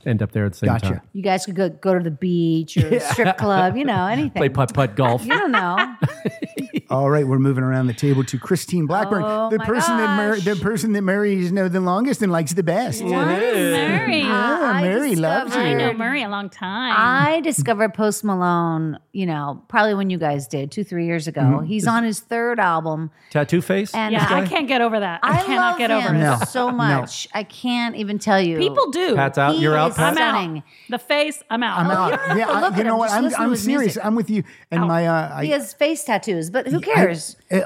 E: end up there at the same
C: Gotcha.
E: time.
D: You guys could go, go to the beach or strip club, you know, anything.
E: Play putt putt golf.
D: you don't know.
C: All right, we're moving around the table to Christine Blackburn,
D: Oh,
C: the
D: my
C: person that Mur- the person that Mary's known the longest and likes the best.
F: Murray.
C: Yeah,
D: I
C: Mary
D: discovered-
C: loves you.
F: I know Murray a long time.
D: I discovered Post Malone, you know, probably when you guys did, two, three years ago.
C: Mm-hmm.
D: He's on his third album.
E: Tattoo face.
D: And
F: yeah, I
D: I,
F: can't get over that. I, cannot
D: love
F: get over
D: him
F: it.
C: No.
D: so much. I can't even tell you.
F: People do.
E: Pat's out.
D: He
E: You're out.
D: is
E: Pat.
F: I'm
D: Stunning.
F: out. The face, I'm out.
C: I'm out.
D: you don't have
C: Yeah,
D: to Oh, look
C: I, you
D: at
C: know
D: him,
C: what?
D: just
C: I'm,
D: listen to
C: I'm
D: his
C: serious.
D: music. Oh.
C: I'm with you. And my uh, I,
D: He has face tattoos, but who cares?
C: I,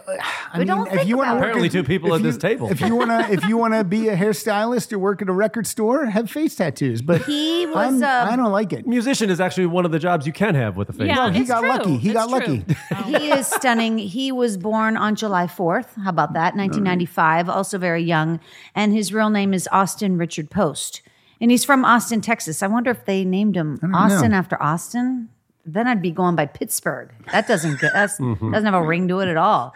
C: I mean,
D: don't
C: if
D: think
C: you want to work
D: about it.
E: Apparently
C: at-
E: two people
C: if
E: at
C: you-
E: this table.
C: If you wanna, if you wanna be a hairstylist or work at a record store, have face tattoos. But
D: He was,
C: I'm-
D: um,
C: I don't like it.
E: Musician is actually one of the jobs you can have with a face.
F: yeah,
C: he
F: it's
C: got
F: true.
C: lucky. He
F: It's
C: got
F: true.
C: lucky.
D: he is stunning. He was born on July 4th. How about that? 1995, also very young. And his real name is Austin Richard Post. And he's from Austin, Texas. I wonder if they named him Austin after Austin. Then I'd be going by Pittsburgh. That doesn't get that's,
C: Mm-hmm.
F: Hmm.
D: doesn't have a ring to it at all.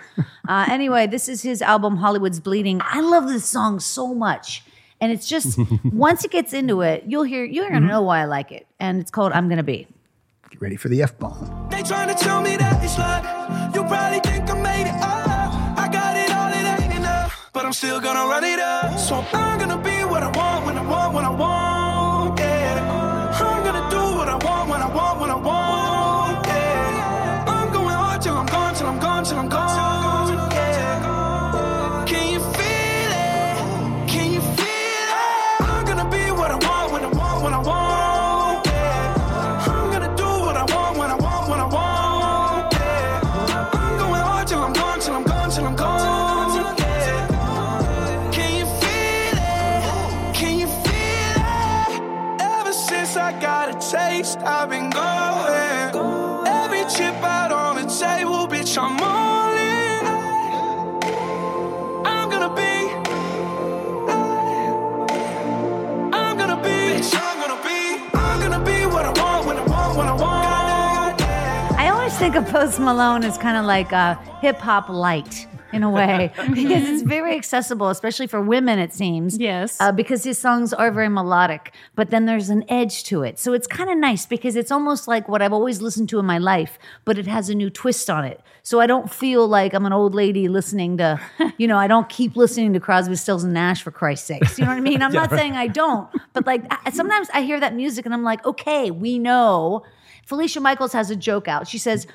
D: Uh, anyway, this is his album Hollywood's Bleeding. I love this song so much, and it's just once it gets into it, you'll hear you're gonna know why I like it. And it's called I'm Gonna Be.
C: Get ready for the f bomb.
I: They trying to tell me that it's luck. You probably think I made it up. I got it all, it ain't enough. But I'm still gonna run it up. So I'm gonna be what I want when I want what I want. Yeah. I'm gonna do what I want when I want what I want. Yeah. I'm going hard till I'm gone, till I'm gone, till I'm gone. Yeah. Can you feel it? Can you feel it? I'm gonna be what I want when I want what I want. Yeah. I'm gonna do what I want when I want what I want. Yeah. I'm going hard till I'm gone, till I'm gone, till I'm gone. Yeah. Can you feel it? Can you feel it? Ever since I got a taste, I've been going. Every chip out on the table, bitch, I'm all in. I'm gonna be. I'm gonna be. Bitch, I'm gonna be. I'm gonna be what I want when I want what I want.
D: I always always think of Post Malone as kind of like uh, hip hop light in a way because
H: Mm-hmm.
D: it's very accessible, especially for women, it seems. Yes. Uh, because his songs are very melodic, but then there's an edge to it. So it's kind of nice because it's almost like what I've always listened to in my life, but it has a new twist on it. So I don't feel like I'm an old lady listening to, you know, I don't keep listening to Crosby, Stills, and Nash for Christ's sakes. You know what I mean? I'm
H: Yeah,
D: not
H: right.
D: saying I don't, but like I, sometimes I hear that music and I'm like, okay, we know. Felicia Michaels has a joke out. She says,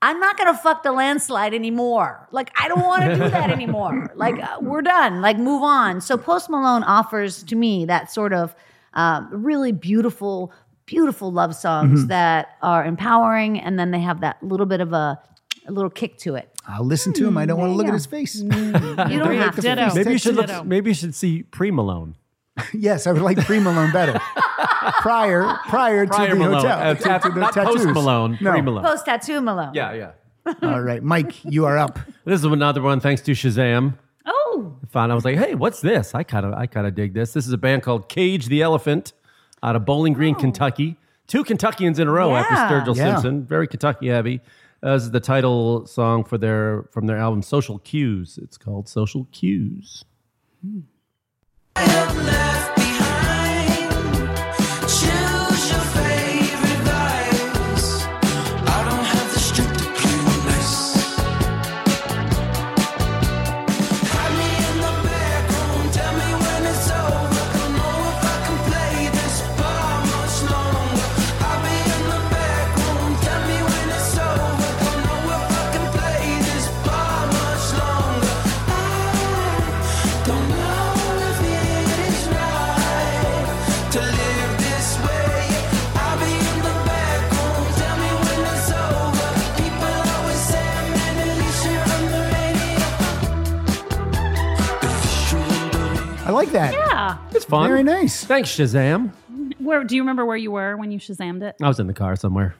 D: I'm not going to fuck the landslide anymore. Like, I don't want to do that anymore. Like, uh, we're done. Like, move on. So, Post Malone offers to me that sort of uh, really beautiful, beautiful love songs
C: Mhm.
D: that are empowering. And then they have that little bit of a, a little kick to it.
C: I'll listen to him. I don't want to look at his face.
D: You don't have to.
E: Maybe you should look, maybe you should see pre Malone.
C: Yes, I would like pre Malone better. prior,
E: Prior
C: prior, to the
E: Malone.
C: hotel,
E: Uh,
C: to, to
E: tat-
C: the
E: not
C: tattoos.
E: post-Malone,
C: no.
E: pre-Malone.
D: Post tattoo Malone.
E: Yeah, yeah.
C: All right, Mike, you are up.
E: This is another one thanks to Shazam.
Q: Oh.
E: Found I was like, hey, what's this? I kind of I kind of dig this. This is a band called Cage the Elephant out of Bowling Green,
C: Oh.
E: Kentucky. Two Kentuckians in a row after
K: Yeah.
E: Sturgill
K: Yeah.
E: Simpson. Very Kentucky heavy. Uh, this is the title song for their from their album Social Cues. It's called Social Cues.
I: Choose your favorite vibes. I don't have the strength to play nice. Hide me in the back room. Tell me when it's over. Don't know if I can play this bar much longer. I'll be in the back room. Tell me when it's over. Don't know if I can play this bar much longer. I don't know if it is right to live this way. I'll be in the back room. Tell me when it's over. People always say, man, at least you're on the radio.
C: I like that.
Q: Yeah.
E: It's fun.
C: Very nice.
E: Thanks, Shazam.
Q: Where do you remember where you were when you Shazamed it?
E: I was in the car somewhere.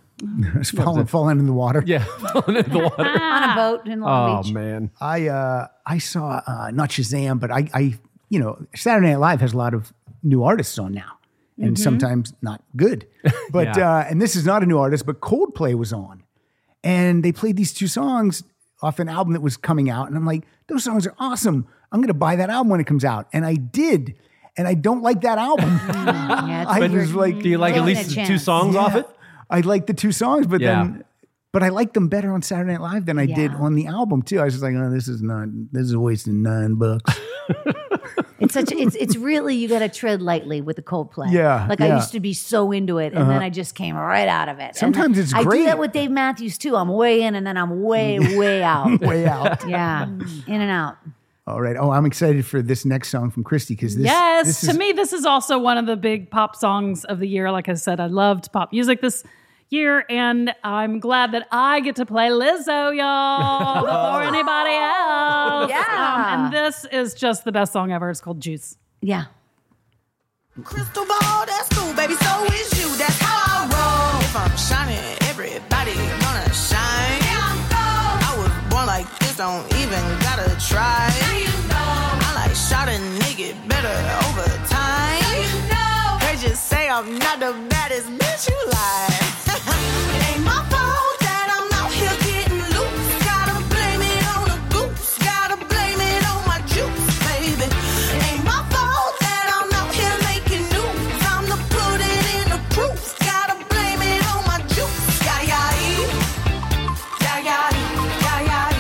C: It's falling, falling in the water.
E: Yeah, falling in the water.
F: Ah.
D: On a boat in
C: Oh,
D: Long Beach.
E: Oh, man,
C: I uh, I saw uh, not Shazam, but I, I you know Saturday Night Live has a lot of new artists on now, and
R: Mhm.
C: sometimes not good. But
R: Yeah.
C: uh, and this is not a new artist, but Coldplay was on, and they played these two songs off an album that was coming out, and I'm like, those songs are awesome. I'm going to buy that album when it comes out, and I did. And I don't like that album. I
E: But
C: was like,
E: do you like at Giving it least a the two chance. songs off it?
C: I like the two songs, but
E: Yeah.
C: then but I liked them better on Saturday Night Live than I did
D: Yeah.
C: on the album too. I was just like, oh, this is not this is wasting nine bucks.
D: It's such it's it's really you got to tread lightly with the Coldplay.
C: Yeah,
D: like I
C: yeah.
D: used to be so into it, and then
C: Uh-huh.
D: I just came right out of it. And
C: Sometimes it's
D: I do
C: great.
D: that with Dave Matthews too. I'm way in, and then I'm way way out,
C: Way out.
D: Yeah, in and out.
C: All right. Oh, I'm excited for this next song from Christy because this
F: yes,
C: this
F: to
C: is,
F: me, this is also one of the big pop songs of the year. Like I said, I loved pop music this year, and I'm glad that I get to play Lizzo, y'all, before anybody else.
I: Yeah.
F: Um, and this is just the best song ever. It's called Juice.
D: Yeah.
I: Crystal ball, that's cool, baby. So is you. That's how I roll. If I'm shining, everybody gonna shine. Here I go. I was born like this, don't even gotta try. Now you know. I like shot a nigga better over time. Now you know. They just say I'm not the baddest bitch you like. It ain't my fault that I'm out here getting loose. Gotta blame it on the goose. Gotta blame it on my juice, baby. Ain't my fault that I'm out here making news. Time to put it in the proof. Gotta blame it on my juice. e. Yeah, yeah, yeah, yeah, yeah,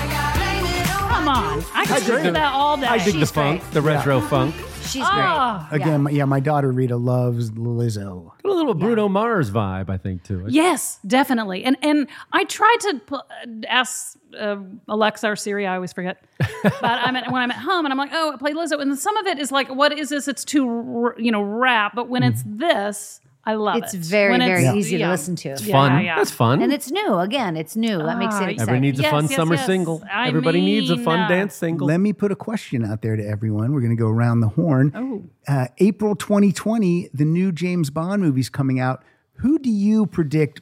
I: yeah, yeah. e. Blame it on
F: Come on. I could listen to that all day.
E: I dig the funk, the retro funk.
D: She's
F: Ah.
C: again. my- Yeah. my daughter Rita loves Lizzo.
E: Got a little Bruno Mars vibe, I think, to it.
F: Yes, definitely. And and I tried to pl- uh, ask uh, Alexa or Siri, I always forget. But I'm at, when I'm at home and I'm like, oh, I play Lizzo, and some of it is like, what is this? It's too r- you know rap, but when
C: Mm-hmm.
F: it's this, I love
D: It's
F: it.
D: very
F: When
D: very
F: it's
D: easy to
F: young.
D: listen to.
E: It's fun. That's fun.
D: and it's new. Again, it's new. That makes
F: Ah,
D: it exciting.
E: Everybody needs a fun summer single.
F: I
E: Everybody needs a
F: mean,
E: fun
F: uh,
E: dance single.
C: Let me put a question out there to everyone. We're going to go around the horn.
F: Oh.
C: Uh, April 2020, the new James Bond movie's coming out. Who do you predict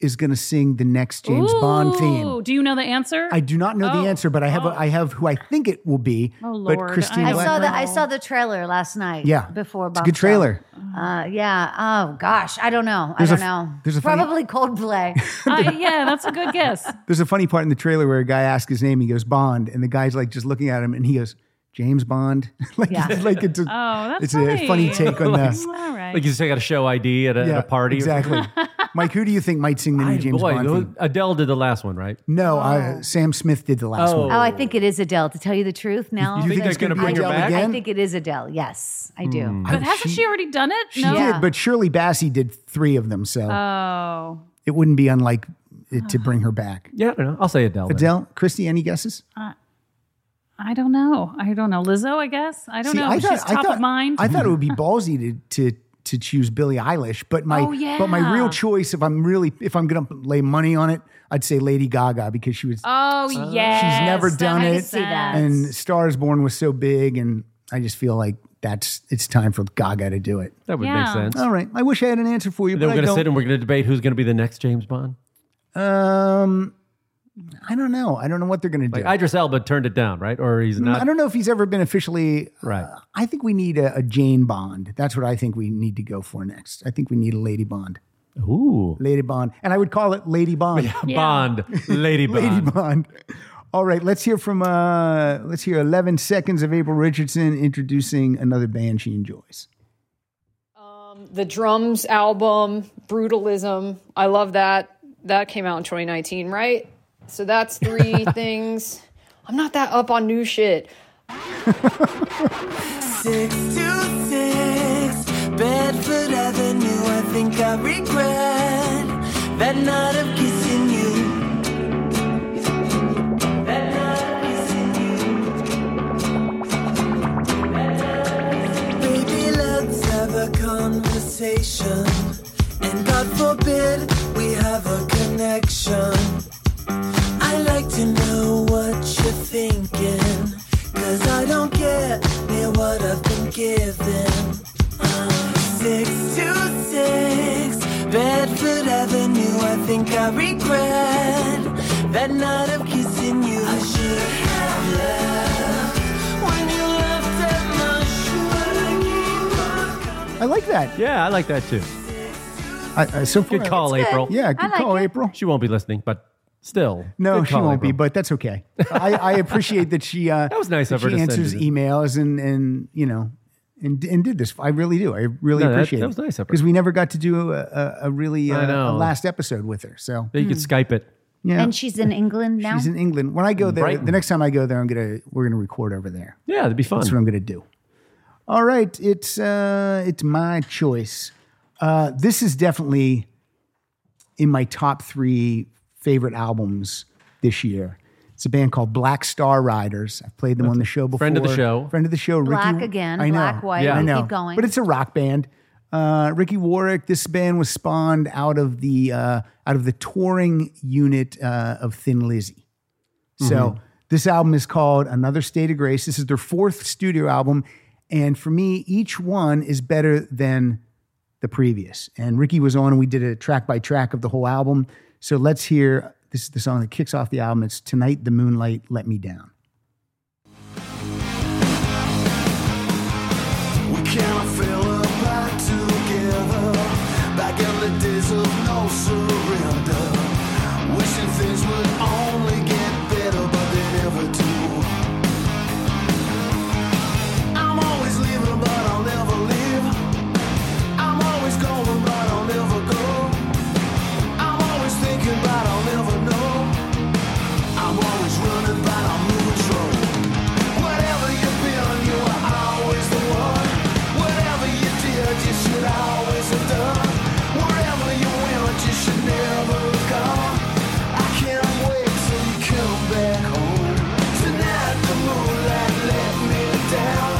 C: is going to sing the next James Bond theme.
F: Ooh, do you know the answer?
C: I do not know
F: Oh,
C: the answer, but I have a, I have who I think it will be.
F: Oh,
C: But
F: Lord,
C: Christine,
D: I
C: Black-
D: saw the I saw the trailer last night.
C: Yeah.
D: before
C: It's a
D: Bob
C: good
D: Dylan.
C: trailer.
D: Uh, yeah. Oh gosh, I don't know.
C: There's a
D: I
C: f-
D: don't know.
C: there's a funny-
D: probably Coldplay.
F: Uh, yeah, that's a good guess.
C: There's a funny part in the trailer where a guy asks his name. He goes Bond, and the guy's like just looking at him, and he goes James Bond. like,
F: Yeah.
C: like it's a,
F: Oh, that's
C: it's a funny
F: funny.
C: take on
E: Like,
C: that.
F: All right.
E: Like you say, got a show ID at a, at a party.
C: Exactly. Mike, who do you think might sing the new James
E: Boy,
C: Bond?
E: those-
C: theme?
E: Adele did the last one, right?
C: No,
F: Oh.
C: uh, Sam Smith did the last one.
D: Oh, I think it is Adele. To tell you the truth, now
C: You think
D: that-
C: it's gonna bring her
D: I,
C: back?
D: I think it is Adele. Yes, I do.
C: Hmm.
F: But hasn't she, already done it?
C: She
F: no.
C: did, but Shirley Bassey did three of them, so
F: Oh.
C: it wouldn't be unlike it to bring her back.
E: Yeah, I don't know. I'll say Adele. then.
C: Adele, Christy, any guesses?
F: I don't know. I don't know. Lizzo, I guess. I don't know. She's top
C: thought,
F: of mind.
C: I thought it would be ballsy to to to choose Billie Eilish, but my
F: Oh, yeah.
C: but my real choice, if I'm really if I'm gonna lay money on it, I'd say Lady Gaga because she was
F: Oh, yes.
C: she's never done
F: I
C: it,
F: see that.
C: and Stars Born was so big, and I just feel like that's it's time for Gaga to do it.
E: That would make
F: Yeah.
E: sense.
C: All right, I wish I had an answer for you,
E: Then
C: but
E: we're
C: I
E: going to
C: don't.
E: sit and we're going to debate who's going to be the next James Bond.
C: um, I don't know. I don't know what they're gonna do.
E: Like Idris Elba turned it down, right? Or he's
C: Mm,
E: not.
C: I don't know if he's ever been officially. uh,
E: Right.
C: I think we need a, a Jane Bond. That's what I think we need to go for next. I think we need a Lady Bond.
E: Ooh.
C: Lady Bond. And I would call it Lady Bond.
E: Bond, Lady Bond.
C: Lady Bond. All right, let's hear from uh let's hear 11 seconds of April Richardson introducing another band she enjoys.
M: The Drums album, Brutalism. I love that. That came out in 2019, right? So that's three things. I'm not that up on new shit.
I: Six to six, Bedford Avenue. I think I regret that night of kissing you. That night of kissing you. Baby, let's have a conversation. And God forbid we have a connection. I like to know what you're thinking. Cause I don't get near what I've been given. Uh, six to six, Bedford Avenue. I think I regret that night of kissing you. I should have left when you left at my shrine.
C: I like that.
E: Yeah, I like that too.
C: I, I, so far,
E: Good call, April.
C: Yeah, good call, April.
E: She won't be listening, but still.
C: No,
E: good
C: she
E: call,
C: won't be,
E: April.
C: but that's okay. I, I appreciate that she uh
E: That was nice
C: that
E: of her
C: she
E: to send
C: answers
E: it.
C: emails and and you know and and did this. I really do. I really
E: No, that-
C: appreciate
E: that
C: it.
E: was nice of her.
C: because we never got to do a, a, a really
E: I
C: uh, a
E: know.
C: last episode with her. So
E: Yeah, you could Skype it.
C: yeah,
D: Hmm. And she's in England now.
C: she's in England. When I go there,
E: Brighton.
C: the next time I go there, I'm gonna we're gonna record over there.
E: Yeah, that'd be fun.
C: That's what I'm gonna do. All right, it's uh, it's my choice. Uh, this is definitely in my top three favorite albums this year. It's a band called Black Star Riders. I've played them on the show before.
E: friend of the show.
C: Friend of the show.
D: Black
C: Ricky,
D: again,
C: I know.
D: black, white,
E: Yeah.
C: I
D: we
C: know.
D: keep going.
C: But it's a rock band. Uh, Ricky Warwick. This band was spawned out of the uh, out of the touring unit uh, of Thin Lizzy. So this album is called Another State of Grace. This is their fourth studio album, and for me, each one is better than the previous. And Ricky was on, and we did a track by track of the whole album. So let's hear. This is the song that kicks off the album. It's Tonight, the Moonlight, Let Me Down.
N: We cannot feel it back together. Back in the days of no surrender. Wishing things would only get better, but they never do. I'm always leaving, but I'll never leave. I'm always going, but I'll never go. I'm always thinking, but I'll never know. I'm always running, but I'm losing control. Whatever you've been, you were always the one. Whatever you did, you should always have done. Wherever you went, you should never have gone. I can't wait till you come back home. Tonight the moonlight let me down.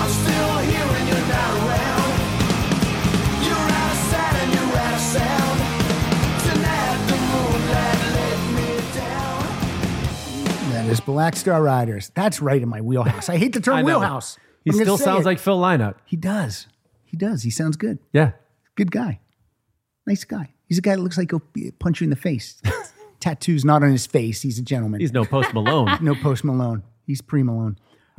N: I'm still here and you're not around. You're out of sight and you're out of sound. Tonight the moonlight let me down.
C: That is Black Star Riders. That's right in my wheelhouse. I hate the
E: I
C: term
E: know.
C: wheelhouse.
E: He
C: I'm gonna
E: still
C: say
E: sounds
C: it.
E: like Phil Lynott.
C: he does. He does. He sounds good.
E: Yeah.
C: Good guy. Nice guy. He's He's a guy that looks like he'll be- punch you in the face. Tattoos not on his face. He's a gentleman.
E: He's no Post Malone.
C: no Post Malone. He's pre Malone.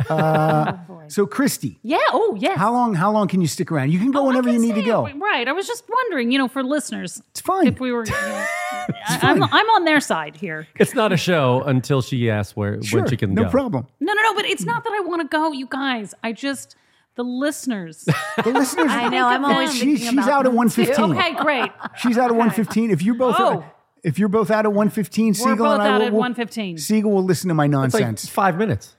C: Uh, so Christy.
F: Yeah. Oh, yes.
C: How long? How long can you stick around? You can go whenever you need to go.
F: Right. I was just wondering, you know, for listeners,
C: it's fine
F: if we were. I, I'm, I'm on their side here.
E: It's not a show until she asks where
C: Sure,
E: when she can
C: no
E: go.
C: problem.
F: No, no, no. But it's not that I want to go, you guys. I just the listeners.
C: The listeners.
F: I know, I'm always
C: She's,
F: thinking
C: she's
F: about
C: out at
F: them
C: one fifteen.
F: too. Okay, great.
C: She's out at one fifteen. If you both,
F: Oh.
C: if you're both out at one fifteen,
F: We're
C: Siegel
F: both
C: and I
F: out
C: will,
F: at
C: will-
F: 115.
C: Siegel will listen to my nonsense.
E: five minutes.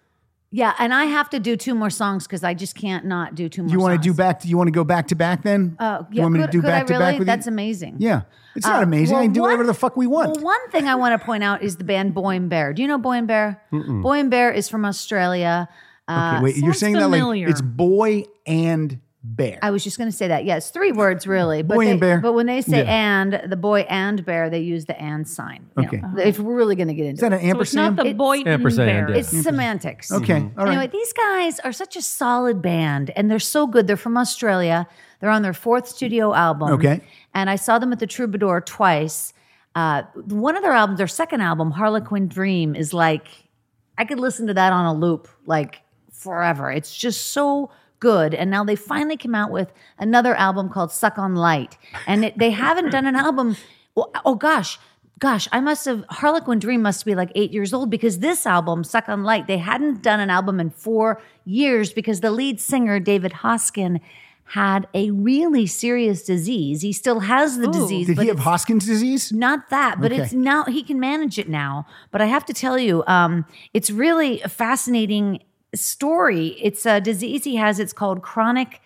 D: Yeah, and I have to do two more songs because I just can't not do two more.
C: You want
D: songs.
C: to do back? You want to go back to back then?
D: Oh,
C: You
D: yeah.
C: want me
D: Could,
C: to do
D: could I
C: back to
D: really?
C: back with
D: That's
C: you?
D: amazing.
C: Yeah, it's not
D: Uh,
C: amazing.
D: well,
C: I can do
D: one-
C: whatever the fuck we want.
D: Well, one thing I want to point out is the band Boy and Bear. Do you know Boy and Bear?
C: Mm-mm.
D: Boy and Bear is from Australia. Uh,
C: Mm. okay, wait. You're saying that like it's boy and bear.
D: I was just going to say that. Yeah, it's three words really. But
C: Boy
D: they,
C: and bear.
D: But when they say
C: Yeah.
D: and, the boy and bear, they use the and sign. You know,
C: Okay.
D: if we're really going to get into
C: Is that an
D: it.
C: ampersand?
D: It's-
E: Ampersand, bear. yeah.
D: It's semantics. Mm-hmm.
C: Okay, Mhm. all right.
D: Anyway, these guys are such a solid band, and they're so good. They're from Australia. They're on their fourth studio album.
C: Okay.
D: And I saw them at the Troubadour twice. Uh, one of their albums, their second album, Harlequin Dream, is like I could listen to that on a loop like forever. It's just so good. And now they finally came out with another album called Suck on Light. And it, they haven't done an album. Well, oh gosh, gosh, I must have, Harlequin Dream must be like eight years old because this album, Suck on Light, they hadn't done an album in four years because the lead singer, David Hoskin, had a really serious disease. He still has the disease.
C: Oh. Did
D: but
C: he have
D: it's-
C: Hoskins disease?
D: not that, but
C: Okay.
D: it's now he can manage it now. But I have to tell you, um, it's really a fascinating story. It's a disease he has. It's called chronic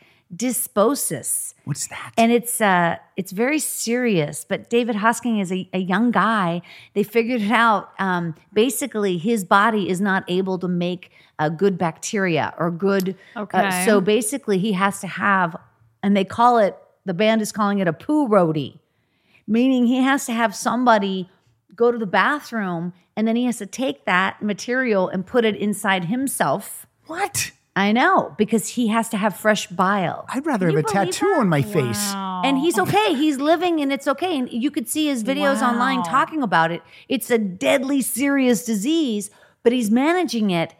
D: dysbiosis.
C: What's that?
D: And it's uh, it's very serious. But David Hosking is a, a young guy. They figured it out. Um, basically, his body is not able to make uh, good bacteria or good. uh,
F: Okay.
D: so basically, he has to have, and they call it. The band is calling it a poo roadie meaning he has to have somebody go to the bathroom and then he has to take that material and put it inside himself.
C: What?
D: I know, because he has to have fresh bile.
C: I'd rather have a tattoo on my face.
D: And he's okay. He's living and it's okay. And you could see his videos online talking about it. It's a deadly serious disease, but he's managing it.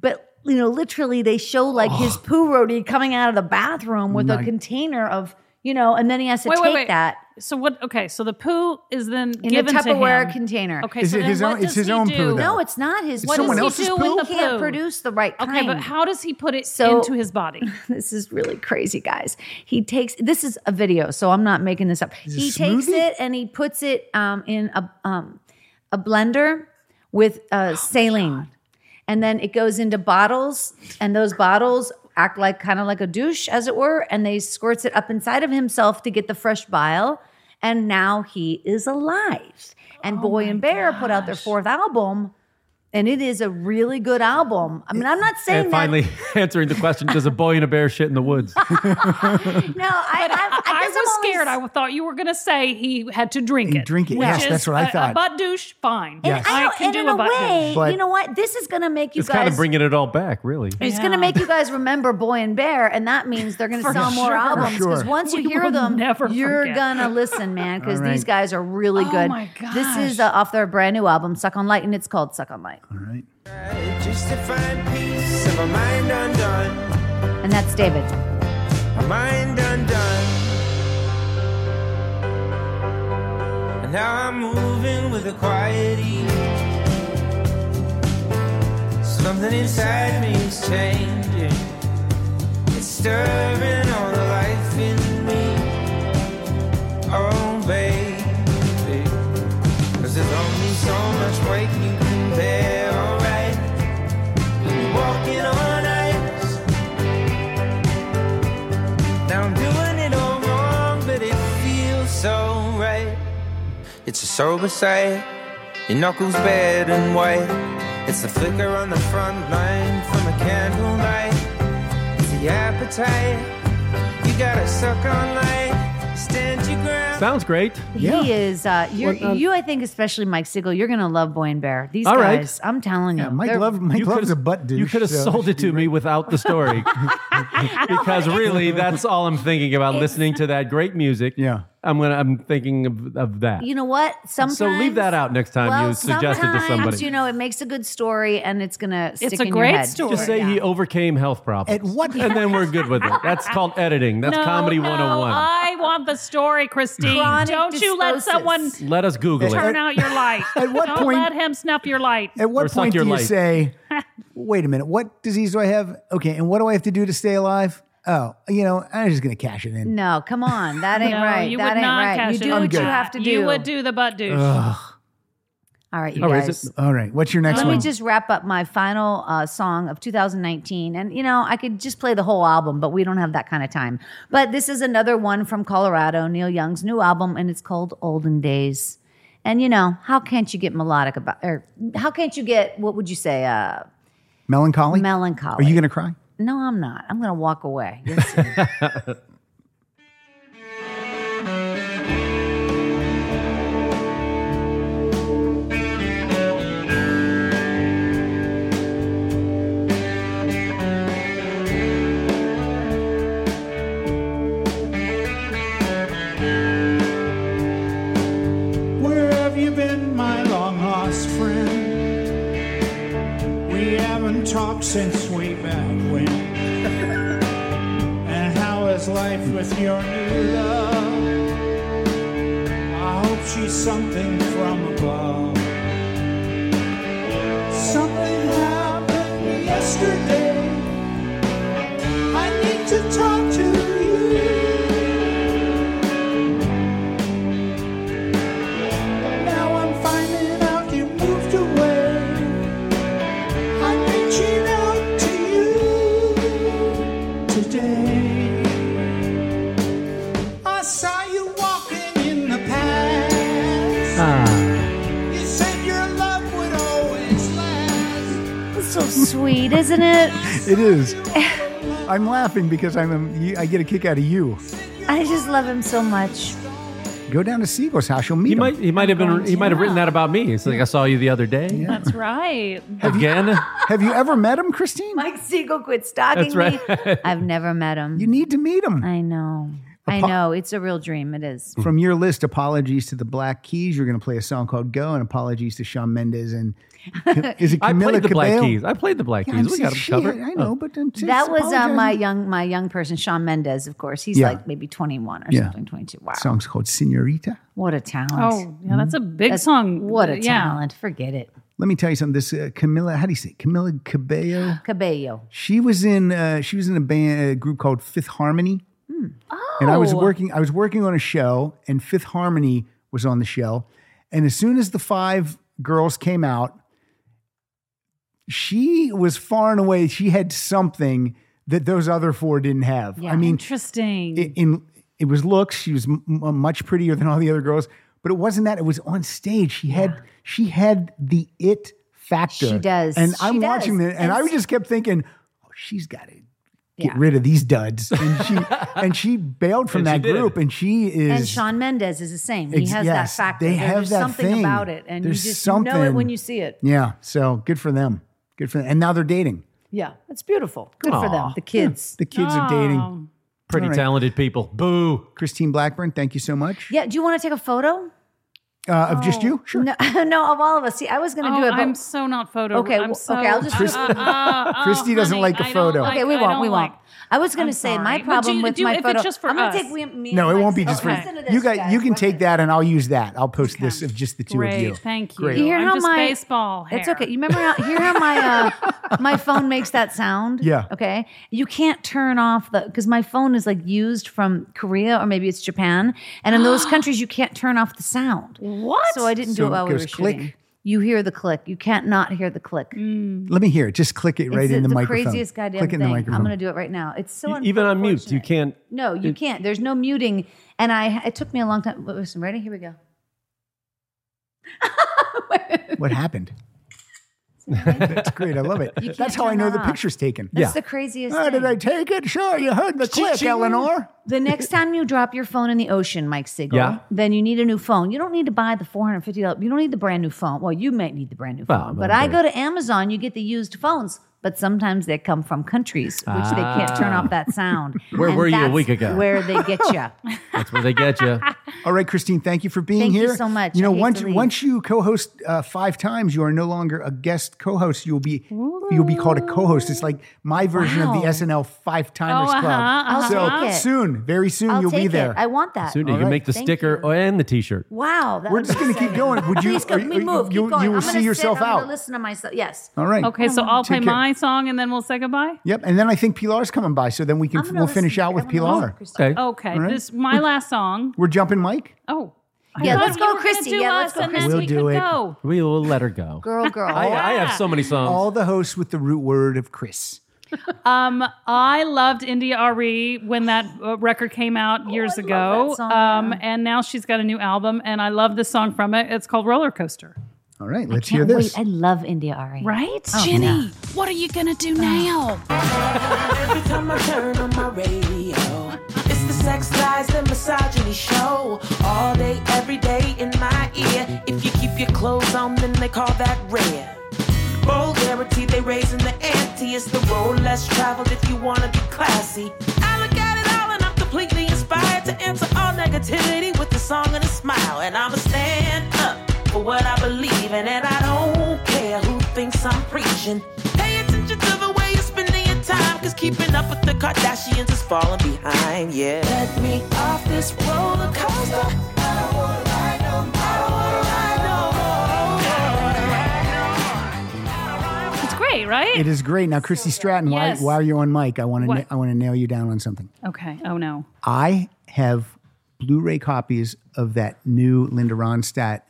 D: But you know, literally they show like his poo roadie coming out of the bathroom with
F: My-
D: a container of, you know, and then he has to
F: Wait,
D: take
F: wait, wait.
D: that
F: So what? Okay, so the poo is then
D: in
F: given
D: a Tupperware
F: to him.
D: container.
F: Okay, Is so it then his what own- it's does his he own poo, do? though.
D: No, it's not his.
F: It's
D: poo.
F: someone What does he else's do with poo? the
D: He can't
F: poo?
D: produce the right kind.
F: Okay, but how does he put it
D: So-
F: into his body?
D: this is really crazy, guys. He takes this is a video, so I'm not making this up.
F: Is it
D: he takes
F: smoothie?
D: it and he puts it um, in a um, a blender with
F: Oh
D: uh, saline, and then it goes into bottles, and those bottles act like kind of like a douche, as it were, and they squirts it up inside of himself to get the fresh bile, and now he is alive. And
F: Oh
D: Boy and Bear put out their fourth album. And it is a really good album. I mean, I'm not saying
E: And
D: that
E: finally answering the question: Does a boy and a bear shit in the woods?
D: No, I, I,
F: I, was scared. I thought you were going to say he had to drink it.
E: drink it.
F: which
E: Yes,
F: is
E: that's what I
F: a- A
E: thought.
F: butt douche, fine.
E: And Yes. I
F: I,
D: know-
F: can
D: and
F: do
D: in
F: a
D: a
F: butt
D: way,
F: douche.
E: But-
D: you know what? This is going to make you
E: it's kind
D: guys.
E: of bringing it all back, really.
D: It's going to make you guys remember Boy and Bear, and that means they're going to
E: For
D: sell more
E: sure.
D: albums because
E: Sure.
D: once you
F: We
D: hear
F: will
D: them,
F: never
D: you're
F: forget.
D: going to listen, man, because
F: All right.
D: these guys are really
F: Oh
D: good.
F: my
D: This is uh, off their brand new album, Suck on Light, and it's called Suck on Light.
S: Just to find peace of a mind undone,
D: And that's David.
S: a mind undone. And now I'm moving with a quiet ease. Something inside me is changing. It's stirring all the life in me. Oh, baby. Cause there's only so much weight you can bear, alright. Walking on ice. Now I'm doing it all wrong, but it feels so right. It's a sober sight, your knuckles red and white. It's the flicker on the front line from a candle night. It's the appetite, you gotta suck on light, stand your ground.
E: Sounds great.
D: He is, uh, you're,
E: Well, uh,
D: you, I think, especially Mike Siegel, you're going to love Boy and Bear. These
E: All right.
D: guys, uh, I'm telling you.
E: Yeah, Mike
D: they're-
E: Love- Mike You Love's could've- a
C: butt
E: You could have sold it to me without the story. because really that's all I'm thinking about listening to that great music. Yeah. I'm gonna I'm thinking of, of that.
D: You know what? Sometimes
E: so leave that out next time
D: well,
E: you suggest it to
D: sometimes,
E: somebody.
D: you know, it makes a good story and it's gonna stick in your head.
E: Just say he overcame health problems. At what? And then we're good with it. That's called editing. That's
F: no,
E: comedy
F: no,
E: 101.
F: I want the story, Christine.
E: Chronic
F: Don't you let
E: dysbiosis.
F: someone
E: Let us Google it.
F: turn out your light. At what Don't
C: point-
F: let him snuff your light.
C: At what point do you say, wait a minute, what disease do I have? Okay, and what do I have to do to stay alive? Oh, you know, I'm just going to cash it in.
D: No, come on, that ain't
F: No,
D: right.
F: you
D: that
F: would
D: ain't
F: not
D: right.
F: cash
D: you
F: in
D: do
F: on
D: what you
F: that.
D: have to do.
F: You would do the butt douche.
C: Ugh.
D: All right, you
C: All right,
D: guys.
C: Oh, is it- all right, what's your next
D: Let
C: one?
D: me just wrap up my final uh, song of 2019. And, you know, I could just play the whole album, but we don't have that kind of time. But this is another one from Colorado, Neil Young's new album, and it's called Olden Days. And, you know, how can't you get melodic about, or how can't you get, what would you say, uh,
C: Melancholy?
D: Melancholy.
C: Are you going to cry?
D: no, I'm not. I'm going to walk away. You'll see.
I: Where have you been, my long lost friend? We haven't talked since way back when. and how is life with your new love? I hope she's something from above. Something happened yesterday. I need to talk to you. Now I'm finding out you moved away. I'm reaching out to you today. I saw you walking in the past.
F: Ah.
I: You said your love would always last.
D: so sweet, isn't it?
C: It is. I'm laughing because I'm a, I get a kick out of you.
D: I just love him so much.
C: Go down to Siegel's house. You'll meet
E: He
C: him.
E: might he might have been he might have written that about me. It's like I saw you the other day.
F: That's right.
E: Again.
C: Have you ever met him, Christine?
D: Mike Siegel quit stalking
E: That's right.
D: me. I've never met him. You
C: need to meet him.
D: I know. I know. It's a real dream. It is.
C: From your list, apologies to the Black Keys. You're going to play a song called "Go" and apologies to Shawn Mendes and is it
E: I
C: Camila
E: played the Black
C: Cabello?
E: Keys. I played the Black
C: Yeah,
E: Keys.
C: I'm
E: We got them
C: saying,
E: covered.
C: shit, I know,
E: Oh.
C: but I'm just
D: That was uh, my
C: apologizing.
D: young my young person, Sean Mendez. Of course, he's
C: Yeah.
D: like maybe twenty one or
C: Yeah.
D: something, twenty two. Wow,
C: song's called "Senorita."
D: what a talent!
F: Oh, yeah, that's a big song.
D: What a
F: Yeah.
D: talent! Forget it,
C: Let me tell you something. This uh, Camila, how do you say it? Camila Cabello?
D: Cabello.
C: She was in uh, she was in a band a group called Fifth Harmony.
D: Hmm.
C: And I was
D: Oh.
C: working I was working on a show and Fifth Harmony was on the show. And as soon as the five girls came out, she was far and away she had something that those other four didn't have. I mean,
F: interesting.
C: it, in it was looks. She was m- m- much prettier than all the other girls, but it wasn't that. It was on stage. She had she had the it factor.
D: She does.
C: And
D: She
C: I'm
D: does.
C: watching this, and,
D: And
C: I
D: s-
C: just kept thinking, oh, she's got to get
D: Yeah.
C: rid of these duds. And she and she bailed from
E: And she
C: that
E: did.
C: group, and she is.
D: and Sean Mendez is the same. He
C: ex-
D: has
C: yes,
D: that factor.
C: They
D: There-
C: have
D: There's
C: that
D: something
C: thing.
D: about it, and
C: There's
D: you just you
C: something.
D: know it when you see it.
C: Yeah. So good for them. Good for them. And now they're dating.
D: Yeah, it's beautiful. Good for them.
E: Aw.
D: The kids.
C: The kids are
F: Oh.
C: dating.
E: Pretty
C: All right.
E: talented people. Boo.
C: Christine Blackburn, thank you so much.
D: Yeah. Do you want to take a photo?
C: Uh,
D: Oh,
C: of just you? Sure.
D: No, no, of all of us. See, I was going to do
F: Oh,
D: it. But
F: I'm so not photo.
D: Okay,
F: I'm
D: well,
F: so,
D: okay, I'll just- Christy- uh,
C: Christy doesn't like the photo.
D: okay, we
F: I
D: won't.
F: don't
D: We won't.
F: like-
D: I was going
F: I'm
D: to say
F: sorry.
D: my
F: But
D: problem
F: do-
D: with
F: do-
D: my
F: if it's
D: photo.
F: just for
D: I'm gonna
F: us.
D: take we- me.
C: No,
D: and
C: it
D: Mike's-
C: won't be just
D: Okay.
C: for
D: Listen to
C: you
D: this,
C: guys. You can
D: What-
C: take that, and I'll use that. I'll post this of just the two of
F: Great,
C: you.
F: thank you.
C: Great.
D: You hear
F: I'm
D: how
F: just
D: my
F: baseball
D: It's
F: hair.
D: okay. You remember how hear how my uh, my phone makes that sound?
C: Yeah.
D: Okay. You can't turn off the because my phone is like used from Korea or maybe it's Japan, and in those countries you can't turn off the sound.
F: What?
D: So I didn't
C: So
D: do it while
C: it
D: we were
C: goes click.
D: shooting. You hear the click. You can't not hear the click.
F: Mm.
C: Let me hear it. Just click it right
D: it's
C: in the,
D: the
C: microphone.
D: craziest goddamn
C: click it
D: thing.
C: in the microphone. E-,
D: I'm gonna do it right now. It's so
E: Even on mute, you can't.
D: No, you can't. There's no muting. And I it took me a long time. Listen, ready? Here we go.
C: what happened? That's great. I love it.
D: can't
C: That's how I
D: turn
C: know the
D: that off.
C: picture's taken.
D: That's the craziest
C: Oh,
D: thing.
C: did I take it? Sure, you heard the click,
D: Ching.
C: Eleanor.
D: The next time you drop your phone in the ocean, Mike Siegel,
E: Yeah.
D: then you need a new phone. You don't need to buy the four hundred fifty dollars. You don't need the brand new phone. Well, you might need the brand new
E: Well,
D: phone,
E: I'm
D: but
E: okay.
D: I go to Amazon. You get the used phones. but sometimes they come from countries which they can't turn
E: Ah.
D: off that sound.
E: Where
D: And
E: were you a
D: that's
E: week ago?
D: Where they get you.
E: That's where they get you.
C: All right, Christine, thank you for being
D: Thank you
C: here.
D: so much.
C: You
D: I
C: know,
D: hate
C: once
D: to leave.
C: once you co-host uh, five times, you are no longer a guest co-host. You'll be you'll be called a co-host. It's like my version of the
D: Wow.
C: SNL Five Timers
D: Oh, uh-huh,
C: Club.
D: uh-huh. I'll
C: So
D: take it.
C: soon, very soon,
D: I'll
C: you'll
D: take
C: be
D: it.
C: there.
D: I want that.
E: Soon you
D: All
E: can
D: right.
E: make the
D: Thank
E: sticker and the T-shirt.
D: Wow. that
C: We're
D: would
C: just
D: be
C: gonna keep
D: exciting.
C: going. Would you-
D: Please
C: are
D: keep
C: you-
D: me move.
C: you-
D: keep going.
C: you will
D: I'm
C: see
D: gonna
C: yourself
D: sit, I'm
C: out.
D: gonna listen to myself. Yes.
C: All right.
F: Okay, so I'll play
C: Take care.
F: my song and then we'll say goodbye.
C: Yep, and then I think Pilar's coming by, so then we can we'll finish out with Pilar.
F: Okay.
C: All right.
F: This my last song.
C: We're jumping Mike.
F: Oh.
D: Yeah, let's go,
F: Christy.
D: Yeah, let's go,
F: And then
C: We'll
F: we
C: do
F: could
C: it.
F: go.
E: We will let her go.
D: Girl, girl.
E: I, I have so many songs.
C: All the hosts with the root word of Chris.
F: Um, I loved India RE when that uh, record came
D: Oh,
F: out years ago. Um, and now she's got a new album, and I love this song from it. It's called Roller Coaster.
C: All right, let's
D: Can't
C: hear this.
D: wait. I love India Ari. Oh,
F: Right?
A: Jenny, what are you gonna do now?
T: Every time I turn on my radio, it's the sex lies and misogyny show. All day, every day in my ear. If you keep your clothes on, then they call that rare. Vulgarity, they raising the ante. It's the road less traveled if you wanna be classy. I look at it all and I'm completely inspired to answer all negativity with a song and a smile. And I'ma stand up for what I believe in, and I don't care who thinks I'm preaching. Pay attention to the way you're spending your time, cause keeping up with the Kardashians is falling behind, yeah. Let me off this roller coaster. I don't wanna ride no more. I don't wanna ride no
F: It's great, right?
C: It is great. Now, Christy Stratton,
F: Yes.
C: why, why are you on mic? I want to
F: What?
C: na- I want to nail you down on something.
F: Okay. Oh, no.
C: I have Blu-ray copies of that new Linda Ronstadt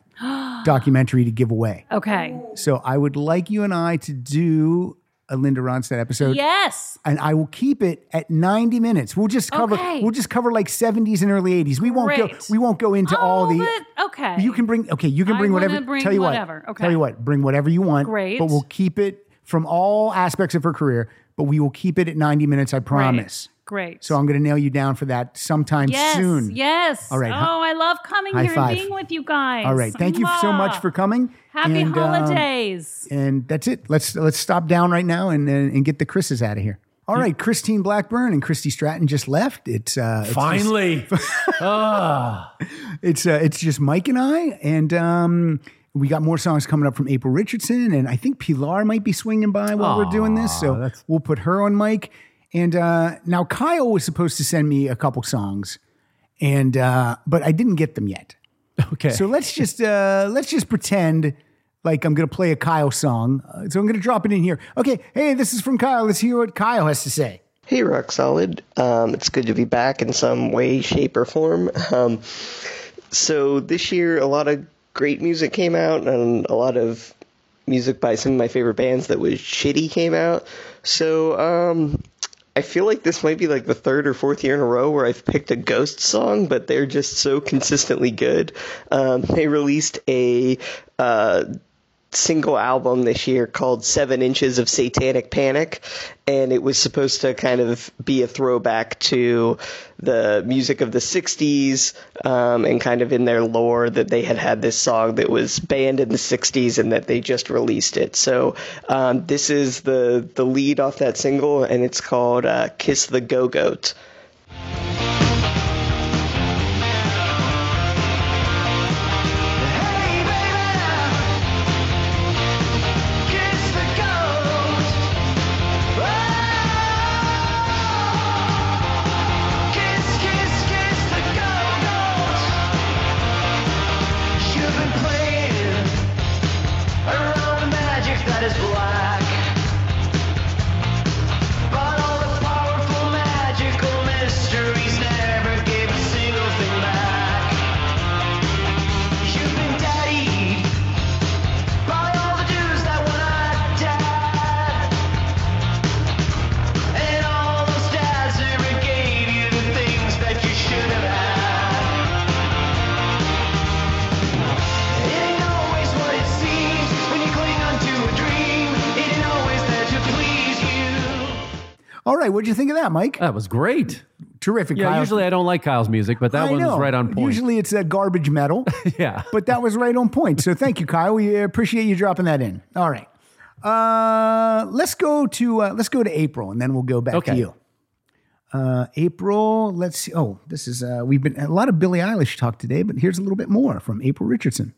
C: documentary to give away.
F: Okay.
C: So I would like you and I to do a Linda Ronstadt episode.
F: Yes.
C: And I will keep it at 90 minutes. We'll just cover
F: Okay.
C: we'll just cover like 70s and early 80s. We won't go
F: Great. Oh,
C: we won't go into all the
F: But, okay.
C: You can bring okay, you can
F: I
C: bring
F: wanna
C: whatever
F: bring
C: tell you
F: whatever.
C: what.
F: Okay.
C: Tell you what, bring whatever you want.
F: Great.
C: But we'll keep it from all aspects of her career, but we will keep it at 90 minutes, I promise.
F: Great.
C: So I'm going to nail you down for that sometime
F: yes.
C: soon.
F: Yes.
C: All right.
F: Oh,
C: Hi-
F: I love coming
C: high
F: here
C: five.
F: and being with you guys.
C: All right. Thank you so much
F: Mwah.
C: for coming.
F: Happy
C: And, um,
F: holidays.
C: and that's it. Let's let's stop down right now and and, and get the Chris's out of here. All right, Christine Blackburn and Christy Stratton just left. It's uh, it's
E: Finally. Ah.
C: just, it's uh, it's just Mike and I, and um, we got more songs coming up from April Richardson, and I think Pilar might be swinging by while we're doing this, so we'll put her on Mike. And uh, now Kyle was supposed to send me a couple songs, and uh, but I didn't get them yet.
E: Okay.
C: So let's just uh, let's just pretend like I'm going to play a Kyle song. Uh, so I'm going to drop it in here. Okay. Hey, this is from Kyle. Let's hear what Kyle has to say.
U: Hey, Rock Solid. Um, it's good to be back in some way, shape, or form. Um, so, this year, a lot of great music came out, and a lot of music by some of my favorite bands that was shitty came out. So, um, I feel like this might be like the third or fourth year in a row where I've picked a Ghost song, but they're just so consistently good. Um, they released a. Uh, single album this year called Seven Inches of Satanic Panic, and it was supposed to kind of be a throwback to the music of the 60s um, and kind of in their lore that they had had this song that was banned in the 60s and that they just released it. So um, this is the, the lead off that single, and it's called uh, Kiss the Go Goat.
T: And all those dads never gave you the things that you should have had. It ain't always what it seems when you cling onto a dream. It ain't always there to please you.
C: All right. What'd you think of that, Mike?
E: That was great.
C: Terrific.
E: yeah,
C: Kyle.
E: usually I don't like Kyle's music, but that
C: I
E: one was
C: know.
E: right on point.
C: Usually it's that garbage metal.
E: yeah.
C: But that was right on point. So thank you, Kyle. We appreciate you dropping that in. All right. Uh, let's go to uh, let's go to April, and then we'll go back
E: Okay.
C: to you. Uh, April, let's see. Oh, this is uh, we've been a lot of Billie Eilish talk today, but here's a little bit more from April Richardson.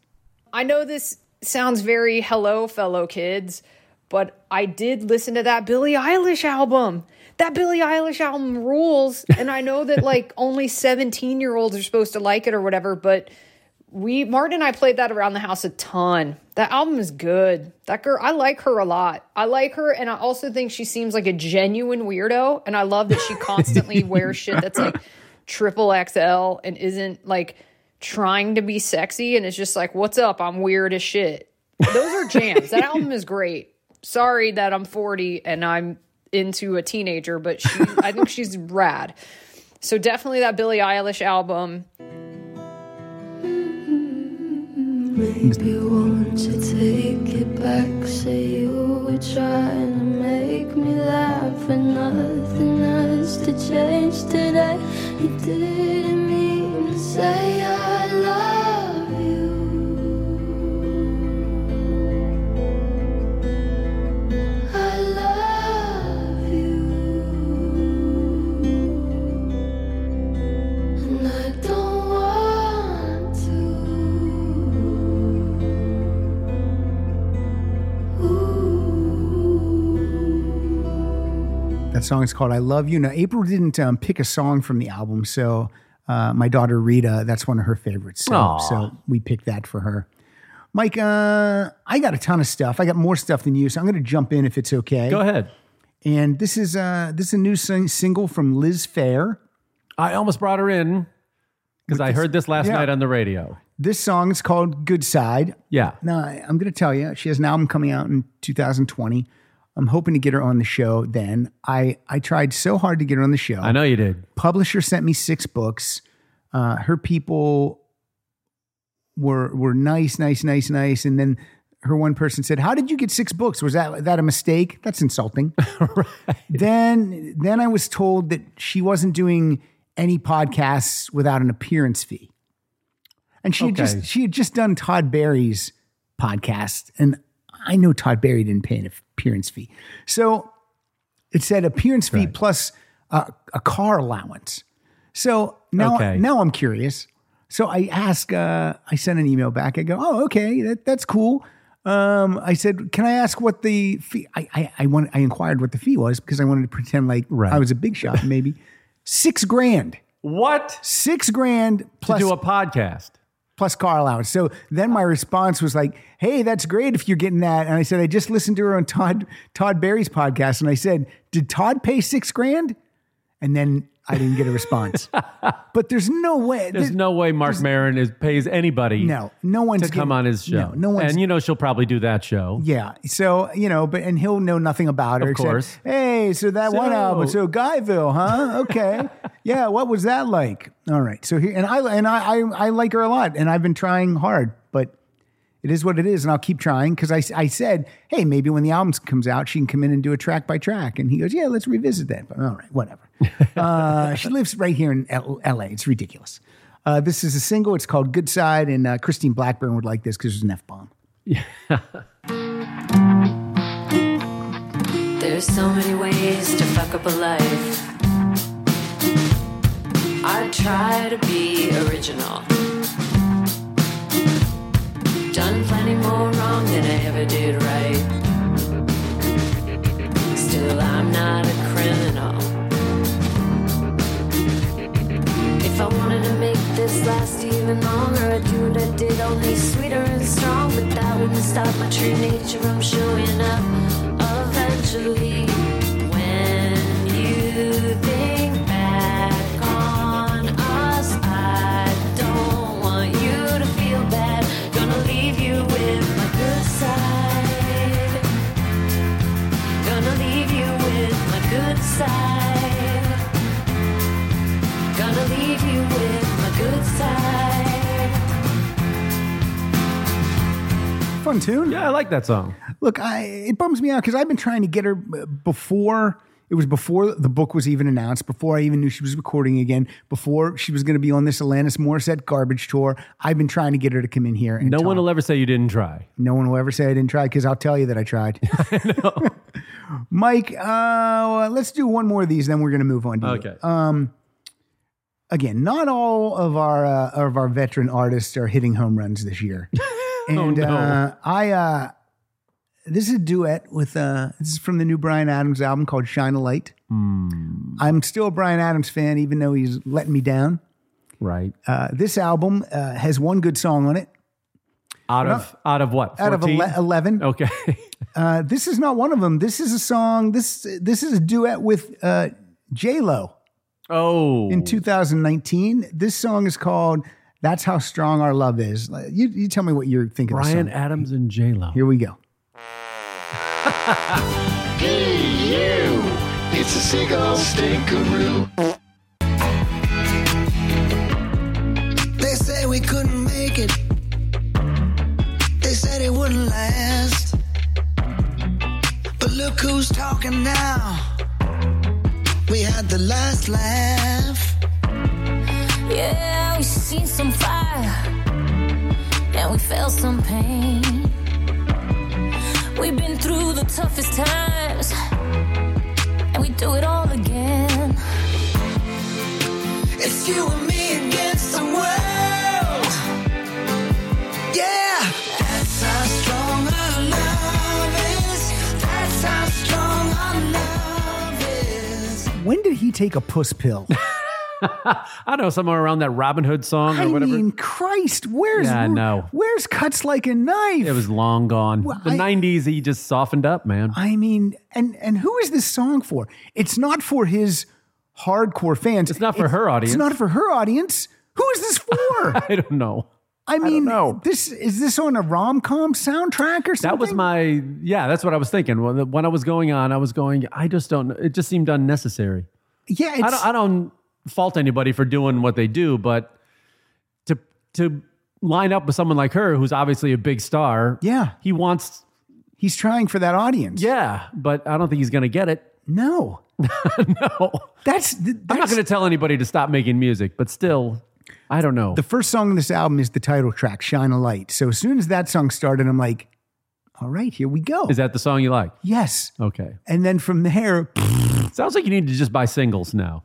M: I know this sounds very hello, fellow kids, but I did listen to that Billie Eilish album. That Billie Eilish album rules. And I know that like only 17 year olds are supposed to like it or whatever, but we, Martin and I played that around the house a ton. That album is good. That girl, I like her a lot. I like her. And I also think she seems like a genuine weirdo. And I love that she constantly wears shit that's like triple XL and isn't like trying to be sexy and it's just like, what's up? I'm weird as shit. Those are jams. that album is great. Sorry that I'm 40 and I'm into a teenager, but she, I think she's rad. So definitely that Billie Eilish album.
O: Maybe won't you take it back? Say you were trying to make me laugh, and nothing has to change today. You didn't mean to say I love you. I love you, and I don't want to.
C: That song is called "I Love You." Now, April didn't um, pick a song from the album, so uh, my daughter Rita, that's one of her favorites. So,
E: Aw.
C: so we picked that for her. Mike, uh, I got a ton of stuff. I got more stuff than you, so I'm going to jump in if it's okay.
E: Go ahead.
C: And this is uh, this is a new sing- single from Liz Fair.
E: I almost brought her in because I heard this last
C: yeah. Uh,
E: night on the radio.
C: This song is called "Good Side."
E: Yeah.
C: No, I- I'm going to tell you, she has an album coming out in 2020. I'm hoping to get her on the show. Then I I tried so hard to get her on the show.
E: I know you did.
C: Publisher sent me six books. Uh, her people were were nice, nice, nice, nice. And then her one person said, "How did you get six books? Was that that a mistake? That's insulting." Then then I was told that she wasn't doing any podcasts without an appearance fee. And she had
E: Okay.
C: just she had just done Todd Barry's podcast, and I know Todd Barry didn't pay an appearance fee, so it said appearance fee plus uh, a car allowance. So now
E: Okay.
C: now I'm curious. So I ask, uh, I sent an email back. I go, oh okay, that, that's cool. Um, I said, can I ask what the fee? I I, I, wanted, I inquired what the fee was because I wanted to pretend like I was a big shot, maybe six grand.
E: What?
C: Six grand plus
E: to do a podcast.
C: plus car allowance. So then my response was like, "Hey, that's great if you're getting that." And I said, "I just listened to her on Todd Todd Barry's podcast." And I said, "Did Todd pay six grand?" And then I didn't get a response. but there's no way.
E: There's no way Mark Maron is pays anybody
C: No, no one's
E: to come
C: getting-
E: on his show.
C: no, no one's-
E: and you know she'll probably do that show.
C: yeah. So you know, but and he'll know nothing about her.
E: Of
C: except,
E: course.
C: hey, so that one
E: So-
C: album, so Guyville, huh? Okay. yeah. What was that like? All right. So here, and I and I, I I like her a lot, and I've been trying hard, but it is what it is, and I'll keep trying because I I said, hey, maybe when the album comes out, she can come in and do a track by track, and he goes, yeah, let's revisit that. But all right, whatever. uh, she lives right here in L- L.A. It's ridiculous. Uh, this is a single. It's called Good Side, and uh, Christine Blackburn would like this because there's an f bomb.
V: There's so many ways to fuck up a life. I try to be original. Done plenty more wrong than I ever did right. Still, I'm not a criminal. If I wanted to make this last even longer, I'd do what I did, only sweeter and strong. But that wouldn't stop my true nature from showing up eventually. When you think back on us, I don't want you to feel bad. Gonna leave you with my good side. Gonna leave you with my good side. Gonna leave you with my good side.
C: Fun tune.
E: Yeah, I like that song.
C: Look, I it bums me out because I've been trying to get her uh, before It was before the book was even announced, before I even knew she was recording again, before she was going to be on this Alanis Morissette garbage tour. I've been trying to get her to come in here. And
E: No
C: talk.
E: one will ever say you didn't try.
C: No one will ever say I didn't try because I'll tell you that I tried. Mike, uh, well, let's do one more of these, then we're going to move on. To you.
E: Okay.
C: Um, again, not all of our uh, of our veteran artists are hitting home runs this year, and
E: Oh, no.
C: uh, I. Uh, this is a duet with uh, this is from the new Brian Adams album called Shine a Light.
E: Hmm.
C: I'm still a Brian Adams fan, even though he's letting me down.
E: Right.
C: Uh, this album uh, has one good song on it.
E: Out
C: Well,
E: of out of what?
C: out of
E: 14?
C: ele- 11
E: Okay.
C: uh, this is not one of them this is a song this this is a duet with uh, j-lo
E: oh
C: in 2019 this song is called that's how strong our love is Like, you, you tell me what you're thinking
E: Bryan
C: of the song.
E: Adams and J Lo.
C: here we go
W: you. It's a seagull stinkeroo.
X: They said we couldn't make it. They said it wouldn't last. But look who's talking now. We had the last laugh.
P: Yeah, we've seen some fire and we felt some pain. We've been through the toughest times and we do it all again.
X: It's you and me against the world. Yeah. That's how strong our love is. That's how strong our love is.
C: when did he take a puss pill
E: I don't know, somewhere around that Robin Hood song
C: i
E: or whatever.
C: mean christ where's
E: Yeah, I know.
C: where's cuts like a knife
E: it was long gone. the
C: I-
E: 90s, he just softened up, man.
C: I mean, and and who is this song for? It's not for his hardcore fans. It's not
E: for her audience.
C: It's not for her audience. Who is this for?
E: I don't know.
C: I mean, this is this on a rom com soundtrack or something?
E: That was my, yeah, that's what I was thinking. When, when I was going on, I was going, I just don't, it just seemed unnecessary.
C: Yeah,
E: I don't, I don't fault anybody for doing what they do, but to to line up with someone like her, who's obviously a big star,
C: yeah,
E: he wants,
C: he's trying for that audience.
E: Yeah, but I don't think he's going to get it.
C: No,
E: no,
C: that's,
E: I'm not going to tell anybody to stop making music, but still, I don't know.
C: The first song on this album is the title track, "Shine a Light." So as soon as that song started, I'm like, all right, here we go.
E: Is that the song you like?
C: Oh. yes?
E: Okay.
C: And then from there,
E: Sounds like you need to just buy singles now.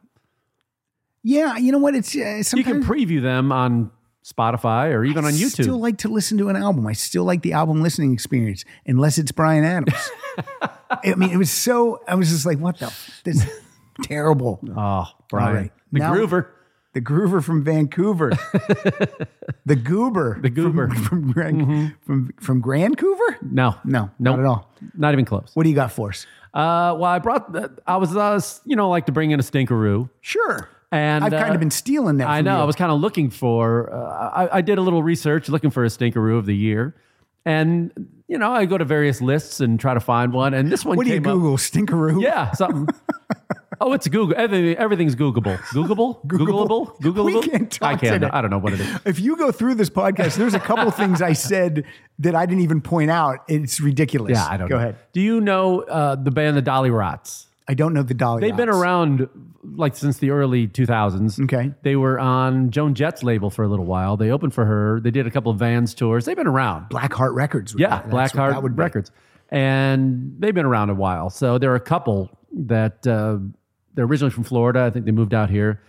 C: yeah, you know what? It's uh,
E: You
C: sometimes
E: can preview them on Spotify or even on YouTube.
C: still like to listen to an album. I still like the album listening experience, unless it's Brian Adams. I mean, it was so. I was just like, what the? f- This is terrible.
E: Oh, Brian. The Groover.
C: The Groover from Vancouver. the Goober. The
E: Goober. Mm-hmm.
C: From, from, Gran- from, from Grandcouver?
E: No,
C: No,
E: Nope.
C: not at all.
E: Not even close.
C: What do you got for us?
E: Uh, well, I brought. I was, uh, you know, like to bring in a stinkeroo.
C: Sure.
E: And
C: I've kind
E: uh,
C: of been stealing that.
E: I
C: from
E: know.
C: you.
E: I was kind of looking for. Uh, I, I did a little research looking for a stinkeroo of the year, and you know, I go to various lists and try to find one. And this one
C: What do you
E: came up.
C: Google? Stinkeroo.
E: Yeah, something. oh, it's Google. Everything, everything's Googleable. Googleable. Googleable. Googleable.
C: We can't talk
E: I can't.
C: today.
E: I don't know what it is.
C: If you go through this podcast, there's a couple things I said that I didn't even point out. It's ridiculous.
E: Yeah, I don't.
C: Go
E: know.
C: ahead.
E: Do you know uh, the band the Dolly Rots?
C: I don't know the Dolly.
E: They've been
C: Rots.
E: around like since the early 2000s.
C: Okay.
E: They were on Joan Jett's label for a little while. They opened for her. They did a couple of Vans tours. They've been around.
C: Black Heart Records. would
E: yeah,
C: be- that's
E: Black
C: what
E: Heart
C: that would be.
E: Records. And they've been around a while. So there are a couple that uh, they're originally from Florida. I think they moved out here.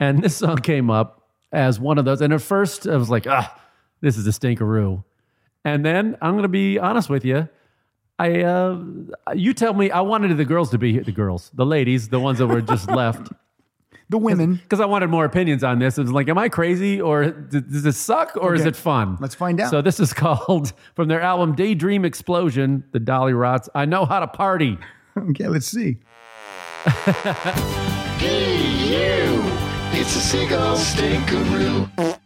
E: And this song came up as one of those. And at first I was like, ah, this is a stinkeroo. And then I'm going to be honest with you. I, uh, you tell me, I wanted the girls to be here, the girls, the ladies, the ones that were just left.
C: The women.
E: Because I wanted more opinions on this. It was like, am I crazy or d- does this suck or is
C: Okay.
E: it fun?
C: Let's find out.
E: So this is called from their album Daydream Explosion, the Dolly Rots. I know how to party.
C: Okay, let's see.
W: you. It's a seagull stinkeroo.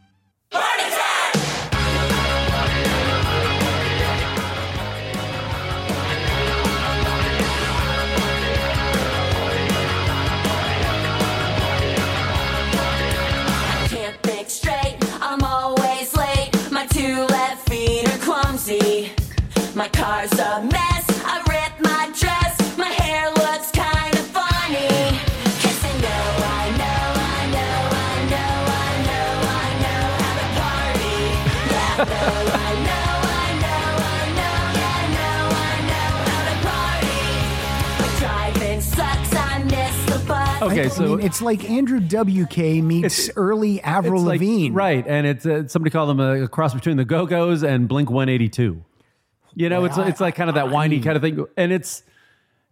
P: I can't think straight, I'm always late. My two left feet are clumsy. My car's a mess, I ripped my dress, my hair looks kinda funny.
H: Driving sucks, I miss the bus.
C: I- I mean, it's like Andrew WK meets early Avril
E: It's like-
C: Lavigne.
E: right? And it's uh, somebody called them a, a cross between the Go Go's and Blink One Eighty Two. You know, it's it's like kind of that whiny kind of thing, and it's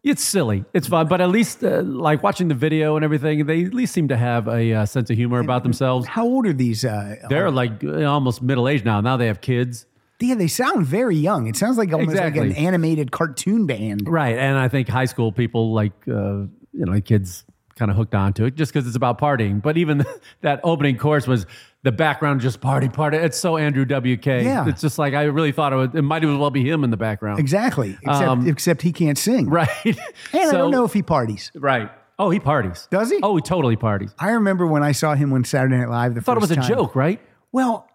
E: it's silly, it's fun, but at least uh, like watching the video and everything, they at least seem to have a uh, sense of humor about themselves.
C: How old are these? Uh,
E: They're like uh, almost middle aged now. Now they have kids.
C: Yeah, they sound very young. It sounds like almost like an
E: Exactly.
C: animated cartoon band.
E: Right. And I think high school people, like, uh, you know, kids kind of hooked onto it just because it's about partying. But even that opening course was the background just party, party. It's so Andrew WK.
C: Yeah.
E: It's just like, I really thought it, would, it might as well be him in the background.
C: Exactly. Except,
E: Um,
C: except he can't sing.
E: Right. And
C: I
E: So-
C: don't know if he parties.
E: Right. Oh, he parties.
C: Does he?
E: Oh, he totally parties.
C: I remember when I saw him on Saturday Night Live. The
E: I thought it was
C: first
E: a
C: time.
E: joke, right?
C: Well,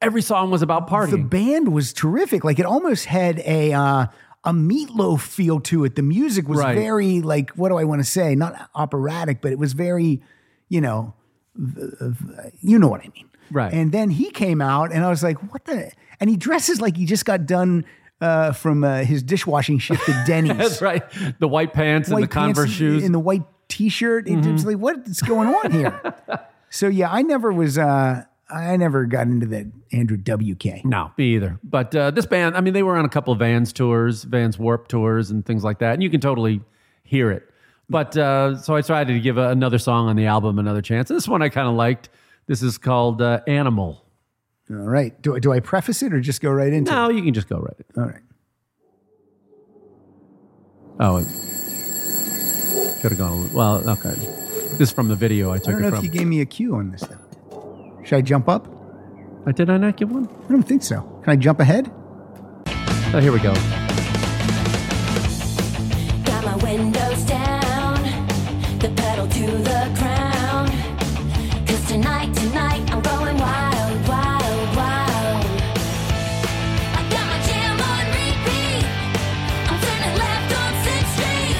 E: every song was about partying.
C: The band was terrific. Like it almost had a uh, a meatloaf feel to it. The music was
E: Right.
C: very like what do I want to say? Not operatic, but it was very, you know, v- v- you know what I mean.
E: Right.
C: And then he came out, and I was like, what the? And he dresses like he just got done. Uh, from uh, his dishwashing shift at Denny's.
E: That's right. The white pants and the
C: pants
E: Converse shoes. Mm-hmm.
C: and the white t-shirt. It's just like what's going on here? so yeah, I never was. Uh, I never got into that Andrew WK.
E: No, me either. But uh, this band, I mean, they were on a couple of Vans tours, Vans Warp tours, and things like that, and you can totally hear it. But uh, so I tried to give a, another song on the album another chance. This one I kind of liked. This is called uh, Animal.
C: All right. Do, do I preface it or just go right into
E: No, you can just go right.
C: it? All right.
E: Oh, could have gone. a little- Well, okay. This is from the video I took
C: I don't know
E: it
C: if
E: from.
C: you gave me a cue on this though. Should I jump up?
E: Uh, Did I not give one?
C: I don't think so. Can I jump ahead?
E: Oh, here we go.
H: Got my windows down, the pedal to the ground. Cause tonight, tonight, I'm going wild, wild, wild. I got my jam on repeat. I'm turning left on 6th Street.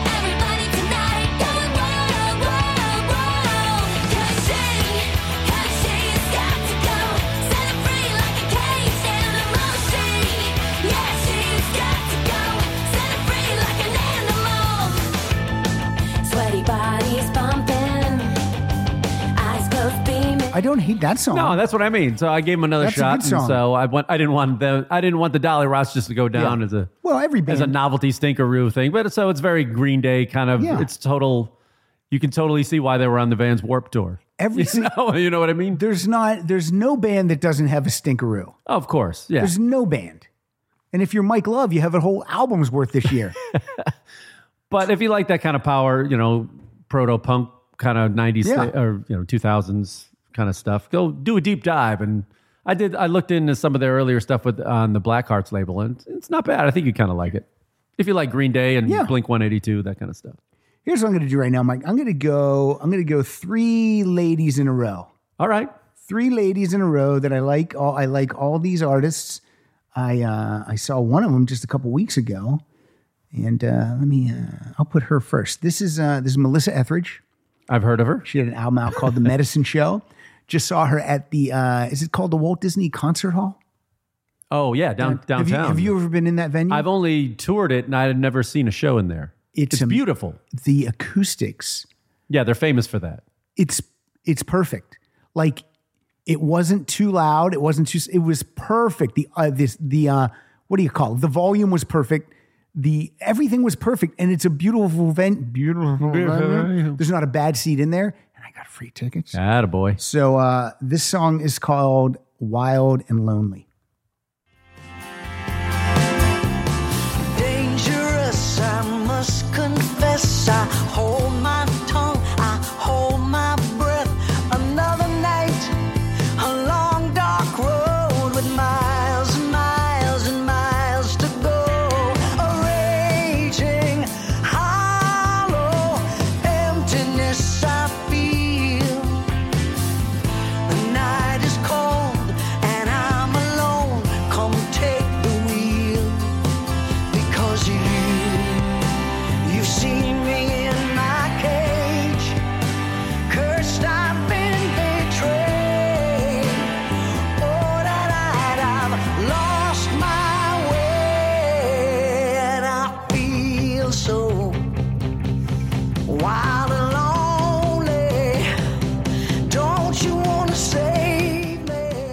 H: Everybody tonight, going wild, wild, wild. Cachet, cachet, it's got to go. Set it free like a caged animal. She, yeah, she's got to go. Set it free like an animal. Sweaty bodies bumping, eyes closed, beaming.
C: I don't hate that song.
E: No, that's what I mean. So I gave him another
C: That's a
E: shot.
C: good
E: and
C: song.
E: so I went. I didn't want the. I didn't want the Dolly Ross just to go down as a
C: Well, every
E: as a
C: band.
E: novelty stinkeroo thing. But so it's very Green Day kind of.
C: Yeah.
E: It's total. You can totally see why they were on the Vans Warp Tour.
C: Every
E: you know, you know what I mean?
C: There's not. There's no band that doesn't have a stinkeroo.
E: Of course, yeah.
C: There's no band. And if you're Mike Love, you have a whole album's worth this year.
E: But if you like that kind of power, you know, proto punk kind of '90s
C: Yeah.
E: thi- or you know 2000s kind of stuff, go do a deep dive. And I did. I looked into some of their earlier stuff with on the Black Hearts label, and it's not bad. I think you kind of like it. If you like Green Day and
C: Yeah.
E: Blink 182, that kind of stuff.
C: Here's what I'm going to do right now, Mike. I'm going to go. I'm going to go three ladies in a row.
E: All right.
C: Three ladies in a row that I like. All I like all these artists. I uh, I saw one of them just a couple weeks ago, and uh, let me. Uh, I'll put her first. This is uh, this is Melissa Etheridge.
E: I've heard of her.
C: She had an album out called The Medicine Show. Just saw her at the. Uh, is it called the Walt Disney Concert Hall?
E: Oh yeah, down
C: Have you,
E: downtown.
C: have you ever been in that venue?
E: I've only toured it and I had never seen a show in there.
C: It's
E: It's,
C: am-
E: beautiful.
C: the acoustics.
E: Yeah, they're famous for that.
C: it's it's perfect. Like it wasn't too loud. It wasn't too. It was perfect. The uh, this the uh, what do you call it? The volume was perfect. The everything was perfect, and it's a beautiful event. Beautiful. venue. There's not a bad seat in there. And I got free tickets.
E: Attaboy.
C: So uh, this song is called "Wild and Lonely."
N: dangerous, I must confess. I hold my tongue, I hold my breath. Another night, a long dark road with miles and miles and miles to go. A raging hollow emptiness I feel. The night is cold and I'm alone.
T: Oh,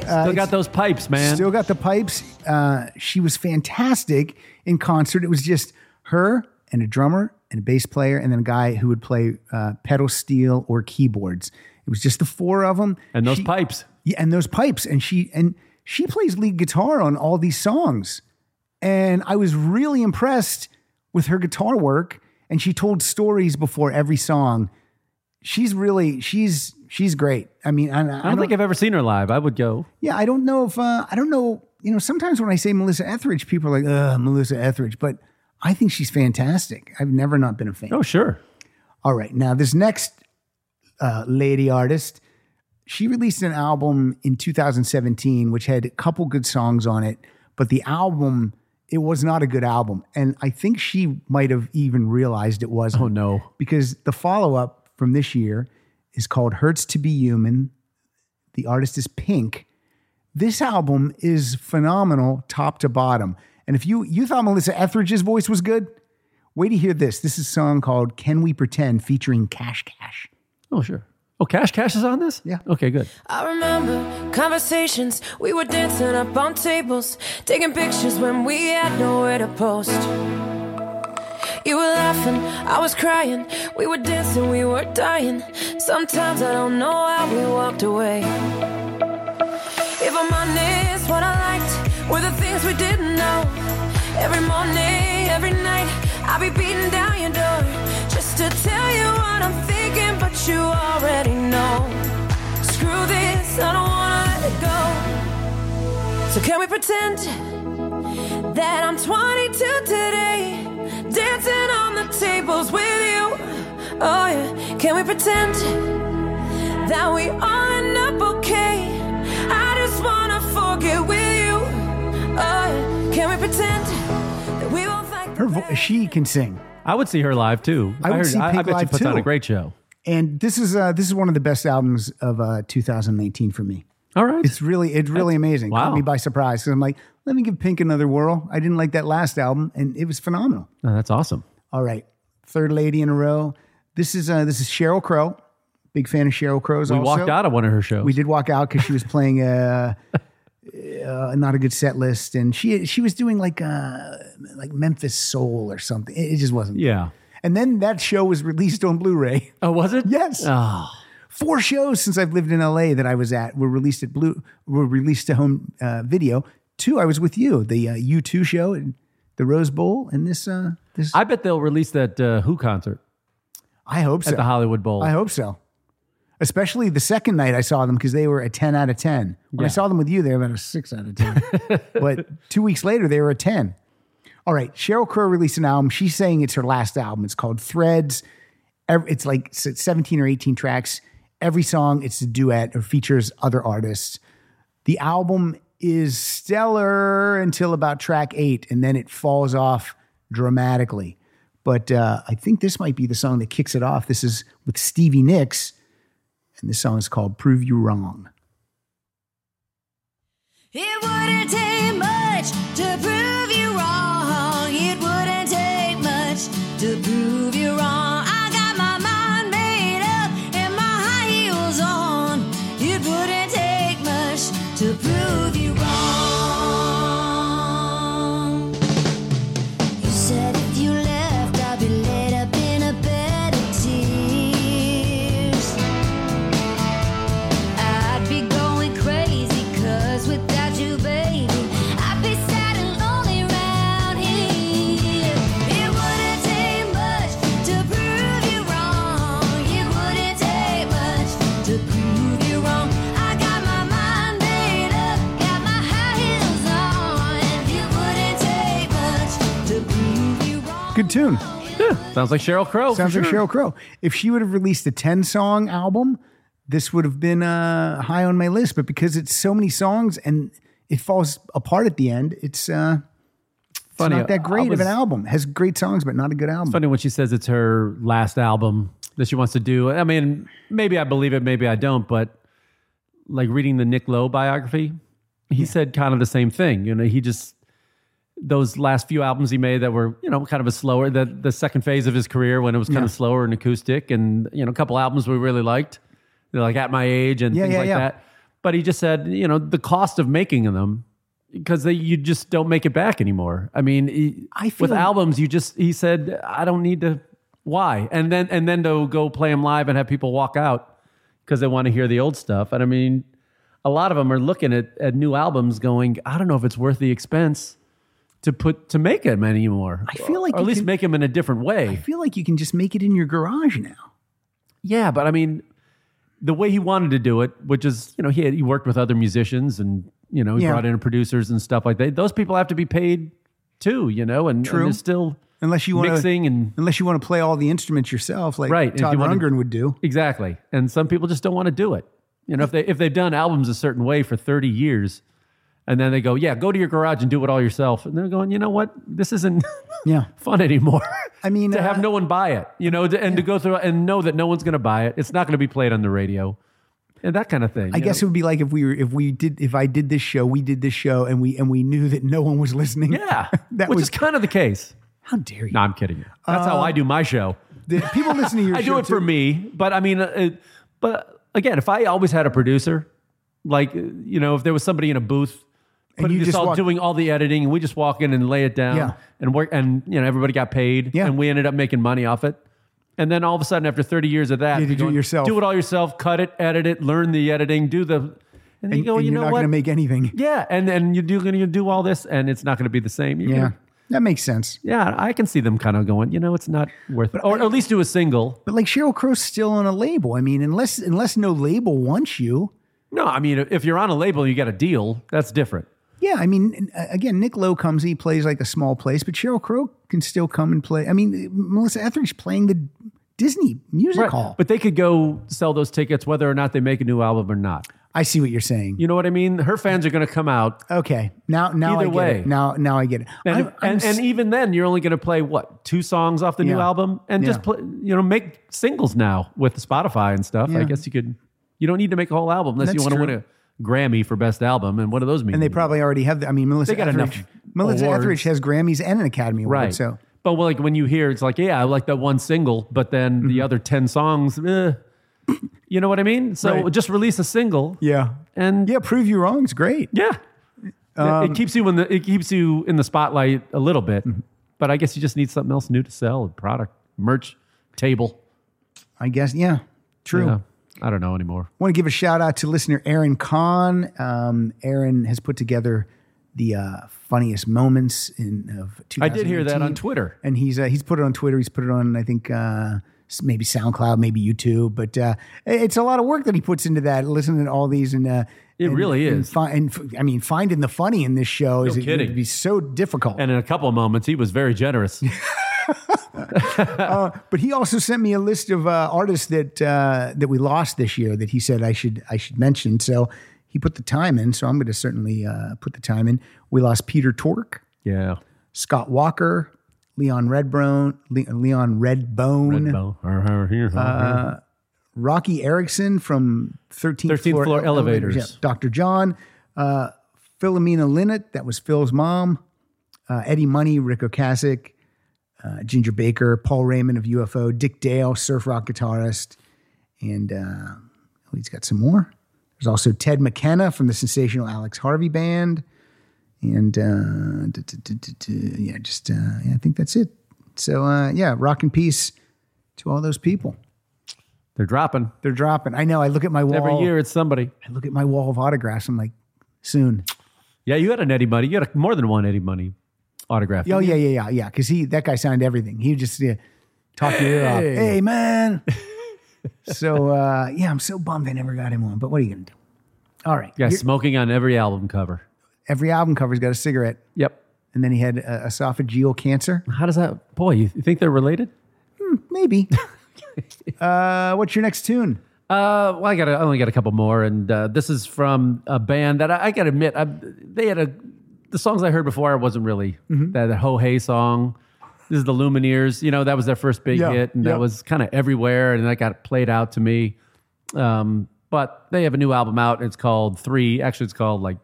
E: Still got those pipes, man.
C: Uh, Still got the pipes. Uh, she was fantastic in concert. It was just her and a drummer and a bass player and then a guy who would play uh, pedal steel or keyboards. It was just the four of them.
E: And those pipes.
C: Yeah, and those pipes. And she and she plays lead guitar on all these songs. And I was really impressed with her guitar work. And she told stories before every song. She's really she's she's great. I mean, I, I
E: I don't think I've ever seen her live. I would go.
C: yeah, I don't know if uh, I don't know. You know, sometimes when I say Melissa Etheridge, people are like, "Ugh, Melissa Etheridge," but I think she's fantastic. I've never not been a fan. Oh,
E: sure.
C: All right, now this next uh, lady artist, she released an album in 2017, which had a couple good songs on it, but the album it was not a good album, and I think she might have even realized it was. Oh
E: no,
C: because the follow up from this year is called "Hurts to Be Human." The artist is Pink. This album is phenomenal, top to bottom. And if you you thought Melissa Etheridge's voice was good, wait to hear this. This is a song called "Can We Pretend" featuring Cash Cash.
E: Oh sure. Oh, Cash Cash is on this? Yeah. Okay, good.
L: I remember conversations. We were dancing up on tables, taking pictures when we had nowhere to post. You were laughing, I was crying. We were dancing, we were dying. Sometimes I don't know how we walked away. If I'm honest, what I liked were the things we didn't know. Every morning, every night, I'll be beating down your door just to tell you what I'm thinking, but you already know. Screw this, I don't wanna let it go. So can we pretend that I'm 22 today, dancing on the tables with you? Oh yeah, can we pretend that we all end up okay? I just wanna forget with you. Oh yeah, can we pretend that we won't fight?
C: Her vo- she can sing.
E: I would see her live too.
C: I would see
E: I,
C: Pink
E: bet she
C: live,
E: puts on
C: too.
E: a great show.
C: And this is uh, this is one of the best albums of uh, 2019 for me.
E: All right,
C: it's really it's really amazing. Caught
E: wow.
C: me by surprise. So I'm like, let me give Pink another whirl. I didn't like that last album, and it was phenomenal.
E: Oh, that's awesome.
C: All right, third lady in a row. This is uh, this is Cheryl Crow. Big fan of Cheryl Crow's.
E: We
C: also.
E: walked out of one of her shows.
C: We did walk out because she was playing uh, uh, not a good set list, and she she was doing like uh, like Memphis Soul or something. It, it just wasn't.
E: Yeah.
C: And then that show was released on Blu-ray.
E: Oh, was it? Ah.
C: Yes. Four shows since I've lived in LA that I was at were released at Blue were released to home uh, video. Two, I was with you, the uh, U2 show and the Rose Bowl, and this uh, this.
E: I bet they'll release that uh, Who concert.
C: I hope so.
E: At the Hollywood Bowl.
C: I hope so. Especially the second night I saw them because they were a 10 out of 10. When I
E: Yeah.
C: saw them with you, they were about a 6 out of 10. but two weeks later, they were a 10. All right. Cheryl Crow released an album. She's saying it's her last album. It's called Threads. Ev- It's like s- 17 or 18 tracks. Every song, it's a duet or features other artists. The album is stellar until about track eight, and then it falls off dramatically. But uh, I think this might be the song that kicks it off. This is with Stevie Nicks, and this song is called Prove You Wrong.
H: It wouldn't take much to prove you wrong. It wouldn't take much to prove you wrong. I got my mind made up and my high heels on. It wouldn't take much to prove you wrong. You said if you left, I'd be laid up in a bed of tears. I'd be going crazy, 'cause without you, baby, I'd be sad and lonely round here. It wouldn't take much to prove you wrong. It wouldn't take much to prove you wrong. I got my mind made up, got my high heels on. It wouldn't take much to prove you wrong.
C: Good tune.
E: Sounds like Cheryl Crow.
C: Sounds like Cheryl Crow. If she would have released a 10 song album, this would have been uh, high on my list. But because it's so many songs and it falls apart at the end, it's, uh, it's
E: Funny,
C: not that
E: I
C: great of
E: was-
C: an album. Has great songs, but not a good album.
E: Funny when she says it's her last album that she wants to do. I mean, maybe I believe it, maybe I don't, but like reading the Nick Lowe biography, he said kind of the same thing. You know, he just those last few albums he made that were, you know, kind of a slower the the second phase of his career when it was kind
C: Yeah.
E: of slower and acoustic and you know, a couple albums we really liked. They're like at my age and
C: Yeah,
E: things
C: yeah,
E: like
C: yeah.
E: that. But he just said, you know, the cost of making them because they you just don't make it back anymore. I mean, he- with
J: feel-
E: albums, you just he said, I don't need to. Why? And then and then to go play them live and have people walk out because they want to hear the old stuff. And I mean, a lot of them are looking at at new albums, going, I don't know if it's worth the expense to put to make them anymore. I
C: feel like
E: or at
C: you
E: least
C: can-
E: make them in a different way.
C: I feel like you can just make it in your garage now.
E: Yeah, but I mean, the way he wanted to do it, which is, you know, he had, he worked with other musicians and you know he
C: Yeah.
E: brought in producers and stuff like that. Those people have to be paid too, you know, and, and
C: True.
E: they're still
C: Unless you want
E: mixing and
C: unless you want to play all the instruments yourself, like
E: right. if
C: Todd
E: you wanna-
C: Rundgren would do.
E: exactly. And some people just don't want to do it. You know, if they if they've done albums a certain way for thirty years, and then they go, yeah, go to your garage and do it all yourself, and they're going, you know what, this isn't
C: yeah
E: fun anymore.
C: I mean, uh,
E: to have no one buy it, you know, to, and to go through and know that no one's going to buy it. It's not going to be played on the radio, and that kind of thing.
C: I
E: you
C: guess it
E: know?
C: would be like if we were if we did if I did this show, we did this show, and we and we knew that no one was listening.
E: Yeah,
C: that
E: which
C: was
E: is kind of the case.
C: How dare you?
E: No, I'm kidding you. That's how
C: Uh,
E: I do my show.
C: The- people listen to your
E: I
C: show
E: do it for
C: too.
E: me, but I mean, uh, it, but again, if I always had a producer, like uh, you know, if there was somebody in a booth,
C: And
E: putting
C: you
E: this
C: just
E: all
C: walk-
E: doing all the editing, and we just walk in and lay it down,
C: Yeah.
E: and work, and you know, everybody got paid, and we ended up making money off it. And then all of a sudden, after 30 years of that,
C: You had to
E: you're
C: do it yourself.
E: do it all yourself, cut it, edit it, learn the editing, do the, and, then you
C: and,
E: go,
C: and
E: you
C: you're
E: know
C: not
E: what?
C: going to make anything.
E: yeah, and and you do going to do all this, and it's not going to be the same. You're
C: Yeah,
E: gonna-
C: that makes sense.
E: yeah, I can see them kind of going, you know, it's not worth it. Or at least do a single.
C: But like Cheryl Crow's still on a label. I mean, unless unless no label wants you.
E: No, I mean, if you're on a label, you got a deal. That's different.
C: Yeah, I mean, n- uh, again, Nick Lowe comes, he plays like a small place, but Cheryl Crow can still come and play. I mean, Melissa Etheridge playing the Disney Music Hall.
E: But they could go sell those tickets whether or not they make a new album or not.
C: I see what you're saying.
E: You know what I mean? Her fans are going to come out.
C: Okay, now now I
E: Either
C: get
E: way.
C: it. Now now I get it.
E: And,
C: I'm- I'm
E: and,
C: s-
E: and even then, you're only going to play what two songs off the new
C: Yeah.
E: album, and just
C: Yeah.
E: play, you know make singles now with Spotify and stuff. I
C: Yeah.
E: guess you could. You don't need to make a whole album unless you
C: That's
E: want to
C: true.
E: win a Grammy for best album, and what do those mean?
C: and they probably already have. The, I mean, Melissa
E: They got enough
C: Etheridge. Melissa
E: awards.
C: Etheridge has Grammys and an Academy Award.
E: right.
C: So
E: but well, like when you hear, it's like, yeah, I like that one single, but then
C: Mm-hmm.
E: the other ten songs, eh. you know what I mean? So
C: Right.
E: just release a single,
C: yeah,
E: and
C: yeah, prove you wrong is great.
E: yeah, it
C: Um, Mm-hmm.
E: keeps you in the it keeps you in the spotlight a little bit. But I guess you just need something else new to sell, product, merch, table.
C: I guess yeah, true.
E: Yeah. I don't know anymore.
C: want to give a shout out to listener Aaron Kahn. Um, Aaron has put together the uh, funniest moments in of.
E: I did hear that
C: 2019.
E: on Twitter.
C: and he's uh, he's put it on Twitter. He's put it on I think uh, s- maybe SoundCloud, maybe YouTube. But uh, it- it's a lot of work that he puts into that. Listening to all these and uh,
E: It
C: and-
E: really
C: and
E: is.
C: fi- and f- I mean, finding the funny in this show is it
E: kidding.
C: would be so difficult.
E: And in a couple of moments, he was very generous.
C: Uh, But he also sent me a list of uh, artists that uh, that we lost this year that he said I should I should mention. So he put the time in. So I'm going to certainly uh, put the time in. We lost Peter Tork,
E: yeah.
C: Scott Walker, Leon Redbone, Le- Leon Redbone,
E: Red Bone. Her, her, here, her, her.
C: Uh, Rocky Erickson from 13th,
E: 13th floor
C: ele-
E: elevators.
C: Yeah. Dr. John, uh, Philomena Linnett, that was Phil's mom, uh, Eddie Money, Rick Ocasek, uh, Ginger Baker, Paul Raymond of UFO, Dick Dale, surf rock guitarist, and uh, he's got some more. There's also Ted McKenna from the sensational Alex Harvey Band. And uh, d- d- d- d- d- yeah, just uh, yeah, I think that's it. So uh, yeah, rock and peace to all those people.
E: They're dropping.
C: They're dropping. I know. I look at my wall
E: Every year it's somebody.
C: I look at my wall of autographs. I'm like, soon.
E: Yeah, you had an Eddie Money. You had a, more than one Eddie Money autograph.
C: Oh yeah, yeah, yeah, yeah. Because he that guy signed everything. He would just yeah, talk your ear off.
E: Hey.
C: Hey man. so uh, yeah, I'm so bummed I never got him one. But what are you gonna do? All right.
E: Yeah,
C: You're-
E: smoking on every album cover.
C: Every album cover's got a cigarette.
E: Yep.
C: And then he had uh, esophageal cancer. Hmm,
E: How does that? Boy, you think they're related?
C: Maybe. uh, what's your next tune?
E: Uh, well, I got a, I only got a couple more, and uh, this is from a band that I, I got to admit, I, they had a the songs I heard before I wasn't really
C: Mm-hmm.
E: that, that Ho Hey song. This is the Lumineers, you know that was their first big
J: Yeah,
E: hit, and
J: yeah.
E: that was kind of everywhere, and that got played out to me. Um, but they have a new album out. It's called Three. Actually, it's called like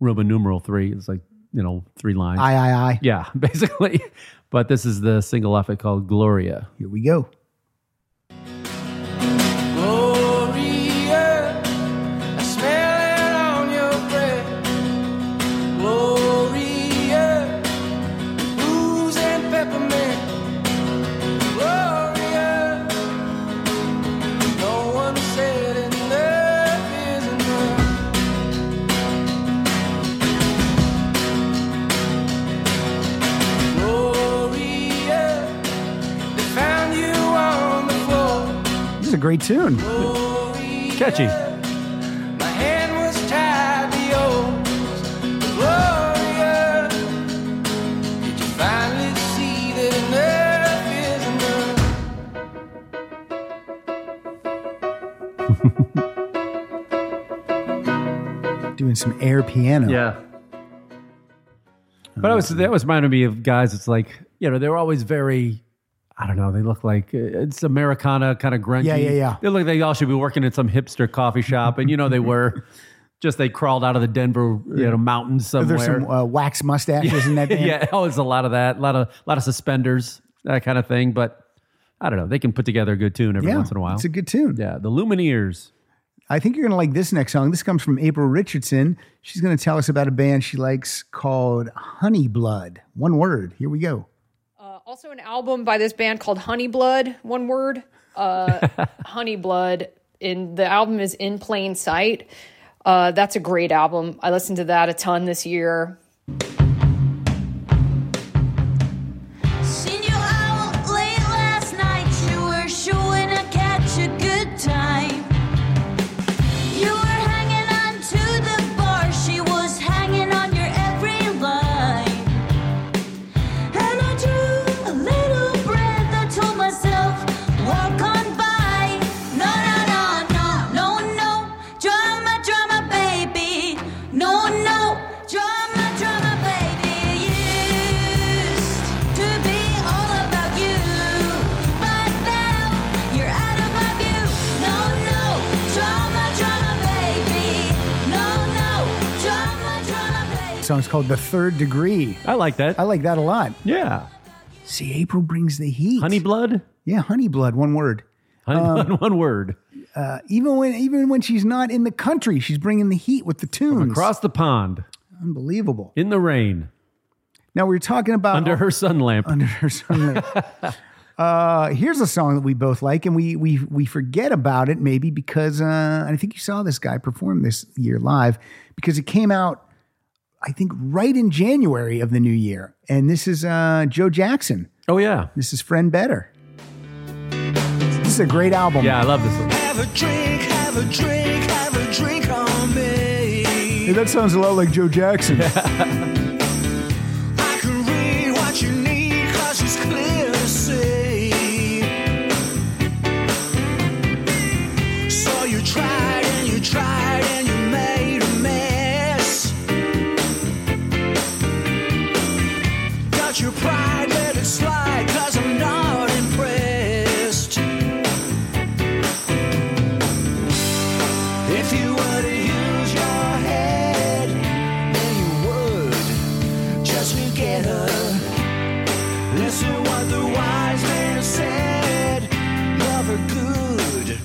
E: Roman numeral three. It's like you know three lines.
C: I, I, I.
E: yeah, basically. But this is the single off it called Gloria.
C: Here we go.
G: Gloria, I smell
C: great tune.
E: Catchy.
I: My hand was tied to yours. Gloria, did you finally see that enough is enough?
C: Doing some air piano.
E: Yeah. But I was that was reminding me of guys. It's like you know they were always very, I don't know. They look like uh, it's Americana kind of grungy.
C: Yeah, yeah, yeah.
E: They look like they all should be working at some hipster coffee shop, and you know they were. Just they crawled out of the Denver you know mountains somewhere.
C: There's some uh, wax mustaches in that band.
E: yeah, oh, it's a lot of that, a lot of lot of suspenders, that kind of thing. But I don't know. They can put together a good tune every
C: Yeah,
E: once in a while.
C: it's a good tune.
E: Yeah, the Lumineers.
C: I think you're going to like this next song. This comes from April Richardson. She's going to tell us about a band she likes called Honey Blood. One word. Here we go.
M: Uh, also, an album by this band called Honey Blood, one word. Uh, Honey Blood. In the album is In Plain Sight. Uh, that's a great album. I listened to that a ton this year.
H: Seen you out late last night. You were sure to catch a good time. You were hanging on to the bar. She was hanging on your every line. And I drew a little breath. I told myself, walk on by. No, no, no, no, no, no. Drama, drama, baby. No, no. Drama, drama, baby. Used to be all about you. But now you're out of my view. No, no. Drama, drama, baby. No, no. Drama, drama, baby.
C: song's called The Third Degree.
E: I like that.
C: I like that a lot.
E: Yeah.
C: See, April brings the heat.
E: Honey Blood.
C: Yeah, Honey Blood. One word. Um,
E: Honey Blood. One word.
C: Uh, even when even when she's not in the country, she's bringing the heat with the tunes.
E: Across the pond.
C: Unbelievable.
E: In the rain.
C: Now we were talking about
E: Under her sun lamp.
C: under her sunlight. uh, here's a song that we both like, and we we we forget about it maybe because uh, I think you saw this guy perform this year live because it came out I think right in January of the new year, and this is uh, Joe Jackson.
E: Oh yeah.
C: This is Friend Better. This is a great album.
E: Yeah, I love this one.
I: Have a drink, have a drink, have a drink on me.
C: Hey, that sounds a lot like Joe Jackson.
I: I can read what you need 'cause it's clear to see. So you tried and you tried and you made a mess. Got your pride, let it slide 'cause I'm not impressed. If you were to use your head, then you would just to get her. Listen what the wise man said. Love her good,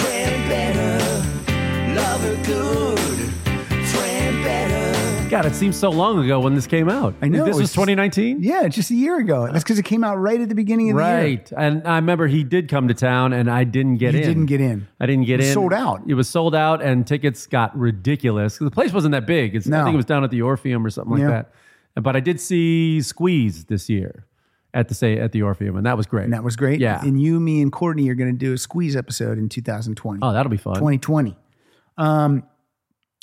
I: friend better. Love her good, friend better.
E: God, it seems so long ago when this came out.
C: I know,
E: This was
C: it's-
E: 2019?
C: yeah, just a year ago. That's because it came out right at the beginning of the year.
E: Right. And I remember he did come to town and I didn't get
C: You
E: in.
C: didn't get in.
E: I didn't get
C: It was
E: in.
C: sold out.
E: It was sold out and tickets got ridiculous. 'Cause The place wasn't that big. It's, I
C: No.
E: think it was down at the Orpheum or something like
C: Yeah.
E: that. But I did see Squeeze this year at the say at the Orpheum and that was great.
C: And that was great.
E: Yeah.
C: And you, me, and Courtney are going to do a squeeze episode in 2020.
E: oh, that'll be fun.
C: 2020. Um,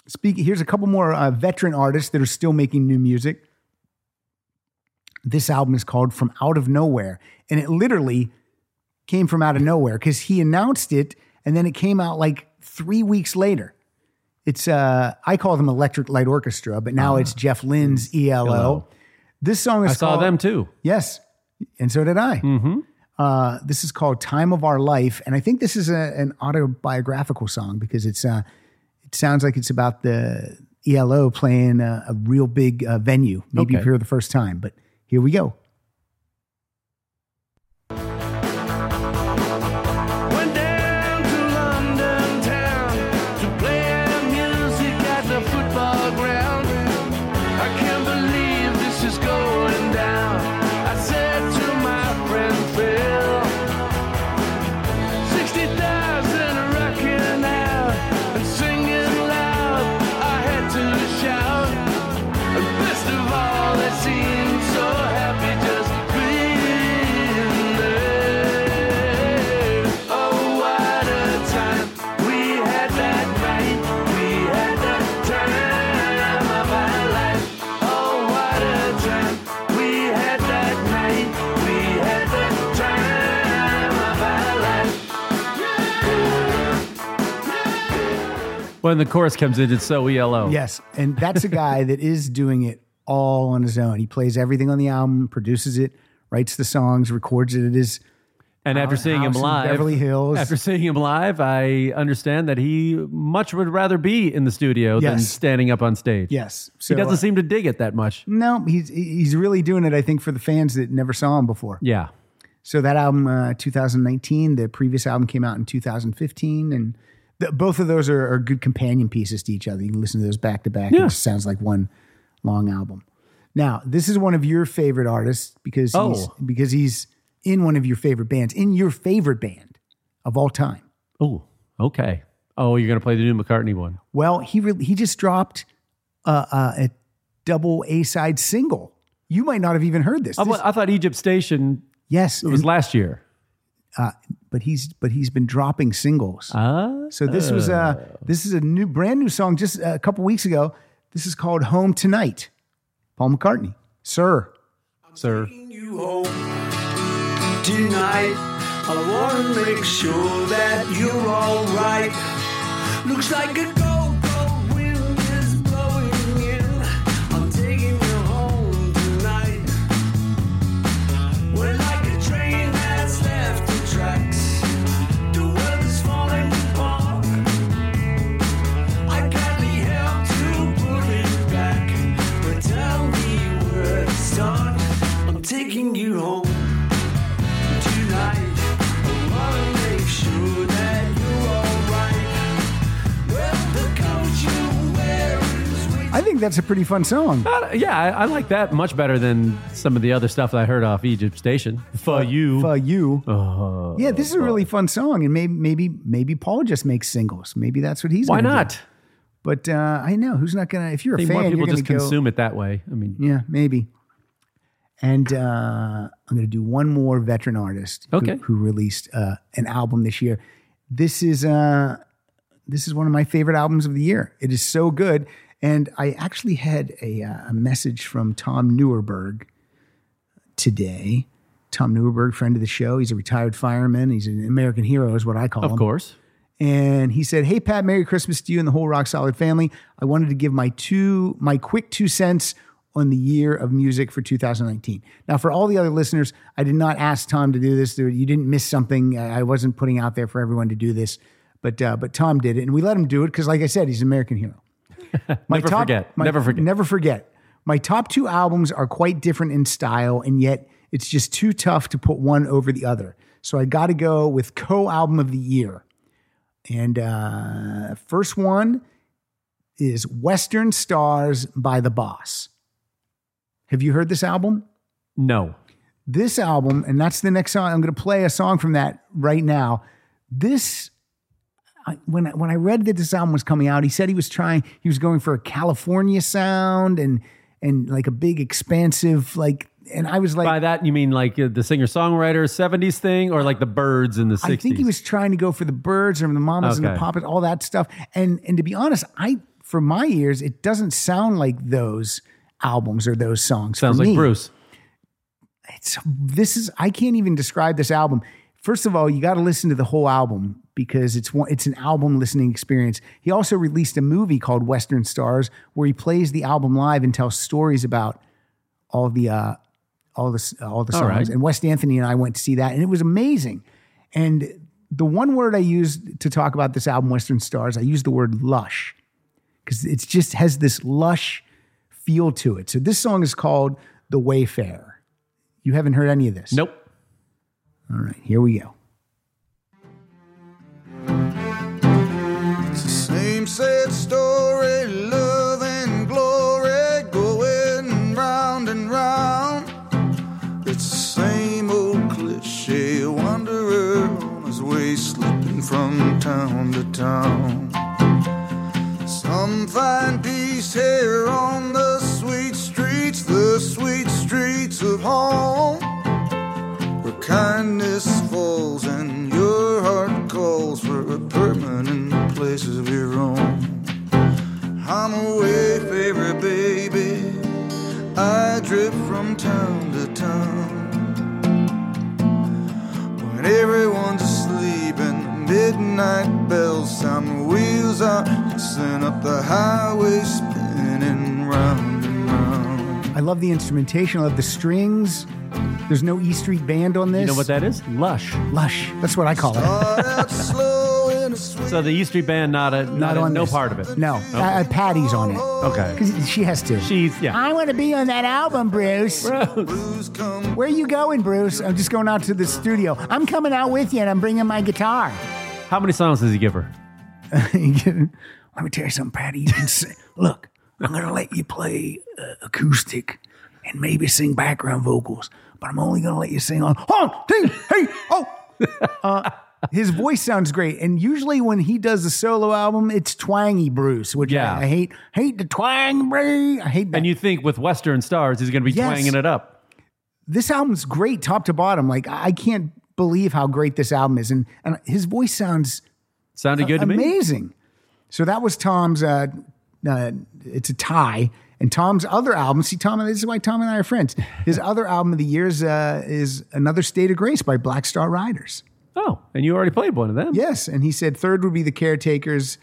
C: speak. Here's a couple more uh, veteran artists that are still making new music. This album is called "From Out of Nowhere," and it literally came from out of nowhere because he announced it, and then it came out like three weeks later. It's uh, I call them Electric Light Orchestra, but now it's Jeff E Lynne's ELO.
E: ELO.
C: This song is
E: I saw
C: called,
E: them too. Mm-hmm.
C: Yes, and so did I. Uh, this is called "Time of Our Life," and I think this is a, an autobiographical song because it's uh, it sounds like it's about the ELO playing a, a real big uh, venue, maybe
E: Okay.
C: for the first time. But here we go.
I: Went down to London town to play our music at the football ground. I can't believe this is going down. I said to my friend Phil, 60,000 rocking out and singing loud. I had to shout. And best of all, they seemed so happy Oh,
E: When the chorus comes in, it's so E ELO.
C: Yes, and that's a guy that is doing it all on his own. He plays everything on the album, produces it, writes the songs, records it at his.
E: And after
C: house-
E: seeing him
C: house in
E: live,
C: Beverly Hills.
E: After seeing him live, I understand that he much would rather be in the studio than
C: Yes.
E: standing up on stage.
C: Yes.
E: he doesn't
C: uh,
E: seem to dig it that much.
C: No, he's he's really doing it. I think for the fans that never saw him before.
E: Yeah.
C: So that album, uh, 2019. The previous album came out in 2015, and th- both of those are, are good companion pieces to each other. You can listen to those back to back. It
E: Yeah.
C: just sounds like one long album. Now, this is one of your favorite artists because he's,
E: Oh.
C: because he's in one of your favorite bands, in your favorite band of all time.
E: Oh, okay. Oh, you're gonna play the new McCartney one.
C: Well, he re- he just dropped uh, uh, a double A side single. You might not have even heard this.
E: I,
C: This-
E: I thought Egypt Station.
C: Yes,
E: it was last year.
C: uh, but he's but he's been dropping singles.
E: Ah.
C: so this was uh this is a new brand new song just a couple weeks ago. This is called Home Tonight. Paul McCartney, Sir.
E: Sir.
I: you home tonight. I wanna make sure that you're alright. Looks like a cold, cold wind is blowing in. I'm taking you home tonight. We're like a train that's left the tracks. The world is falling apart. I got the help to put it back. But tell me where to start. I'm taking you home tonight. I wanna make sure that you're alright. Well, the coat you wear is wet.
C: I think that's a pretty fun song.
E: Uh, yeah, I, I like that much better than some of the other stuff that I heard off Egypt Station. For you.
C: For you.
E: Oh.
C: Yeah, this is a really fun song, and maybe maybe maybe Paul just makes singles. Maybe that's what he's.
E: Why
C: gonna do.
E: not?
C: But uh, I know who's not gonna. If
E: I
C: you're a
E: think
C: fan,
E: more people
C: you're gonna
E: just
C: go,
E: consume it that way. I mean,
C: Yeah, maybe. And uh, I'm going to do one more veteran artist who-
E: Okay.
C: who, released uh, an album this year. This is uh, this is one of my favorite albums of the year. It is so good, and I actually had a, uh, a message from Tom Neuerberg today. Tom Neuerberg, friend of the show, he's a retired fireman. He's an American hero, is what I call him
E: of course.
C: and he said, "Hey Pat, Merry Christmas to you and the whole Rock Solid family. I wanted to give my two my quick two cents on the year of music for 2019. Now, for all the other listeners, I did not ask Tom to do this. There- You didn't miss something. I I wasn't putting out there for everyone to do this, but uh, but Tom did it, and we let him do it because, like I said, he's an American hero.
E: Never forget. Never forget.
C: Never forget. My top two albums are quite different in style, and yet it's just too tough to put one over the other. So I got to go with co album of the year. And uh, first one is Western Stars by The Boss. Have you heard this album?
E: No.
C: This album, and that's the next song. I'm going to play a song from that right now. This, I, when I, when I read that this album was coming out, he said he was trying. He was going for a California sound and and like a big expansive like. And I was like,
E: By that, you mean like uh, the singer songwriter 70s thing or like the birds in the 60s?
C: I think he was trying to go for the birds or the mamas and
E: Okay.
C: the papas, all that stuff. And and to be honest, I for my ears, it doesn't sound like those albums or those songs. for
E: Sounds like
C: me.
E: Bruce.
C: It's this is I can't even describe this album. First of all, you got to listen to the whole album because it's one it's an album listening experience. He also released a movie called Western Stars where he plays the album live and tells stories about all the uh all the s- uh, all the
E: All
C: songs.
E: right.
C: And West Anthony and I went to see that and it was amazing. And the one word I used to talk about this album, Western Stars, I used the word lush because it just has this lush feel to it. So this song is called The Wayfarer. You haven't heard any of this.
E: Nope.
C: All right, here we go.
B: It's the same sad story, love and glory going round and round. It's the same old cliche, wanderer on his way, slipping from town to town. Some find peace here on the sweet streets, the sweet streets of home where kindness falls and your heart calls for a permanent place of your own. I'm a wayfarer, baby. I drift from town to town. When everyone's asleep and
J: midnight bell sound. The wheels are sent up the highway, spinning round and round.
C: I love the instrumentation. I love the strings. There's no E Street Band on this.
E: You know what that is? Lush.
C: Lush. That's what I call it.
E: So the E Street Band, not a, not, a-
C: on
E: no
C: this.
E: part of it.
C: No,
E: Okay.
C: uh, Patty's on it.
E: Okay.
C: Because she has to.
E: She's yeah.
C: I want to be on that album, Bruce. Where you going, Bruce? I'm just going out to the studio. I'm coming out with you, and I'm bringing my guitar.
E: How many songs does he give her?
C: Let me tell you something, Patty. You can sing. Look, I'm going to let you play uh, acoustic and maybe sing background vocals, but I'm only going to let you sing on. Oh, ding, hey, oh. Uh, his voice sounds great, and usually when he does a solo album, it's twangy Bruce, which I-
E: Yeah.
C: I, hate. Hate the twang, Bruce. I hate that.
E: And you think with Western Stars, he's going to be
C: Yes.
E: twanging it up.
C: this album's great top to bottom. Like I I can't believe how great this album is, and and his voice sounds
E: Sounded good to me.
C: amazing. So that was Tom's. Uh, uh, it's a tie, and Tom's other album. See, Tom, this is why Tom and I are friends. His other album of the year is, uh, is another State of Grace by Black Star Riders.
E: Oh, and you already played one of them.
C: Yes, and he said third would be The Caretakers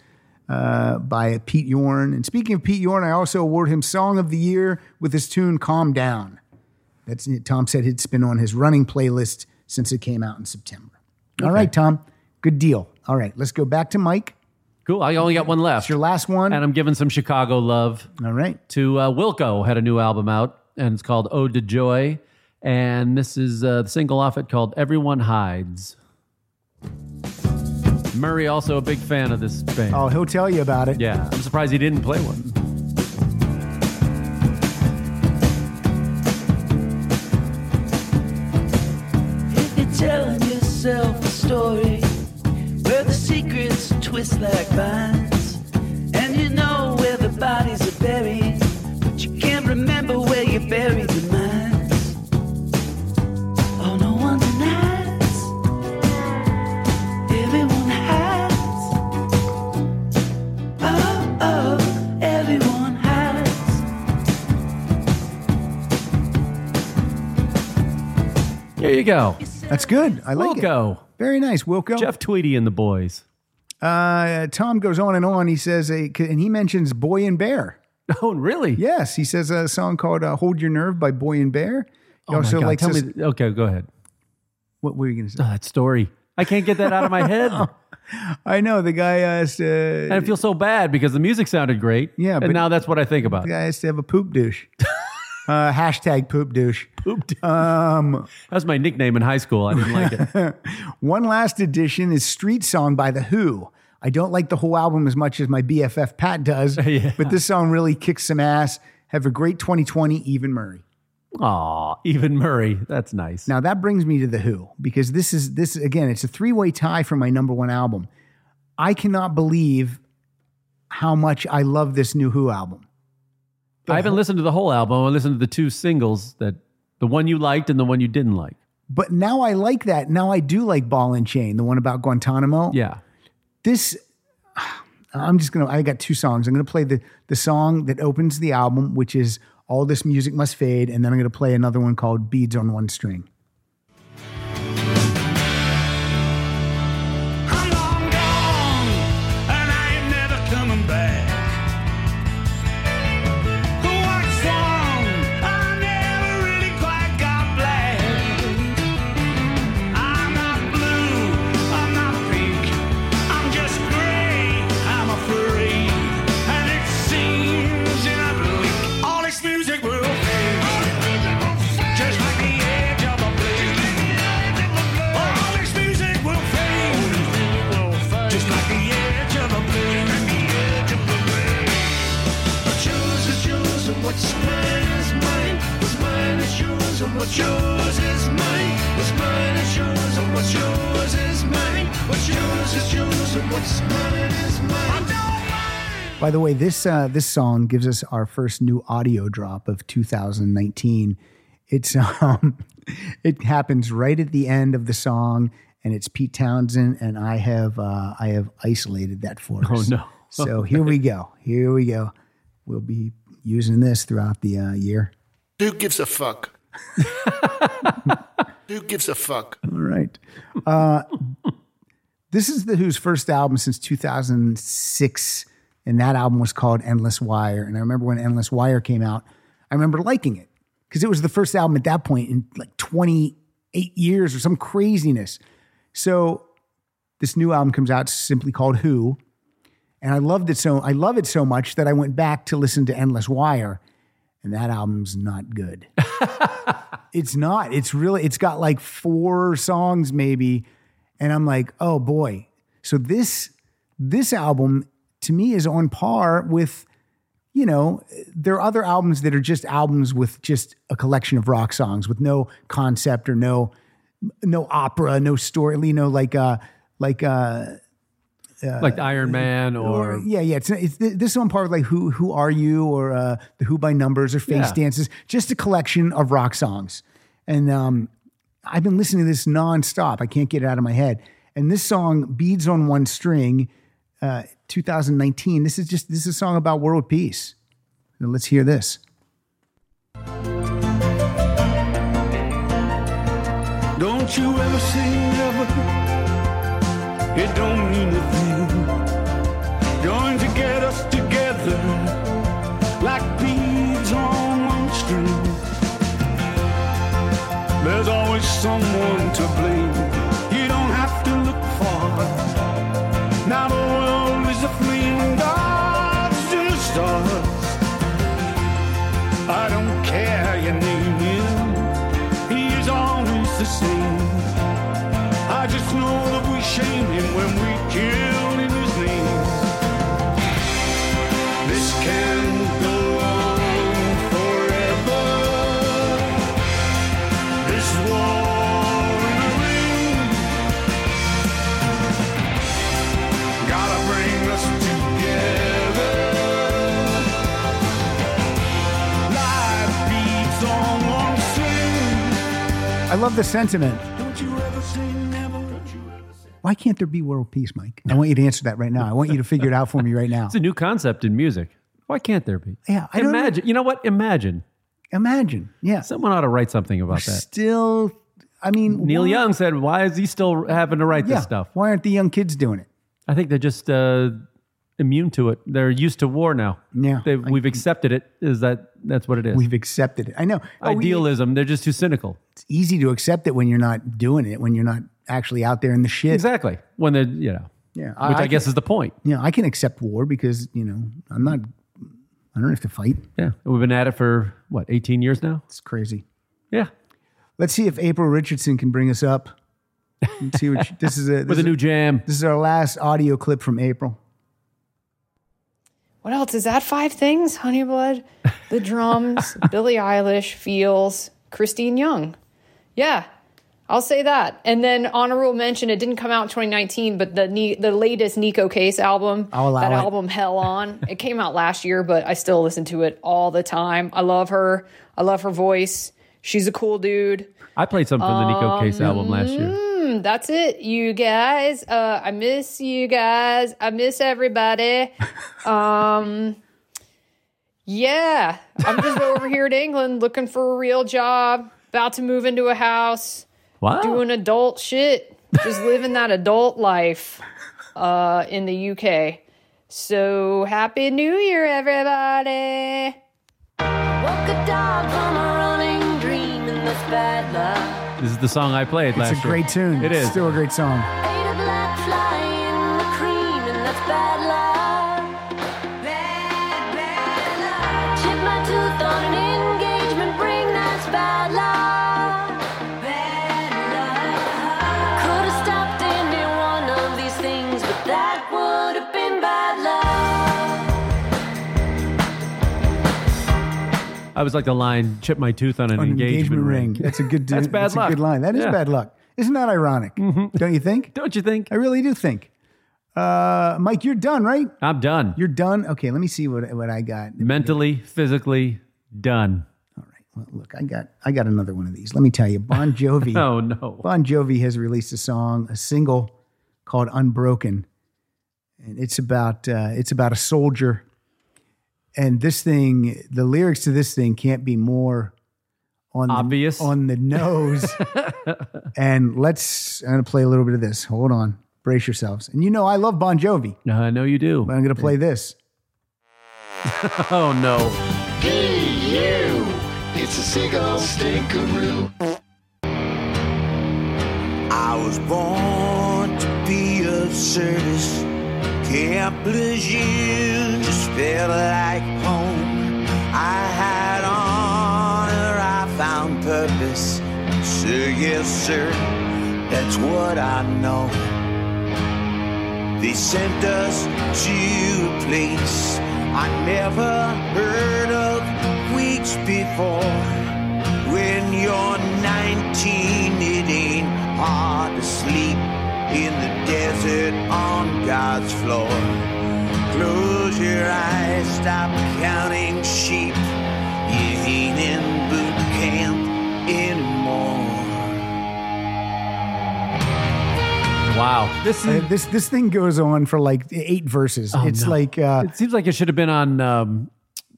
C: uh, by Pete Yorn. And speaking of Pete Yorn, I also award him Song of the Year with his tune "Calm Down." That's Tom said it's been on his running playlist since it came out in September. All right, Tom, good deal. All right, let's go back to Mike.
E: Cool. I only got one left. It's your
C: last one.
E: And I'm giving some Chicago love.
C: All right.
E: To uh, Wilco had a new album out, and it's called Ode to Joy. And this is uh, the single off it called Everyone Hides. Murray also a big fan of this band.
C: Oh, he'll tell you about it.
E: Yeah, I'm surprised he didn't play one.
K: If you're telling yourself a story where the secrets twist like vines, and you know where the bodies are buried, but you can't remember where you buried the minds. Oh, no one denies. Everyone hides. Oh, oh, everyone hides.
E: There you go.
C: That's good. I like it.
E: Wilco.
C: Very nice, Wilco.
E: Jeff Tweedy and the boys.
C: Uh, Tom goes on and on. He says, uh, and he mentions Boy and Bear.
E: Oh, really?
C: Yes, he says a song called uh, "Hold Your Nerve" by Boy and Bear. He
E: Oh my
C: also
E: God,
C: likes
E: tell
C: this-
E: me. Okay, go ahead. Ah,
C: What were you going to say?
E: that story. I can't get that out of my head.
C: I know the guy has to.
E: And I feel so bad because the music sounded great.
C: Yeah,
E: and
C: but-
E: now that's what I think about.
C: The guy has to have a poop douche. uh, hashtag poop douche. Poop douche. Um,
E: That was my nickname in high school. I didn't like it.
C: one last edition is "Street Song" by The Who. I don't like the whole album as much as my BFF Pat does, but this song really kicks some ass. Have a great 2020, Even Murray.
E: Aw, even Murray. That's nice.
C: Now that brings me to the Who because this is this again. It's a three-way tie for my number one album. I cannot believe how much I love this new Who album.
E: I haven't listened to the whole album. I listened to the two singles that the one you liked and the one you didn't like.
C: But now I like that. Now I do like Ball and Chain, the one about Guantanamo.
E: Yeah.
C: This, I'm just gonna. I got two songs. I'm gonna play the the song that opens the album, which is "All This Music Must Fade," and then I'm gonna play another one called "Beads on One String."
I: I'm long gone and I ain't never coming back. What's wrong? I never really quite got black. I'm not blue, I'm not pink, I'm just gray. I'm afraid, and it seems in a blink all this music will fade. Just like the edge of a blade. Oh, all this music will fade. Just like the edge of a blade. What's yours is yours and what's mine is mine. What's mine is yours and what's yours is mine. What's mine is yours and what's yours is mine. What's yours is yours and what's mine is mine.
C: By the way, this uh, this song gives us our first new audio drop of 2019. It's um, it happens right at the end of the song, and it's Pete Townsend, and I have uh, I have isolated that for
E: Oh,
C: us.
E: no.
C: So here we go. Here we go. We'll be using this throughout the uh, year.
W: Who gives a fuck? Who gives a fuck?
C: All right. Uh, This is the Who's first album since 2006, and that album was called Endless Wire. And I remember when Endless Wire came out, I remember liking it because it was the first album at that point in like 28 years or some craziness. So this new album comes out simply called Who, and I loved it so I love it so much that I went back to listen to Endless Wire, and that album's not good. it's not. It's really. It's got like four songs maybe, and I'm like, oh boy. So this this album to me is on par with. You know, there are other albums that are just albums with just a collection of rock songs with no concept or no no opera, no story, you know, like uh like uh uh,
E: like Iron Man or,
C: yeah, yeah. It's, it's this one part of like who who are you or uh, the Who by Numbers or Face
E: Yeah.
C: Dances, just a collection of rock songs. And um, I've been listening to this nonstop. I can't get it out of my head. And this song, "Beads on One String," uh, 2019. This is just this is a song about world peace. Now let's hear this.
I: Don't you ever say never. It don't mean a thing. Going to get us together like beads on one string. There's always someone to blame. You don't have to look far. Now the world is a fleeing gods in the stars. I don't care your name is. He is always the same. I just know that we shame him when we kill in his name. This can go on forever. This war in a ring. Gotta bring us together. Life beats on one string.
C: I love the sentiment. Why can't there be world peace, Mike? I want you to answer that right now. I want you to figure it out for me right now.
E: It's a new concept in music. Why can't there be?
C: Yeah, I don't know.
E: imagine. You know what? Imagine.
C: Imagine. Yeah.
E: Someone ought to write something about that.
C: Still, I mean,
E: Neil
C: why-
E: Young said, "Why is he still having to write
C: Yeah.
E: this stuff?"
C: Why aren't the young kids doing it?
E: I think they're just uh, immune to it. They're used to war now.
C: Yeah,
E: They've, we've accepted it. Is that that's what it is?
C: We've accepted it. I know. Oh, we-
E: Idealism. they're just too cynical.
C: it's easy to accept it when you're not doing it, when you're not actually out there in the shit.
E: Exactly. When they're you know.
C: Yeah,
E: Which I, guess is the point.
C: Yeah, I can accept war because you know I'm not. I don't have to fight.
E: Yeah. We've been at it for what 18 years now.
C: It's crazy.
E: Yeah.
C: Let's see if April Richardson can bring us up. Let's see what she- this is. A, this
E: With a
C: is-
E: new jam.
C: This is our last audio clip from April.
M: What else is that? Five things: Honeyblood, the drums, Billie Eilish, feels, Christine Young. Yeah, I'll say that. And then honorable mention: it didn't come out in 2019, but the Ni- the latest Nico Case album,
C: I'll allow
M: that
C: it.
M: album Hell On, it came out last year, but I still listen to it all the time. I love her. I love her voice. She's a cool dude.
E: I played some from the Nico
C: Um,
E: Case album last year.
M: Um, Mm, that's it, you guys. Uh, I miss you guys. I miss everybody. Um, yeah, I'm just over here in England looking for a real job. About to move into a house.
E: Wow.
M: Doing adult shit. Just living that adult life uh, in the UK. So happy New Year, everybody.
V: Woke a dog from a running dream in this bad luck.
E: This is the song I played last
C: mm-hmm. It's
E: year.
C: a great tune.
E: It is.
C: still a great song.
V: Ate a black fly in the cream in this bad luck. Bad, bad luck. Chipped my tooth on an engagement ring, that's bad luck. Bad luck. Could have stopped any one of these things, but that would have been bad luck.
E: I was like the line, "Chip my tooth on an,
C: On an
E: engagement,
C: engagement
E: ring.
C: That's a good.
E: That's bad
C: that's
E: luck.
C: A good line. That is
E: Yeah. Mm-hmm.
C: bad luck. Isn't that ironic? Don't you think?
E: Don't you think?
C: I really do think. Uh, Mike, you're done, right?
E: I'm done.
C: You're done. Okay, let me see what what I got.
E: Mentally, physically, done.
C: Well, look, I got I got another one of these. Let me tell you, Bon Jovi.
E: Oh no.
C: Bon Jovi has released a song, a single called "Unbroken," and it's about uh, it's about a soldier. And this thing, the lyrics to this thing can't be more on
E: Obvious.
C: the, on the nose. and let's I'm gonna play a little bit of this. Hold on. Brace yourselves. And you know I love Bon Jovi.
E: No, I know you do.
C: But I'm going to play this.
E: oh no.
W: Hey, you! It's a seagull stinkeroo.
B: I was born to be of service. Camp Lejeune just felt like home. I had honor, I found purpose. Sir, yes, sir, that's what I know. They sent us to a place I never heard of weeks before. When you're 19, it ain't hard to sleep in the desert on God's floor. Close your eyes, stop counting sheep. You ain't in boot camp anymore.
E: Wow. This
C: is, Uh, this this thing goes on for like eight verses.
E: Oh,
C: it's
E: no.
C: like uh,
E: It seems like it should have been on um,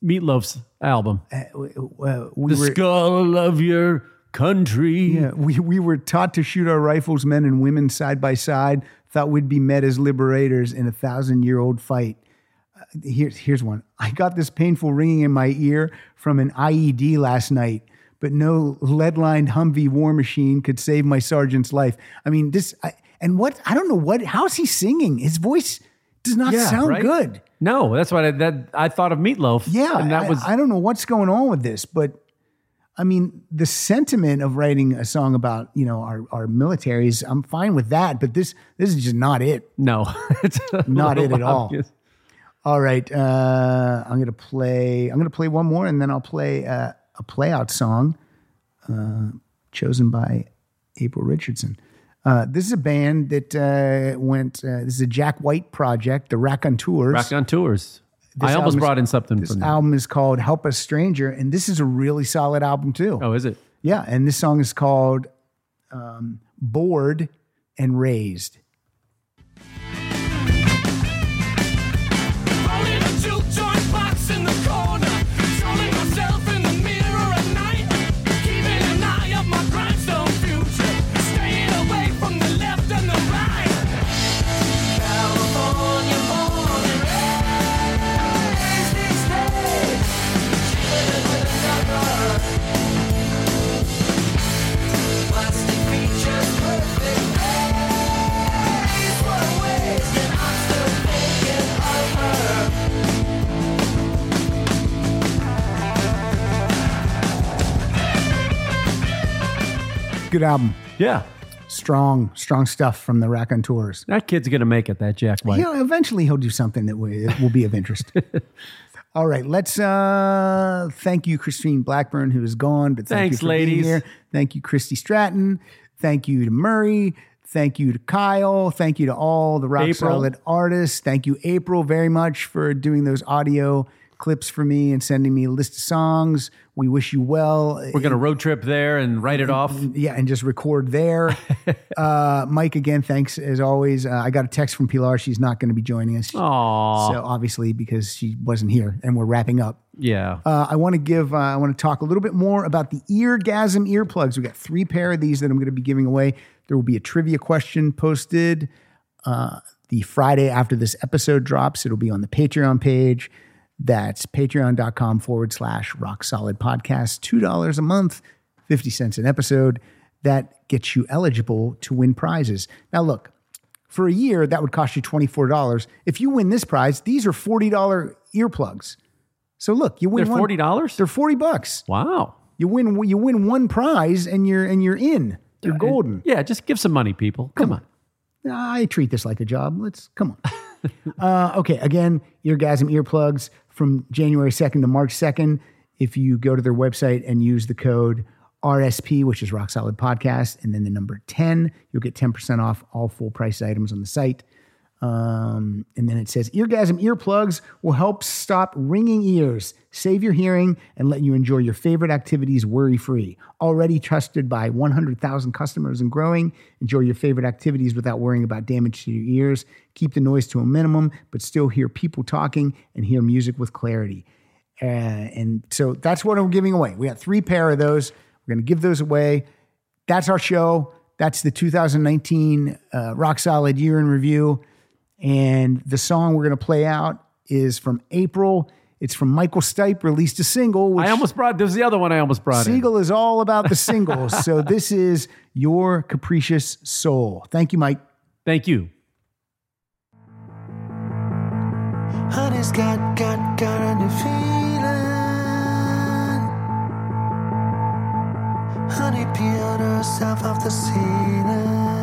E: Meatloaf's album.
C: Uh, we
E: the
C: were-
E: skull of your country.
C: yeah, we we were taught to shoot our rifles, men and women side by side. Thought we'd be met as liberators in a thousand year old fight. Uh, here's here's one. I got this painful ringing in my ear from an IED last night, but no lead lined Humvee war machine could save my sergeant's life. I mean, this I, and what I don't know what. How's he singing? His voice does not
E: Yeah,
C: sound
E: right?
C: good.
E: No, that's what I that I thought of Meatloaf.
C: Yeah,
E: and that
C: I,
E: was
C: I don't know what's going on with this, but I mean, the sentiment of writing a song about you know our our militaries, I'm fine with that, but this this is just not it.
E: no, it's a
C: Not it
E: little
C: at all.
E: obvious.
C: All right, uh, I'm gonna play. I'm gonna play one more, and then I'll play uh, a playout song uh, chosen by April Richardson. Uh, this is a band that uh, went. Uh, this is a Jack White project, the Raconteurs.
E: Rock on tours.
C: This
E: I
C: album
E: almost
C: is-
E: brought in something
C: This
E: from that.
C: album is called "Help a Stranger," and this is a really solid album too.
E: Oh, is it?
C: Yeah, and this song is called um, "Bored and Raised."
N: Rolling a juke joint box in the corner. Trolling myself in the mirror at night. Keeping an eye on my grindstone future. Staying away from the left and the right. California born and raised these days. Chilling with another. Plastic features, perfect face. What a waste, and I'm still thinking of her.
C: Good album.
E: Yeah,
C: strong, strong stuff from the Raconteurs.
E: That kid's gonna make it. That Jack White.
C: He'll, eventually, he'll do something that will, will be of interest. All right, let's uh, thank you, Christine Blackburn, who is gone. But thank
E: Thanks,
C: you for Being
E: ladies.
C: here. Thank you, Christy Stratton. Thank you to Murray. Thank you to Kyle. Thank you to all the rock
E: April.
C: solid artists. Thank you, April, very much for doing those audio clips for me and sending me a list of songs. We wish you well.
E: We're gonna road trip there and write it off.
C: Yeah, and just record there. uh, Mike, again, thanks as always. Uh, I got a text from Pilar. She's not going to be joining us.
E: Aw.
C: So obviously, because she wasn't here and we're wrapping up.
E: Yeah.
C: Uh, I want to give, uh, I want to talk a little bit more about the eargasm earplugs. We've got three pair of these that I'm going to be giving away. There will be a trivia question posted uh, the Friday after this episode drops. It'll be on the Patreon page. That's patreon.com forward slash rock solid podcast. $2 a month, 50 cents an episode. That gets you eligible to win prizes. Now, look, for a year, that would cost you $24. If you win this prize, these are $40 earplugs. So look, you win
E: They're
C: one-
E: $40?
C: They're 40 bucks.
E: Wow.
C: You win you win one prize and you're and you're in. You're golden.
E: Yeah, just give some money, people. Come, on.
C: I treat this like a job. Let's come on. uh, okay, again, eargasm earplugs from January 2nd to March 2nd. If you go to their website and use the code RSP, which is Rock Solid Podcast, and then the number 10, you'll get 10% off all full price items on the site. Um, and then it says eargasm earplugs will help stop ringing ears, save your hearing, and let you enjoy your favorite activities worry free. Already trusted by 100,000 customers and growing, enjoy your favorite activities without worrying about damage to your ears. Keep the noise to a minimum, but still hear people talking and hear music with clarity. Uh, and so that's what I'm giving away. We got three pair of those. We're going to give those away. That's our show. That's the 2019 uh, Rock Solid Year in Review. And the song we're going to play out is from April. It's from Michael Stipe, released a single. Which
E: I almost brought. There's the other one I almost brought in.
C: Siegel is all about the singles. so this is Your Capricious Soul. Thank you, Mike.
E: Thank you.
N: Honey's got, got, got a new feeling. Honey peeled herself off the ceiling.